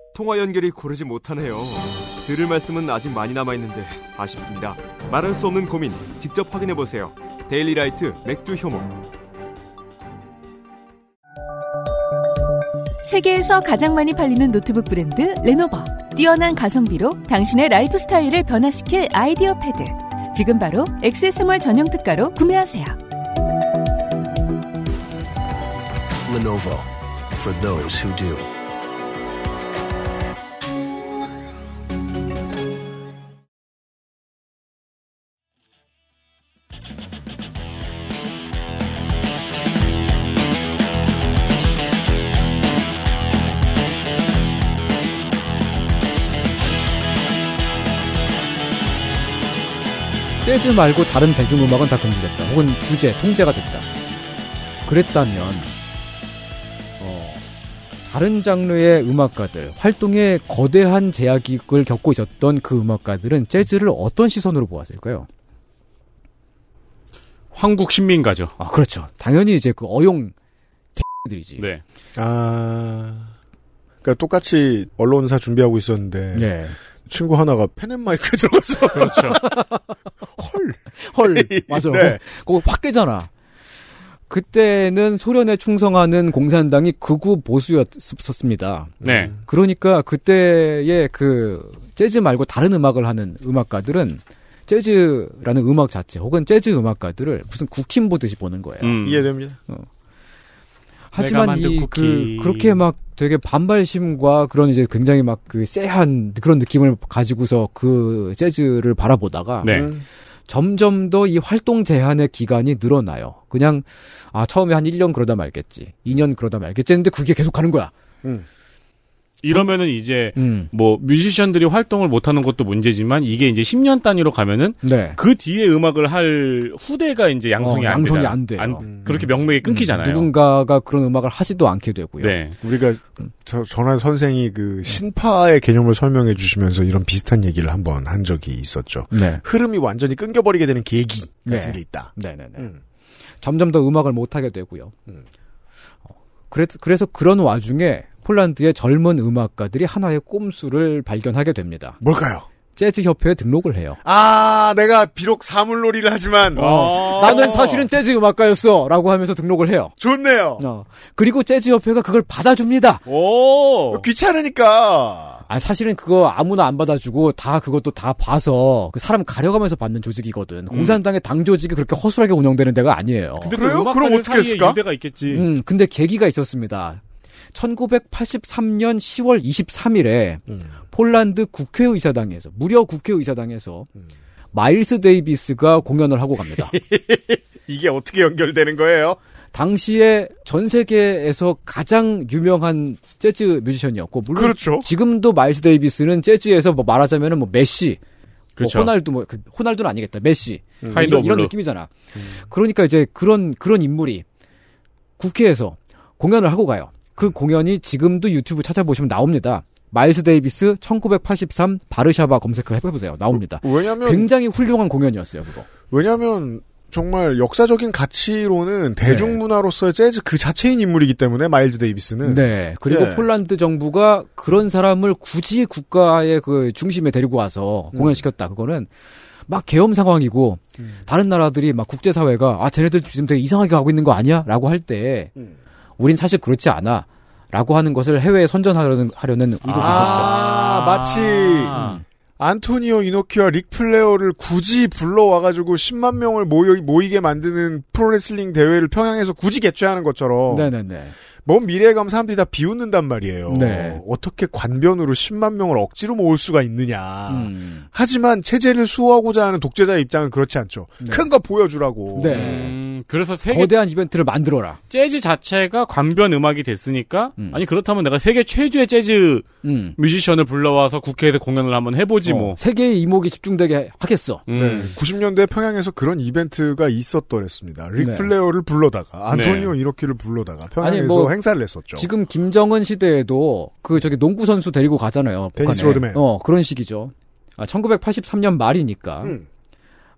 [SPEAKER 17] 통화 연결이 고르지 못하네요. 들을 말씀은 아직 많이 남아 있는데 아쉽습니다. 말할 수 없는 고민 직접 확인해 보세요. 데일리라이트 맥주 효모.
[SPEAKER 7] 세계에서 가장 많이 팔리는 노트북 브랜드 레노버. 뛰어난 가성비로 당신의 라이프 스타일을 변화시킬 아이디어 패드. 지금 바로 액세스몰 전용 특가로 구매하세요.
[SPEAKER 8] Lenovo for those who do.
[SPEAKER 5] 재즈 말고 다른 대중음악은 다 금지됐다. 혹은 규제, 통제가 됐다. 그랬다면 어, 다른 장르의 음악가들, 활동에 거대한 제약을 겪고 있었던 그 음악가들은 재즈를 어떤 시선으로 보았을까요?
[SPEAKER 12] 황국 신민가죠.
[SPEAKER 5] 아, 그렇죠. 당연히 이제 그 어용
[SPEAKER 2] 예.
[SPEAKER 5] 들이지.
[SPEAKER 12] 네.
[SPEAKER 2] 아, 그러니까 똑같이 언론사 준비하고 있었는데
[SPEAKER 5] 네.
[SPEAKER 2] 친구 하나가 펜앤마이크에 들어갔어.
[SPEAKER 12] 그렇죠.
[SPEAKER 5] 헐, 맞아.
[SPEAKER 2] 네.
[SPEAKER 5] 그거 확 깨잖아. 그때는 소련에 충성하는 공산당이 극우 보수였었습니다.
[SPEAKER 12] 네.
[SPEAKER 2] 음.
[SPEAKER 5] 그러니까 그때의 그 재즈 말고 다른 음악을 하는 음악가들은 재즈라는 음악 자체 혹은 재즈 음악가들을 무슨 국힘 보듯이 보는 거예요.
[SPEAKER 3] 음,
[SPEAKER 12] 음.
[SPEAKER 2] 이해됩니다.
[SPEAKER 5] 하지만
[SPEAKER 2] 내가 만든
[SPEAKER 5] 이 그
[SPEAKER 2] 쿠키.
[SPEAKER 5] 그렇게 막 되게 반발심과 그런 이제 굉장히
[SPEAKER 2] 음.
[SPEAKER 5] 막 그 쎄한 그런 느낌을 가지고서 그 재즈를 바라보다가
[SPEAKER 12] 네.
[SPEAKER 5] 점점 더 이 활동 제한의 기간이 늘어나요. 그냥 아 처음에 한 1년 그러다 말겠지. 2년 그러다 말겠지 했는데 그게 계속 하는 거야.
[SPEAKER 3] 이러면은 이제
[SPEAKER 5] 음.
[SPEAKER 3] 뭐 뮤지션들이 활동을 못 하는 것도 문제지만 이게 이제 10년 단위로 가면은
[SPEAKER 5] 네.
[SPEAKER 3] 그 뒤에 음악을 할 후대가 이제 양성이
[SPEAKER 5] 어,
[SPEAKER 3] 안
[SPEAKER 5] 양성이
[SPEAKER 3] 되잖아요.
[SPEAKER 5] 안 돼요. 음.
[SPEAKER 3] 그렇게 명맥이 끊기잖아요. 네.
[SPEAKER 5] 누군가가 그런 음악을 하지도 않게 되고요.
[SPEAKER 2] 우리가 저, 전환 선생이 그 신파의 개념을 설명해 주시면서 이런 비슷한 얘기를 한번 한 적이 있었죠.
[SPEAKER 5] 네.
[SPEAKER 2] 흐름이 완전히 끊겨버리게 되는 계기
[SPEAKER 5] 네.
[SPEAKER 2] 같은 게 있다.
[SPEAKER 5] 네네네. 점점 더 음악을 못 하게 되고요. 어, 그래, 그래서 그런 와중에 폴란드의 젊은 음악가들이 하나의 꼼수를 발견하게 됩니다.
[SPEAKER 2] 뭘까요?
[SPEAKER 5] 재즈 협회에 등록을 해요.
[SPEAKER 2] 아, 내가 비록 사물놀이를 하지만
[SPEAKER 5] 어, 나는 사실은 재즈 음악가였어! 라고 하면서 등록을 해요.
[SPEAKER 2] 좋네요.
[SPEAKER 5] 그리고 재즈 협회가 그걸 받아줍니다.
[SPEAKER 2] 어.
[SPEAKER 3] 오!
[SPEAKER 2] 귀찮으니까.
[SPEAKER 5] 아, 사실은 그거 아무나 안 받아주고 다 그것도 다 봐서 그 사람 가려가면서 받는 조직이거든. 공산당의 당 조직이 그렇게 허술하게 운영되는 데가 아니에요.
[SPEAKER 3] 근데 그 그래요? 그럼 음악가들 어떻게 사이에 했을까? 유대가 있겠지.
[SPEAKER 5] 음, 근데 계기가 있었습니다. 1983년 10월 23일에 폴란드 국회의사당에서 무려 국회의사당에서 마일스 데이비스가 공연을 하고 갑니다.
[SPEAKER 2] 이게 어떻게 연결되는 거예요?
[SPEAKER 5] 당시에 전 세계에서 가장 유명한 재즈 뮤지션이었고 물론 지금도 마일스 데이비스는 재즈에서 뭐 말하자면은 뭐 메시, 뭐
[SPEAKER 3] 그쵸.
[SPEAKER 5] 호날두 뭐 그- 호날두는 아니겠다 메시
[SPEAKER 3] 음.
[SPEAKER 5] 이런-
[SPEAKER 3] 카인드 오브
[SPEAKER 5] 이런,
[SPEAKER 3] 블루.
[SPEAKER 5] 느낌이잖아.
[SPEAKER 3] 음.
[SPEAKER 5] 그러니까 이제 그런 그런 인물이 국회에서 공연을 하고 가요. 그 공연이 지금도 유튜브 찾아보시면 나옵니다. 마일스 데이비스 1983 바르샤바 검색을 해보세요. 나옵니다.
[SPEAKER 2] 왜냐면
[SPEAKER 5] 굉장히 훌륭한 공연이었어요. 그거.
[SPEAKER 2] 왜냐하면 정말 역사적인 가치로는 대중문화로서의 재즈 그 자체인 인물이기 때문에 마일즈
[SPEAKER 3] 음.
[SPEAKER 2] 데이비스는
[SPEAKER 5] 네. 그리고
[SPEAKER 2] 예.
[SPEAKER 5] 폴란드 정부가 그런 사람을 굳이 국가의 그 중심에 데리고
[SPEAKER 3] 음.
[SPEAKER 5] 와서 공연시켰다. 그거는 막 계엄 상황이고
[SPEAKER 3] 음.
[SPEAKER 5] 다른 나라들이 막 국제 사회가 아 쟤네들 지금 되게 이상하게 가고 있는 거 아니야라고 할 때
[SPEAKER 3] 음.
[SPEAKER 5] 우린 사실 그렇지 않아. 라고 하는 것을 해외에 선전하려는 하려는 의도가
[SPEAKER 2] 아, 마치 안토니오 이노키와 릭플레어를 굳이 불러와가지고 10만 명을 모여, 모이게 만드는 프로레슬링 대회를 평양에서 굳이 개최하는
[SPEAKER 3] 어.
[SPEAKER 2] 것처럼
[SPEAKER 5] 네네네.
[SPEAKER 2] 먼 미래에 가면 사람들이 다 비웃는단 말이에요.
[SPEAKER 5] 네.
[SPEAKER 2] 어떻게 관변으로 10만 명을 억지로 모을 수가 있느냐.
[SPEAKER 3] 아.
[SPEAKER 5] 음.
[SPEAKER 2] 하지만 체제를 수호하고자 하는 독재자의 입장은 그렇지 않죠. 큰 거 보여주라고.
[SPEAKER 5] 네.
[SPEAKER 3] 음, 그래서 세계
[SPEAKER 5] 거대한 이벤트를 만들어라.
[SPEAKER 3] 재즈 자체가 관변 음악이 됐으니까 아니 그렇다면 내가 세계 최고의 재즈
[SPEAKER 5] 음.
[SPEAKER 3] 뮤지션을 불러와서 국회에서 공연을 한번 해보지
[SPEAKER 5] 어,
[SPEAKER 3] 뭐. 음,
[SPEAKER 5] 세계의 이목이 집중되게 하겠어.
[SPEAKER 2] 네, 90년대 평양에서 그런 이벤트가 있었더랬습니다.
[SPEAKER 5] 네.
[SPEAKER 2] 릭플레어를 불러다가 안토니오 이노키를 불러다가 평양에서 행사를 냈었죠.
[SPEAKER 5] 뭐 지금 김정은 시대에도 그 저기 농구 선수 데리고 가잖아요.
[SPEAKER 2] 데니스
[SPEAKER 5] 북한에.
[SPEAKER 2] 로드맨.
[SPEAKER 5] 어 그런 식이죠. 아, 1983년 말이니까
[SPEAKER 2] 음.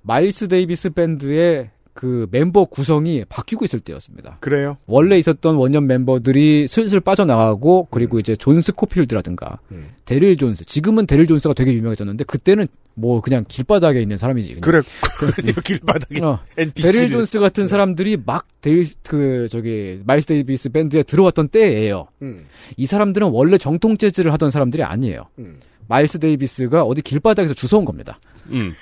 [SPEAKER 5] 마일스 데이비스 밴드의 그 멤버 구성이 바뀌고 있을 때였습니다.
[SPEAKER 2] 그래요?
[SPEAKER 5] 원래 있었던 원년 멤버들이 슬슬 빠져나가고
[SPEAKER 2] 음.
[SPEAKER 5] 그리고 이제 존 스코필드라든가 데릴 존스 지금은 데릴 존스가 되게 유명해졌는데 그때는 뭐 그냥 길바닥에 있는 사람이지. 그냥. 네.
[SPEAKER 2] 그래 길바닥에
[SPEAKER 5] 어,
[SPEAKER 2] NPC 를. 네.
[SPEAKER 5] 데릴 존스 같은 사람들이 막 데일 그 저기 마일스 데이비스 밴드에 들어왔던 때예요.
[SPEAKER 2] 음.
[SPEAKER 5] 이 사람들은 원래 정통 재즈를 하던 사람들이 아니에요.
[SPEAKER 2] 음.
[SPEAKER 5] 마일스 데이비스가 어디 길바닥에서 주워온 겁니다.
[SPEAKER 3] 음.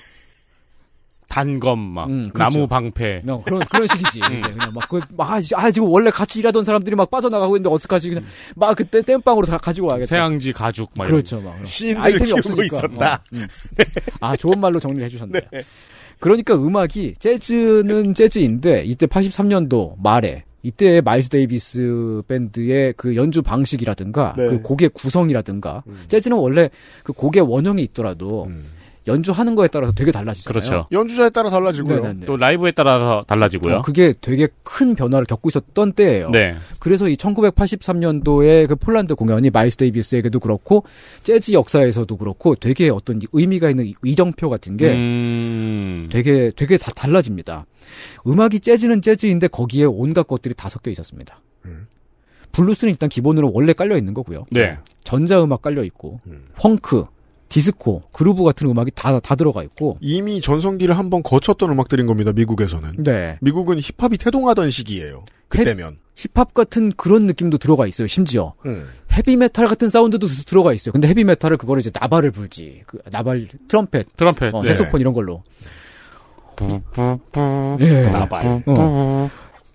[SPEAKER 3] 단검 막
[SPEAKER 5] 음, 그렇죠.
[SPEAKER 3] 나무 방패.
[SPEAKER 5] 그냥 그런 그런 식이지. 이제 그냥 막 그 막, 아, 씨, 아, 지금 원래 같이 일하던 사람들이 막 빠져나가고 있는데 어떡하지?
[SPEAKER 2] 음.
[SPEAKER 5] 그냥 막 그때 땜빵으로 다 가지고 와야겠다.
[SPEAKER 3] 세양지 가죽 막
[SPEAKER 5] 네. 그렇죠,
[SPEAKER 3] 이런.
[SPEAKER 5] 막 그런. 아이템이 없으니까. 어, 음. 아 좋은 말로 정리를 해주셨네요. 그러니까 음악이 재즈는 재즈인데 이때 83년도 말에 이때 마일스 데이비스 밴드의 그 연주 방식이라든가
[SPEAKER 18] 네.
[SPEAKER 5] 그 곡의 구성이라든가
[SPEAKER 2] 음.
[SPEAKER 5] 재즈는 원래 그 곡의 원형이 있더라도 연주하는 거에 따라서 되게 달라지잖아요.
[SPEAKER 3] 그렇죠.
[SPEAKER 2] 연주자에 따라 달라지고요.
[SPEAKER 5] 네네네.
[SPEAKER 3] 또 라이브에 따라서 달라지고요.
[SPEAKER 5] 어, 그게 되게 큰 변화를 겪고 있었던 때예요.
[SPEAKER 3] 네.
[SPEAKER 5] 그래서 이 1983년도에 그 폴란드 공연이 마이스 데이비스에게도 그렇고 재즈 역사에서도 그렇고 되게 어떤 의미가 있는 이정표 같은
[SPEAKER 3] 음.
[SPEAKER 5] 게 되게 되게 다 달라집니다. 음악이 재즈는 재즈인데 거기에 온갖 것들이 다 섞여 있었습니다.
[SPEAKER 2] 음.
[SPEAKER 5] 블루스는 일단 기본으로 원래 깔려 있는 거고요.
[SPEAKER 3] 네.
[SPEAKER 5] 전자음악 깔려 있고 펑크, 디스코, 그루브 같은 음악이 다 다 들어가 있고
[SPEAKER 2] 이미 전성기를 한번 거쳤던 음악들인 겁니다. 미국에서는.
[SPEAKER 5] 네.
[SPEAKER 2] 미국은 힙합이 태동하던 시기예요. 그때면.
[SPEAKER 5] 힙합 같은 그런 느낌도 들어가 있어요. 심지어
[SPEAKER 2] 음.
[SPEAKER 5] 헤비메탈 같은 사운드도 들- 들어가 있어요. 근데 헤비메탈을 그걸 이제 나발을 불지. 그 나발 트럼펫,
[SPEAKER 3] 트럼펫,
[SPEAKER 5] 어,
[SPEAKER 3] 네.
[SPEAKER 5] 색소폰 이런 걸로.
[SPEAKER 3] 예.
[SPEAKER 5] 나발. 어.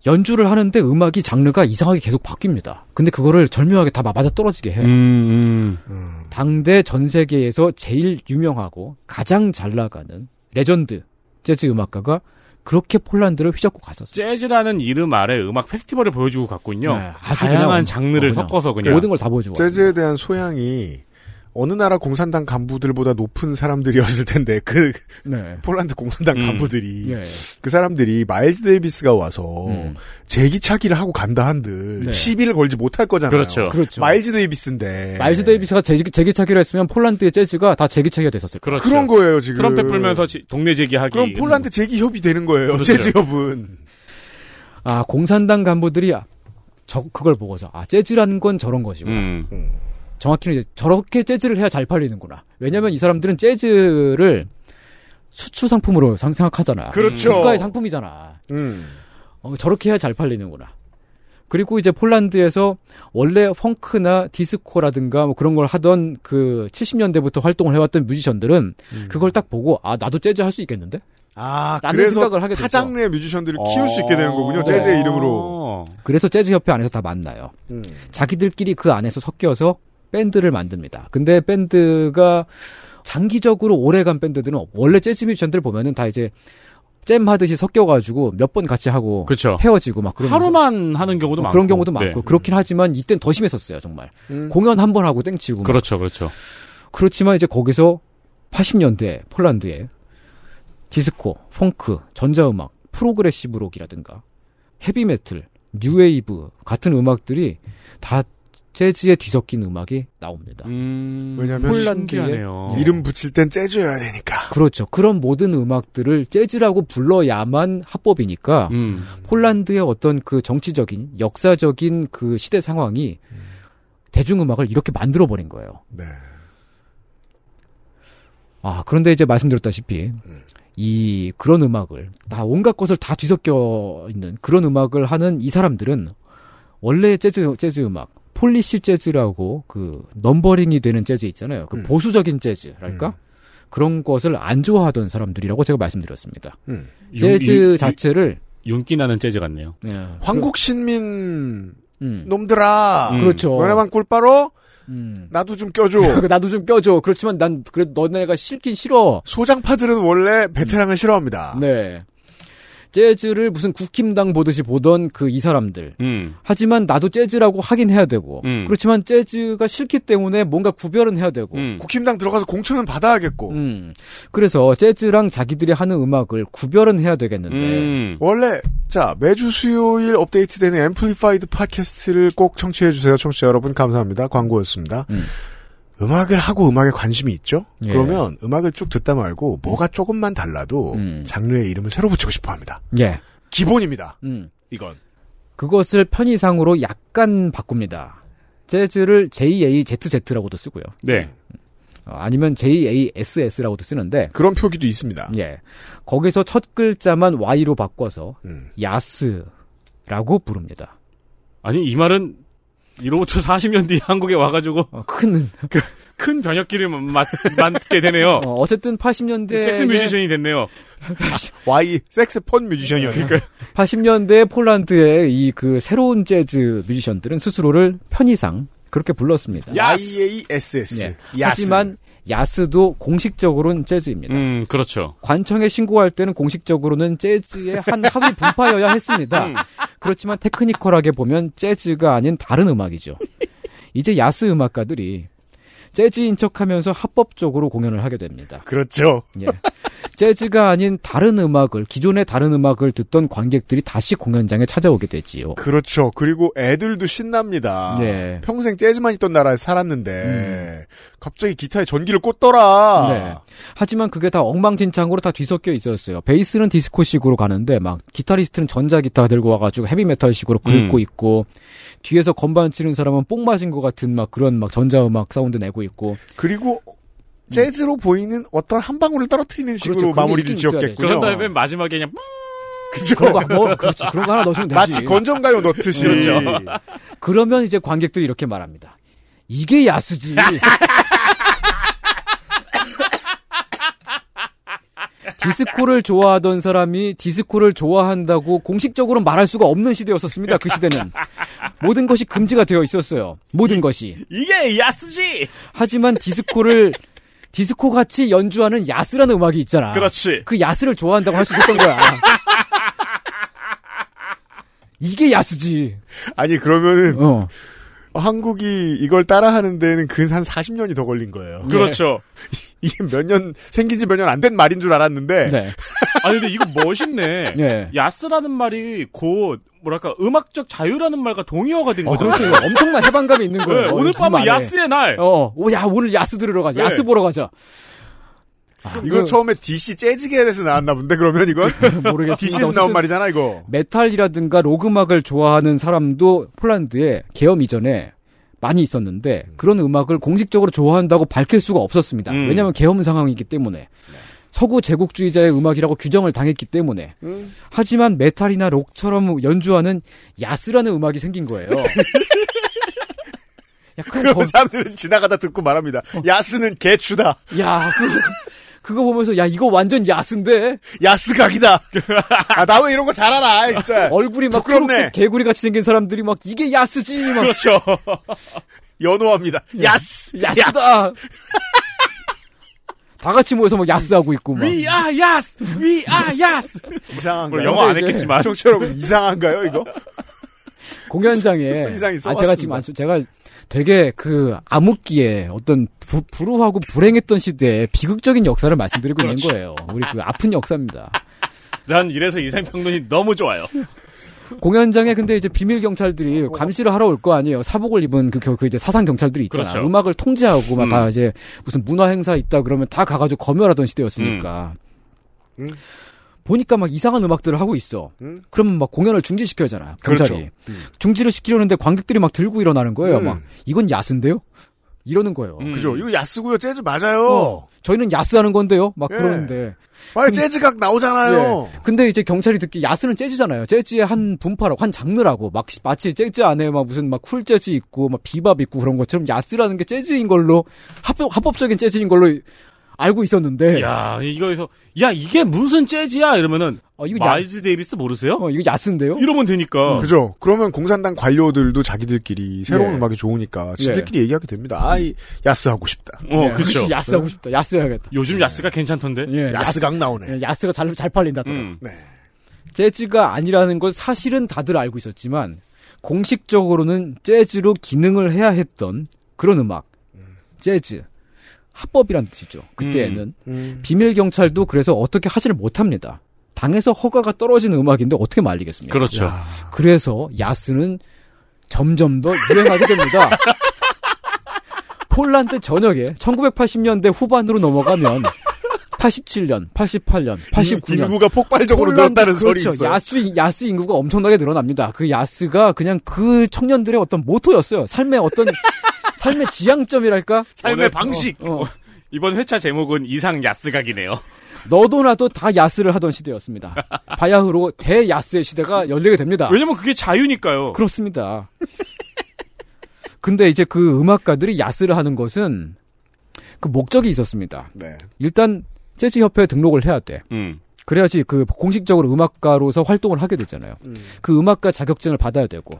[SPEAKER 5] 연주를 하는데 음악이 장르가 이상하게 계속 바뀝니다. 근데 그거를 절묘하게 다 맞아 떨어지게
[SPEAKER 3] 음,
[SPEAKER 5] 해요. 당대 전 세계에서 제일 유명하고 가장 잘 나가는 레전드 재즈 음악가가 그렇게 폴란드를 휘젓고 갔었어요.
[SPEAKER 3] 재즈라는 이름 아래 음악 페스티벌을 보여주고 갔군요.
[SPEAKER 5] 네, 아주
[SPEAKER 3] 다양한
[SPEAKER 5] 그냥
[SPEAKER 3] 장르를
[SPEAKER 5] 어, 그냥
[SPEAKER 3] 섞어서 그냥
[SPEAKER 5] 모든 걸 다 보여주고
[SPEAKER 2] 재즈에 대한 소양이 어느 나라 공산당 간부들보다 높은 사람들이었을 텐데 그 폴란드 공산당 간부들이
[SPEAKER 5] 네. 예.
[SPEAKER 2] 그 사람들이 마일즈 데이비스가 와서 제기차기를 하고 간다 한들
[SPEAKER 5] 음. 네.
[SPEAKER 2] 시비를 걸지 못할 거잖아요.
[SPEAKER 5] 그렇죠. 그렇죠.
[SPEAKER 2] 어, 마일즈 네. 데이비스인데
[SPEAKER 5] 마일스 데이비스가 재기, 재기차기를 했으면 폴란드의 재즈가 다 재기차기가 됐었을 거예요.
[SPEAKER 3] 그렇죠.
[SPEAKER 5] 그
[SPEAKER 2] 그런 거예요 지금.
[SPEAKER 3] 트럼펫 불면서 지- 동네 제기하기.
[SPEAKER 2] 그럼 폴란드 재기협이 되는 거예요.
[SPEAKER 5] 그렇죠.
[SPEAKER 2] 재즈협은
[SPEAKER 5] 아 공산당 간부들이 아, 저 그걸 보고서 아 재즈라는 건 저런 것이고
[SPEAKER 3] 음.
[SPEAKER 5] 정확히는 이제 저렇게 재즈를 해야 잘 팔리는구나. 왜냐하면 이 사람들은 재즈를 수출 상품으로 상- 생각하잖아. 음.
[SPEAKER 2] 그렇죠.
[SPEAKER 5] 국가의 상품이잖아.
[SPEAKER 2] 음.
[SPEAKER 5] 어, 저렇게 해야 잘 팔리는구나. 그리고 이제 폴란드에서 원래 펑크나 디스코라든가 뭐 그런 걸 하던 그 70년대부터 활동을 해왔던 뮤지션들은 그걸 딱 보고 아 나도 재즈 할 수 있겠는데?
[SPEAKER 2] 아
[SPEAKER 5] 라는
[SPEAKER 2] 그래서
[SPEAKER 5] 생각을 하게
[SPEAKER 2] 타
[SPEAKER 5] 됐죠. 어.
[SPEAKER 2] 장르의 뮤지션들을
[SPEAKER 3] 어.
[SPEAKER 2] 키울 수 있게 되는 거군요. 재즈의 이름으로.
[SPEAKER 5] 그래서 재즈 협회 안에서 다 만나요.
[SPEAKER 2] 음.
[SPEAKER 5] 자기들끼리 그 안에서 섞여서 밴드를 만듭니다. 근데 밴드가 장기적으로 오래간 밴드들은 원래 재즈 뮤지션들 보면은 다 이제 잼 하듯이 섞여가지고 몇 번 같이 하고 헤어지고 막 그런
[SPEAKER 3] 그렇죠. 하루만 하는 경우도 많고
[SPEAKER 5] 어, 그런 경우도 많고
[SPEAKER 3] 네.
[SPEAKER 5] 그렇긴 하지만 이땐 더 심했었어요 정말
[SPEAKER 3] 음.
[SPEAKER 5] 공연 한 번 하고 땡치고 막.
[SPEAKER 3] 그렇죠, 그렇죠.
[SPEAKER 5] 그렇지만 이제 거기서 80년대 폴란드에 디스코, 펑크, 전자음악, 프로그레시브 록이라든가 헤비메틀, 뉴웨이브 같은 음악들이 다 재즈에 뒤섞인 음악이 나옵니다.
[SPEAKER 2] 왜냐면
[SPEAKER 5] 네.
[SPEAKER 2] 이름 붙일 땐 재즈여야 되니까.
[SPEAKER 5] 그렇죠. 그런 모든 음악들을 재즈라고 불러야만 합법이니까
[SPEAKER 3] 음.
[SPEAKER 5] 폴란드의 어떤 그 정치적인 역사적인 그 시대 상황이 대중음악을 이렇게 만들어 버린 거예요.
[SPEAKER 2] 네.
[SPEAKER 5] 아 그런데 이제 말씀드렸다시피 이 그런 음악을 다 온갖 것을 다 뒤섞여 있는 그런 음악을 하는 이 사람들은 원래 재즈 재즈 음악 폴리시 재즈라고 그 넘버링이 되는 재즈 있잖아요. 그 보수적인 재즈랄까 그런 것을 안 좋아하던 사람들이라고 제가 말씀드렸습니다.
[SPEAKER 2] 음.
[SPEAKER 5] 재즈
[SPEAKER 3] 융- 이-
[SPEAKER 5] 자체를 예.
[SPEAKER 3] 윤기 나는 재즈 같네요.
[SPEAKER 2] 황국 신민 놈들아.
[SPEAKER 5] 음. 그렇죠. 음.
[SPEAKER 2] 너네만 꿀빨어? 나도 좀 껴줘.
[SPEAKER 5] 나도 좀 껴줘. 그렇지만 난 그래도 너네가 싫긴 싫어.
[SPEAKER 2] 소장파들은 원래 베테랑을 싫어합니다.
[SPEAKER 5] 네. 재즈를 무슨 국힘당 보듯이 보던 그 이 사람들.
[SPEAKER 3] 음.
[SPEAKER 5] 하지만 나도 재즈라고 하긴 해야 되고.
[SPEAKER 2] 음.
[SPEAKER 5] 그렇지만 재즈가 싫기 때문에 뭔가 구별은 해야 되고.
[SPEAKER 3] 음.
[SPEAKER 2] 국힘당 들어가서 공천은 받아야겠고.
[SPEAKER 5] 음. 그래서 재즈랑 자기들이 하는 음악을 구별은 해야 되겠는데.
[SPEAKER 3] 음.
[SPEAKER 2] 원래 자 매주 수요일 업데이트되는 앰플리파이드 팟캐스트를 꼭 청취해 주세요, 청취자 여러분 감사합니다. 광고였습니다.
[SPEAKER 5] 음.
[SPEAKER 2] 악을 하고 음악에 관심이 있죠?
[SPEAKER 5] 예.
[SPEAKER 2] 그러면 음악을 쭉 듣다 말고 뭐가 조금만 달라도
[SPEAKER 5] 음.
[SPEAKER 2] 장르의 이름을 새로 붙이고 싶어합니다.
[SPEAKER 5] 예.
[SPEAKER 2] 기본입니다.
[SPEAKER 5] 음.
[SPEAKER 2] 이건
[SPEAKER 5] 그것을 편의상으로 약간 바꿉니다. 재즈를 JAZZ라고도 쓰고요.
[SPEAKER 3] 네.
[SPEAKER 5] 어, 아니면 JASS라고도 쓰는데
[SPEAKER 2] 그런 표기도 있습니다.
[SPEAKER 5] 예. 거기서 첫 글자만 Y로 바꿔서 야스라고 부릅니다.
[SPEAKER 3] 아니 이 말은 이로부터 40년 뒤 한국에 와가지고
[SPEAKER 5] 어, 큰
[SPEAKER 3] 그, 큰 변혁기를 맞, 맞게 되네요. 네,
[SPEAKER 5] 어, 쨌든 80년대
[SPEAKER 3] 섹스 뮤지션이 됐네요.
[SPEAKER 2] Y 섹스폰 뮤지션이었니까
[SPEAKER 5] 그러니까. 80년대 폴란드의 이 그 새로운 재즈 뮤지션들은 스스로를 편의상 그렇게 불렀습니다.
[SPEAKER 2] YASS.
[SPEAKER 5] 예.
[SPEAKER 2] 야스.
[SPEAKER 5] 하지만 야스도 공식적으로는 재즈입니다.
[SPEAKER 3] 음, 그렇죠.
[SPEAKER 5] 관청에 신고할 때는 공식적으로는 재즈의 한 합의 분파여야
[SPEAKER 3] 음.
[SPEAKER 5] 했습니다. 그렇지만 테크니컬하게 보면 재즈가 아닌 다른 음악이죠. 이제 야스 음악가들이 재즈인 척하면서 합법적으로 공연을 하게 됩니다.
[SPEAKER 2] 그렇죠.
[SPEAKER 5] 예. 재즈가 아닌 다른 음악을 기존의 다른 음악을 듣던 관객들이 다시 공연장에 찾아오게 되지요.
[SPEAKER 2] 그렇죠. 그리고 애들도 신납니다.
[SPEAKER 5] 네.
[SPEAKER 2] 평생 재즈만 있던 나라에 살았는데 갑자기 기타에 전기를 꽂더라.
[SPEAKER 5] 음. 네. 하지만 그게 다 엉망진창으로 다 뒤섞여 있었어요. 베이스는 디스코식으로 가는데 막 기타리스트는 전자기타 들고 와가지고 헤비메탈식으로 긁고
[SPEAKER 3] 음.
[SPEAKER 5] 있고 뒤에서 건반 치는 사람은 뽕 맞은 것 같은 막 그런 막 전자음악 사운드 내고 있고
[SPEAKER 2] 그리고 재즈로 보이는 어떤 한 방울을
[SPEAKER 5] 그렇죠.
[SPEAKER 2] 떨어뜨리는 식으로 마무리를 지었겠군요.
[SPEAKER 3] 그런 다음에 마지막에 그냥
[SPEAKER 2] 그죠.
[SPEAKER 5] 그런 거 뭐, 그렇지. 그런 거 하나 넣으시면 되지.
[SPEAKER 2] 마치 건전가요 넣듯이.
[SPEAKER 5] 그렇죠. 그러면 이제 관객들이 이렇게 말합니다. 이게 야스지. 디스코를 좋아하던 사람이 디스코를 좋아한다고 공식적으로 말할 수가 없는 시대였었습니다. 그 시대는 모든 것이 금지가 되어 있었어요. 모든 것이.
[SPEAKER 3] 이게 야스지.
[SPEAKER 5] 하지만 디스코를 디스코 같이 연주하는 야스라는 음악이 있잖아.
[SPEAKER 18] 그렇지.
[SPEAKER 5] 그 야스를 좋아한다고 할 수 있었던 거야. 이게 야스지. 어,
[SPEAKER 2] 아니 그러면은 한국이 이걸 따라하는 데는 근 한 40년이 더 걸린
[SPEAKER 3] 네.
[SPEAKER 2] 거예요.
[SPEAKER 5] 네.
[SPEAKER 18] 그렇죠.
[SPEAKER 2] 이게 몇 년 생긴 지 몇 년 안 된 말인 줄 알았는데.
[SPEAKER 5] 네.
[SPEAKER 3] 아니 근데 이거 멋있네.
[SPEAKER 2] 예.
[SPEAKER 3] 야스라는 말이 곧 뭐랄까 음악적 자유라는 말과 동의어가 된
[SPEAKER 5] 어,
[SPEAKER 3] 거잖아요.
[SPEAKER 5] 그렇죠. 엄청난 해방감이 있는 거예요.
[SPEAKER 3] 네,
[SPEAKER 5] 어,
[SPEAKER 3] 오늘
[SPEAKER 5] 그
[SPEAKER 3] 밤은
[SPEAKER 5] 말에.
[SPEAKER 3] 야스의 날.
[SPEAKER 5] 어, 오, 야 오늘 야스 들으러 가자.
[SPEAKER 3] 네.
[SPEAKER 5] 야스 보러 가자.
[SPEAKER 2] 이건
[SPEAKER 5] 그-
[SPEAKER 2] 처음에 DC 재즈계에서 나왔나 본데 그러면 이건
[SPEAKER 5] 모르겠습니다.
[SPEAKER 2] DC에서 나온
[SPEAKER 5] 어쨌든-
[SPEAKER 2] 말이잖아 이거.
[SPEAKER 5] 메탈이라든가 로그막을 좋아하는 사람도 폴란드에 계엄 이전에 많이 있었는데 그런 음악을 공식적으로 좋아한다고 밝힐 수가 없었습니다.
[SPEAKER 19] 음.
[SPEAKER 5] 왜냐하면 계엄 상황이기 때문에 서구 제국주의자의 음악이라고 규정을 당했기 때문에 하지만 메탈이나 록처럼 연주하는 야스라는 음악이 생긴 거예요.
[SPEAKER 2] 그럼 사람들은 지나가다 듣고 말합니다. 야스는 개추다.
[SPEAKER 5] 야, 그, 거 보면서 야 이거 완전 야스인데
[SPEAKER 2] 야스각이다. 아, 나 왜 이런 거 잘 알아, 진짜.
[SPEAKER 5] 얼굴이 막
[SPEAKER 2] 부끄럽네.
[SPEAKER 5] 초록색 개구리 같이 생긴 사람들이 막 이게 야스지 막
[SPEAKER 2] 그렇죠. 연호합니다. 야스,
[SPEAKER 5] 야스다. 다 같이 모여서 막 야스하고 있고 막.
[SPEAKER 3] We are yes. We are yes.
[SPEAKER 2] 이상한가요?
[SPEAKER 3] 물론 영어 안 했겠지만.
[SPEAKER 2] 청취 여러분 이상한가요 이거?
[SPEAKER 5] 공연장에
[SPEAKER 2] 이상이
[SPEAKER 5] 아 제가 지금 안 써- 제가 되게 그 암흑기에 어떤 부, 불우하고 불행했던 시대의 비극적인 역사를 말씀드리고 있는
[SPEAKER 3] 그렇죠.
[SPEAKER 5] 거예요. 우리 그 아픈 역사입니다.
[SPEAKER 3] 난 이래서 인생평론이 너무 좋아요.
[SPEAKER 5] 공연장에 근데 이제 비밀
[SPEAKER 2] 어,
[SPEAKER 5] 경찰들이 감시를 하러 올 거 아니에요. 사복을 입은 그, 겨- 그 이제 사상 경찰들이 있잖아.
[SPEAKER 3] 그렇죠.
[SPEAKER 5] 음악을 통제하고 막 다 이제 무슨 문화 행사 있다 그러면 다 가가지고 검열하던 시대였으니까.
[SPEAKER 2] 음.
[SPEAKER 5] 보니까 막 이상한 음악들을 하고 있어.
[SPEAKER 2] 음.
[SPEAKER 5] 그러면 막 공연을 중지시켜잖아. 경찰이.
[SPEAKER 2] 그렇죠. 음.
[SPEAKER 5] 중지를 시키려는데 관객들이 막 들고 일어나는 거예요.
[SPEAKER 2] 음.
[SPEAKER 5] 막 이건 야스인데요? 이러는 거예요.
[SPEAKER 3] 음.
[SPEAKER 2] 그죠? 이거 야스고요, 재즈 맞아요.
[SPEAKER 5] 어, 저희는 야스하는 건데요. 막
[SPEAKER 2] 예.
[SPEAKER 5] 그러는데.
[SPEAKER 2] 아니,
[SPEAKER 5] 근-
[SPEAKER 2] 재즈각 나오잖아요.
[SPEAKER 5] 예. 근데 이제 경찰이 듣기 야스는 재즈잖아요. 재즈의 한 분파라고 한 장르라고 막 시- 마치 재즈 안에 막 무슨 막 쿨 재즈 있고 막 비밥 있고 그런 것처럼 야스라는 게 재즈인 걸로 합법 합법적인 재즈인 걸로 알고 있었는데.
[SPEAKER 3] 야 이거에서 야 이게 무슨 재즈야 이러면은
[SPEAKER 5] 어, 이거 야-
[SPEAKER 3] 마일즈 데이비스 모르세요?
[SPEAKER 5] 어 음, 이거 야스인데요?
[SPEAKER 3] 이러면 되니까.
[SPEAKER 2] 그죠? 그러면 공산당 관료들도 자기들끼리 새로운
[SPEAKER 5] 예.
[SPEAKER 2] 음악이 좋으니까 지들끼리 얘기하게 됩니다. 아, 이 야스 하고 싶다.
[SPEAKER 3] 어, 그렇죠.
[SPEAKER 5] 예. 야스하고 싶다. 야스해야겠다.
[SPEAKER 3] 요즘 야스가 괜찮던데.
[SPEAKER 5] 예,
[SPEAKER 2] 야스각 나오네. 음. 네.
[SPEAKER 5] 예, 야스가 잘, 잘 팔린다더라. 재즈가 아니라는 걸 사실은 다들 알고 있었지만 공식적으로는 재즈로 기능을 해야 했던 그런 음악, 재즈 합법이란 뜻이죠. 그때에는
[SPEAKER 2] 음.
[SPEAKER 5] 비밀 경찰도 그래서 어떻게 하지를 못합니다. 당에서 허가가 떨어진 음악인데 어떻게 말리겠습니까?
[SPEAKER 3] 그렇죠. 야.
[SPEAKER 5] 그래서 야스는 점점 더 유행하게 됩니다. 폴란드 전역에 1980년대 후반으로 넘어가면 87년, 88년, 89년 그렇죠.
[SPEAKER 2] 인구가 폭발적으로 늘었다는 소리 있어요.
[SPEAKER 5] 야스 야스 인구가 엄청나게 늘어납니다. 그 야스가 그냥 그 청년들의 어떤 모토였어요. 삶의 어떤 삶의 지향점이랄까?
[SPEAKER 3] 오늘- 어, 어.
[SPEAKER 2] 뭐.
[SPEAKER 3] 이번 회차 제목은 이상 야스각이네요.
[SPEAKER 5] 너도 나도 다 야스를 하던 시대였습니다. 바야흐로 대야스의 시대가 열리게 됩니다.
[SPEAKER 3] 왜냐면 그게 자유니까요.
[SPEAKER 5] 아. 그렇습니다. 근데 이제 그 음악가들이 야스를 하는 것은 그 목적이 있었습니다.
[SPEAKER 2] 네.
[SPEAKER 5] 일단 재즈 협회에 등록을 해야 돼.
[SPEAKER 3] 음.
[SPEAKER 5] 그래야지 그 공식적으로 음악가로서 활동을 하게 되잖아요. 그 음악가 자격증을 받아야 되고.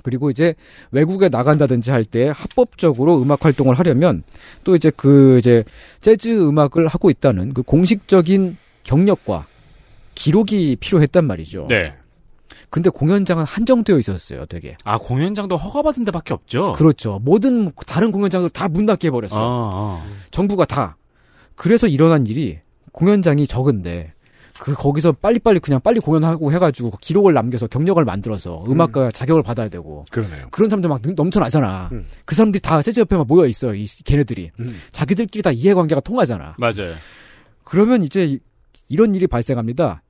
[SPEAKER 5] 그리고 이제 외국에 나간다든지 할 때 합법적으로 음악 활동을 하려면 또 이제 그 이제 재즈 음악을 하고 있다는 그 공식적인 경력과 기록이 필요했단 말이죠.
[SPEAKER 3] 네.
[SPEAKER 5] 근데 공연장은 한정되어 있었어요, 되게.
[SPEAKER 3] 아 공연장도 허가받은 데밖에 없죠.
[SPEAKER 5] 그렇죠. 모든 다른 공연장들 다 문 닫게 해버렸어.
[SPEAKER 3] 아,
[SPEAKER 5] 요
[SPEAKER 3] 아.
[SPEAKER 5] 정부가 다. 그래서 일어난 일이 공연장이 적은데 그 거기서 빨리빨리 그냥 빨리 공연하고 해가지고 기록을 남겨서 경력을 만들어서 음악가 자격을 받아야 되고
[SPEAKER 2] 그러네요.
[SPEAKER 5] 그런 사람들 막 넘- 넘쳐나잖아. 그 사람들이 다 재즈 옆에 막 모여 있어. 이 시- 걔네들이 자기들끼리 다 이해관계가 통하잖아.
[SPEAKER 3] 맞아요.
[SPEAKER 5] 그러면 이제 이- 이런 일이 발생합니다.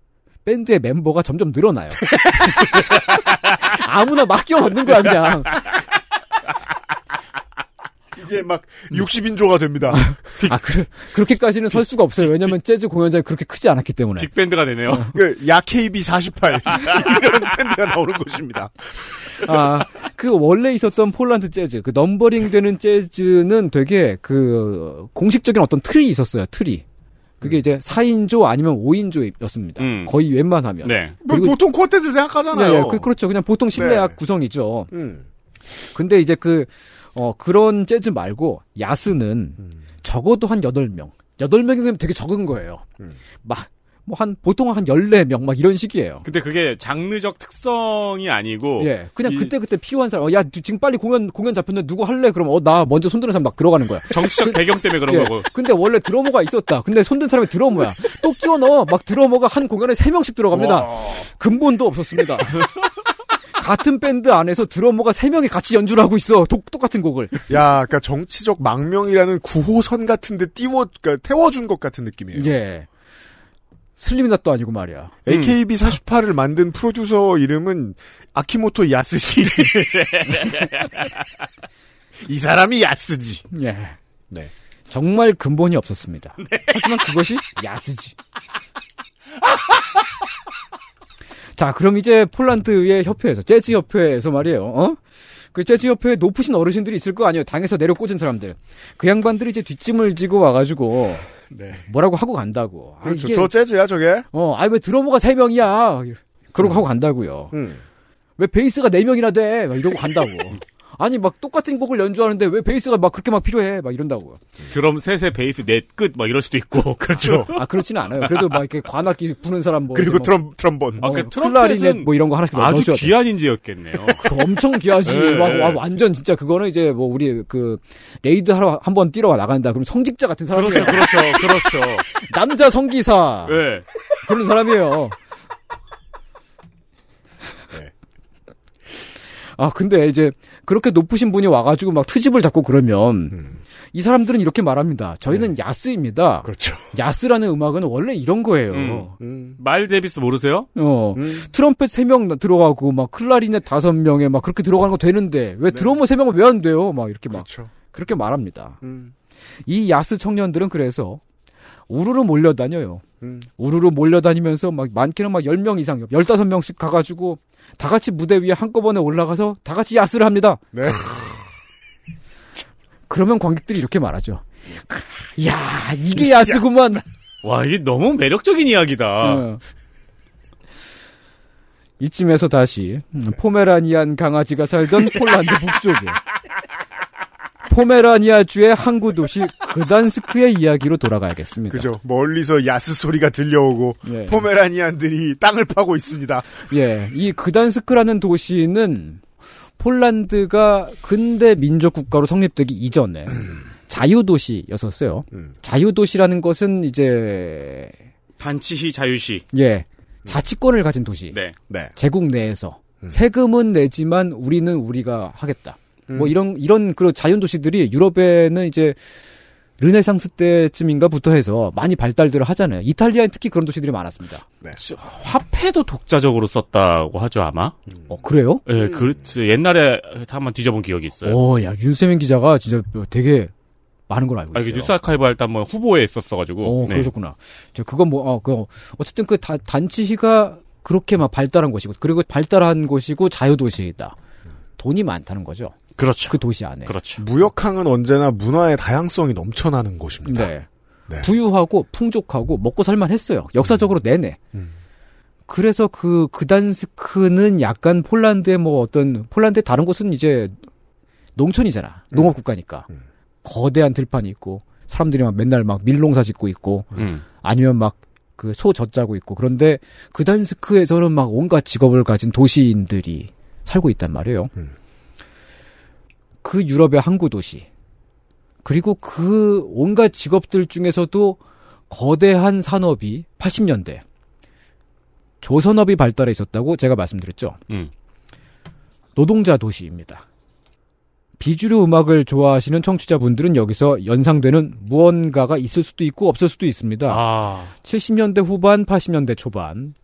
[SPEAKER 5] 밴드의 멤버가 점점 늘어나요. 아무나 막 끼워 넣는 거야 그냥.
[SPEAKER 2] 이제 막 60인조가 됩니다.
[SPEAKER 5] 아, 그, 그렇게까지는 설 수가 없어요. 왜냐면 재즈 공연장이 그렇게 크지 않았기 때문에.
[SPEAKER 3] 빅밴드가 되네요.
[SPEAKER 5] 어.
[SPEAKER 2] 그, 야 KB 48. 이런 밴드가 나오는 것입니다.
[SPEAKER 5] 아, 그 원래 있었던 폴란드 재즈, 그 넘버링 되는 재즈는 되게 그 공식적인 어떤 틀이 있었어요. 틀이. 그게 이제 4인조 아니면 5인조였습니다.
[SPEAKER 2] 음.
[SPEAKER 5] 거의 웬만하면. 그,
[SPEAKER 3] 네.
[SPEAKER 2] 뭐 보통 콘텐츠 생각하잖아요.
[SPEAKER 5] 그렇죠.
[SPEAKER 2] 네.
[SPEAKER 5] 네, 네, 그, 렇죠 그냥 보통 실내악 구성이죠.
[SPEAKER 2] 음.
[SPEAKER 5] 근데 이제 그, 어, 그런 재즈 말고 야스는 적어도 한 8명. 8명이면 되게 적은 거예요.
[SPEAKER 2] 음.
[SPEAKER 5] 막, 뭐 한, 보통 한 14명 막 이런 식이에요.
[SPEAKER 3] 근데 그게 장르적 특성이 아니고
[SPEAKER 5] 예. 그냥 그때그때 필요한 사람, 어, 야, 지금 빨리 공연, 공연 잡혔는데 누구 할래? 그럼, 어, 나 먼저 손드는 사람 막 들어가는 거야.
[SPEAKER 3] 정치적 배경 때문에 그런
[SPEAKER 5] 예.
[SPEAKER 3] 거고.
[SPEAKER 5] 근데 원래 드러머가 있었다. 근데 손든 사람이 드러머야. 또 끼워 넣어. 막 드러머가 한 공연에 세명씩 들어갑니다. 근본도 없었습니다. 같은 밴드 안에서 드러머가 세명이 같이 연주를 하고 있어. 독, 똑같은 곡을.
[SPEAKER 2] 야, 그러니까 정치적 망명이라는 구호선 같은데 띄워, 그러니까 태워준 것 같은 느낌이에요.
[SPEAKER 5] 예. 슬림이낫도 아니고 말이야. 음.
[SPEAKER 2] AKB48을 만든 프로듀서 이름은 아키모토 야스시. 이 사람이 야스지.
[SPEAKER 5] 예.
[SPEAKER 2] 네.
[SPEAKER 5] 정말 근본이 없었습니다. 하지만 그것이 야스지. 자, 그럼 이제 폴란드의 협회에서, 재즈협회에서 말이에요, 어? 그 재즈협회에 높으신 어르신들이 있을 거 아니에요. 당에서 내려 꽂은 사람들. 그 양반들이 이제 뒷짐을 지고 와가지고,
[SPEAKER 2] 네.
[SPEAKER 5] 뭐라고 하고 간다고. 아,
[SPEAKER 2] 그렇죠.
[SPEAKER 5] 이게-
[SPEAKER 2] 저 재즈야, 저게?
[SPEAKER 5] 어, 아니, 왜 드러머가 세명이야
[SPEAKER 3] 음.
[SPEAKER 5] 그러고 하고 간다고요. 왜 베이스가 네명이나 돼? 막 이러고 간다고. 아니, 막 똑같은 곡을 연주하는데 왜 베이스가 막 그렇게 막 필요해? 막 이런다고요.
[SPEAKER 3] 드럼 셋에 베이스 넷끝 막 이럴 수도 있고 그렇죠.
[SPEAKER 5] 아 그렇지는 않아요. 그래도 막 이렇게 관악기 부는 사람 뭐
[SPEAKER 3] 그리고
[SPEAKER 5] 이렇게
[SPEAKER 3] 트럼 트럼본.
[SPEAKER 5] 뭐 클라리넷 뭐 이런 거 하나씩
[SPEAKER 3] 아주
[SPEAKER 5] 넣어줘야 돼.
[SPEAKER 3] 귀한 인재였겠네요.
[SPEAKER 5] 그 엄청 귀하지.
[SPEAKER 3] 네.
[SPEAKER 5] 와, 와, 완전 진짜 그거는 이제 뭐 우리 그 레이드 하러 한번 뛰러 나간다. 그럼 성직자 같은 사람이에요.
[SPEAKER 3] 그렇죠, 그렇죠, 그렇죠.
[SPEAKER 5] 남자 성기사
[SPEAKER 3] 네.
[SPEAKER 5] 그런 사람이에요. 아 근데 이제 그렇게 높으신 분이 와가지고 막 트집을 잡고 그러면 이 사람들은 이렇게 말합니다. 저희는 야스입니다.
[SPEAKER 2] 그렇죠.
[SPEAKER 5] 야스라는 음악은 원래 이런 거예요. 음.
[SPEAKER 3] 말 데비스 모르세요?
[SPEAKER 5] 어 트럼펫 3명 들어가고 막 클라리넷 5명에 막 그렇게 들어가는 거 되는데 왜 드러머 3명은 왜 안 돼요? 막 이렇게 막
[SPEAKER 2] 그렇죠.
[SPEAKER 5] 그렇게 말합니다. 이 야스 청년들은 그래서 우르르 몰려다녀요. 우르르 몰려다니면서 막 많게는 막 10명 이상, 15명씩 가가지고 다 같이 무대 위에 한꺼번에 올라가서 다 같이 야스를 합니다.
[SPEAKER 2] 네.
[SPEAKER 5] 그러면 관객들이 이렇게 말하죠. 야 이게 야스구만.
[SPEAKER 3] 와 이게 너무 매력적인
[SPEAKER 2] 아.
[SPEAKER 3] 이야기다.
[SPEAKER 5] 어. 이쯤에서 다시 음, 포메라니안 강아지가 살던 폴란드 북쪽에 포메라니아주의 항구 도시 그단스크의 이야기로 돌아가야겠습니다.
[SPEAKER 2] 그죠. 멀리서 야스 소리가 들려오고
[SPEAKER 5] 예.
[SPEAKER 2] 포메라니안들이 땅을 파고 있습니다.
[SPEAKER 5] 예, 이 그단스크라는 도시는 폴란드가 근대 민족 국가로 성립되기 이전에
[SPEAKER 2] 음.
[SPEAKER 5] 자유 도시였었어요. 자유 도시라는 것은 이제
[SPEAKER 3] 단치히 자유시.
[SPEAKER 5] 예 자치권을 가진 도시.
[SPEAKER 3] 네. 네.
[SPEAKER 5] 제국 내에서 세금은 내지만 우리는 우리가 하겠다. 뭐 이런 이런 그런 자연 도시들이 유럽에는 이제 르네상스 때쯤인가부터 해서 많이 발달들을 하잖아요. 이탈리아에 특히 그런 도시들이 많았습니다.
[SPEAKER 2] 네.
[SPEAKER 3] 화폐도 독자적으로 썼다고 하죠 아마.
[SPEAKER 5] 어 그래요?
[SPEAKER 3] 예, 그 옛날에 한번 뒤져본 기억이 있어요.
[SPEAKER 5] 오, 야 윤세민 기자가 진짜 되게 많은 걸 알고
[SPEAKER 3] 아, 이게 네.
[SPEAKER 5] 있어요.
[SPEAKER 3] 뉴스 아카이브 할 때 한번 후보에 있었어가지고.
[SPEAKER 5] 어, 그러셨구나. 저 그건 뭐, 어, 그 어쨌든 그 다- 단치시가 그렇게 막 발달한 곳이고, 그리고 발달한 곳이고 자유도시이다. 돈이 많다는 거죠.
[SPEAKER 3] 그렇죠.
[SPEAKER 5] 그 도시 안에.
[SPEAKER 3] 그렇죠.
[SPEAKER 2] 무역항은 언제나 문화의 다양성이 넘쳐나는 곳입니다.
[SPEAKER 5] 네. 부유하고 풍족하고 먹고 살만 했어요. 역사적으로 내내. 그래서 그 그단스크는 약간 폴란드의 뭐 어떤 폴란드의 다른 곳은 이제 농촌이잖아. 농업 국가니까. 거대한 들판이 있고 사람들이 막 맨날 막 밀농사 짓고 있고
[SPEAKER 2] 음.
[SPEAKER 5] 아니면 막 그 소 젖자고 있고 그런데 그단스크에서는 막 온갖 직업을 가진 도시인들이 살고 있단 말이에요. 그 유럽의 항구 도시 그리고 그 온갖 직업들 중에서도 거대한 산업이 80년대 조선업이 발달해 있었다고 제가 말씀드렸죠.
[SPEAKER 3] 음.
[SPEAKER 5] 노동자 도시입니다. 비주류 음악을 좋아하시는 청취자분들은 여기서 연상되는 무언가가 있을 수도 있고 없을 수도 있습니다.
[SPEAKER 3] 아,
[SPEAKER 5] 70년대 후반, 80년대 초반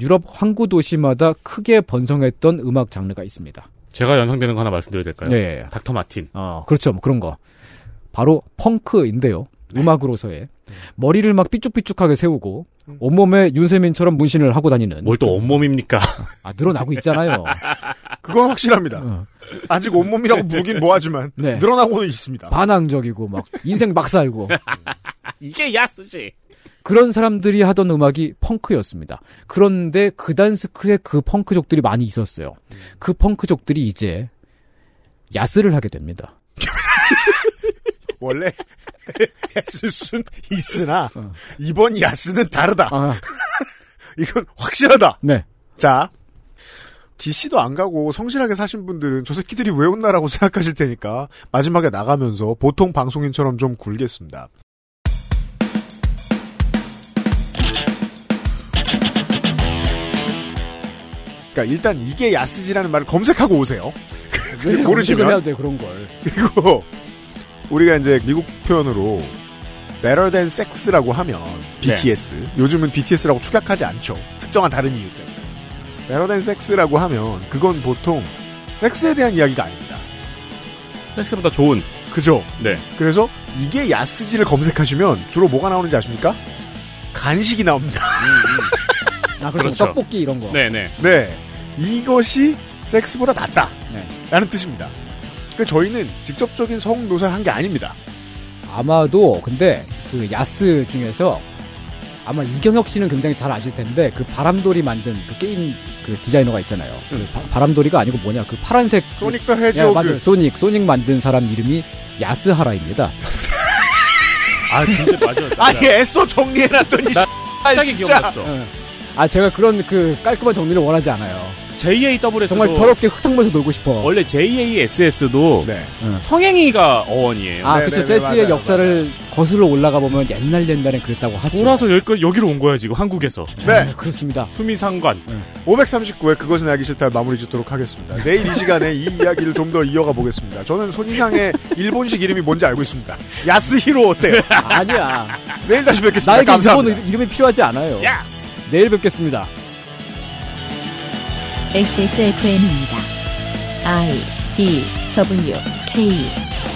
[SPEAKER 5] 유럽 항구 도시마다 크게 번성했던 음악 장르가 있습니다.
[SPEAKER 3] 제가 연상되는 거 하나 말씀드려도 될까요?
[SPEAKER 5] 예, 예.
[SPEAKER 3] 닥터 마틴.
[SPEAKER 5] 어, 그렇죠. 뭐 그런 거. 바로 펑크인데요. 네. 음악으로서의 머리를 막 삐죽삐죽하게 세우고 온몸에 윤세민처럼 문신을 하고 다니는 뭘
[SPEAKER 3] 또 온몸입니까?
[SPEAKER 5] 아 늘어나고 있잖아요.
[SPEAKER 2] 그건 확실합니다. 아직 온몸이라고 부르긴 뭐하지만
[SPEAKER 5] 어. 네.
[SPEAKER 2] 늘어나고는 있습니다.
[SPEAKER 5] 반항적이고 막 인생 막 살고
[SPEAKER 3] 이게 야스지.
[SPEAKER 5] 그런 사람들이 하던 음악이 펑크였습니다. 그런데 그단스크에 그 음. 펑크족들이 많이 있었어요. 그 펑크족들이 이제 야스를 하게 됩니다.
[SPEAKER 2] 원래 했을 순 있으나
[SPEAKER 5] 어.
[SPEAKER 2] 이번 야스는 다르다. 이건 확실하다.
[SPEAKER 5] 네.
[SPEAKER 2] 자, DC도 안 가고 성실하게 사신 분들은 저 새끼들이 왜 웃나라고 생각하실 테니까 마지막에 나가면서 보통 방송인처럼 좀 굴겠습니다. 그러니까 일단 이게 야스지라는 말을 검색하고 오세요.
[SPEAKER 5] 왜
[SPEAKER 2] 모르시면
[SPEAKER 5] 검색을 해야 돼 그런 걸.
[SPEAKER 2] 그리고 우리가 이제 미국 표현으로 better than sex라고 하면
[SPEAKER 5] 네.
[SPEAKER 2] BTS 요즘은 BTS라고 축약하지 않죠 특정한 다른 이유 때문에 better than sex라고 하면 그건 보통 섹스에 대한 이야기가 아닙니다
[SPEAKER 3] 섹스보다 좋은
[SPEAKER 2] 그죠
[SPEAKER 3] 네
[SPEAKER 2] 그래서 이게 야스지를 검색하시면 주로 뭐가 나오는지 아십니까 간식이 나옵니다
[SPEAKER 5] 아, 그렇죠. 그렇죠. 떡볶이 이런 거.
[SPEAKER 3] 네네
[SPEAKER 2] 네. 이것이 섹스보다 낫다.
[SPEAKER 5] 네.
[SPEAKER 2] 라는 뜻입니다. 그 저희는 직접적인 성노사를 한 게 아닙니다.
[SPEAKER 5] 아마도 근데 그 야스 중에서 아마 이경혁 씨는 굉장히 잘 아실 텐데 그 바람돌이 만든 그 게임 그 디자이너가 있잖아요. 그 바, 람돌이가 아니고 뭐냐 그 파란색
[SPEAKER 2] 소닉 더
[SPEAKER 5] 야,
[SPEAKER 2] 해지워그.
[SPEAKER 5] 맞아요. 소닉 소닉 만든 사람 이름이 야스하라입니다.
[SPEAKER 3] 아 근데 맞아.
[SPEAKER 2] 아예 애써 정리해놨더니
[SPEAKER 3] 갑자기 기억났어.
[SPEAKER 5] 아 제가 그런 그 깔끔한 정리를 원하지 않아요.
[SPEAKER 3] JAWS도
[SPEAKER 5] 정말 더럽게 흙탕물에서 놀고 싶어.
[SPEAKER 3] 원래 JASS도
[SPEAKER 2] 네.
[SPEAKER 3] 성행위가 어원이에요.
[SPEAKER 5] 아 그쵸 재즈의 역사를 거슬러 올라가 보면 옛날 옛날엔 그랬다고 하죠. 아,
[SPEAKER 3] 돌아서 여기 여기로 온 거야 지금 한국에서.
[SPEAKER 2] 네.
[SPEAKER 5] 그렇습니다.
[SPEAKER 3] 수미상관.
[SPEAKER 2] 539회 그것은 알기 싫다 마무리 짓도록 하겠습니다. 내일 이 시간에 이 이야기를 좀 더 이어가 보겠습니다. 저는 손이상의 일본식 이름이 뭔지 알고 있습니다. 야스히로 어때요?
[SPEAKER 5] 아니야.
[SPEAKER 2] 내일 다시 뵙겠습니다.
[SPEAKER 5] 나에게
[SPEAKER 2] 감사합니다.
[SPEAKER 5] 일본 이름이 필요하지 않아요.
[SPEAKER 3] 야스!
[SPEAKER 5] 내일 뵙겠습니다.
[SPEAKER 13] XSFM입니다. I D W K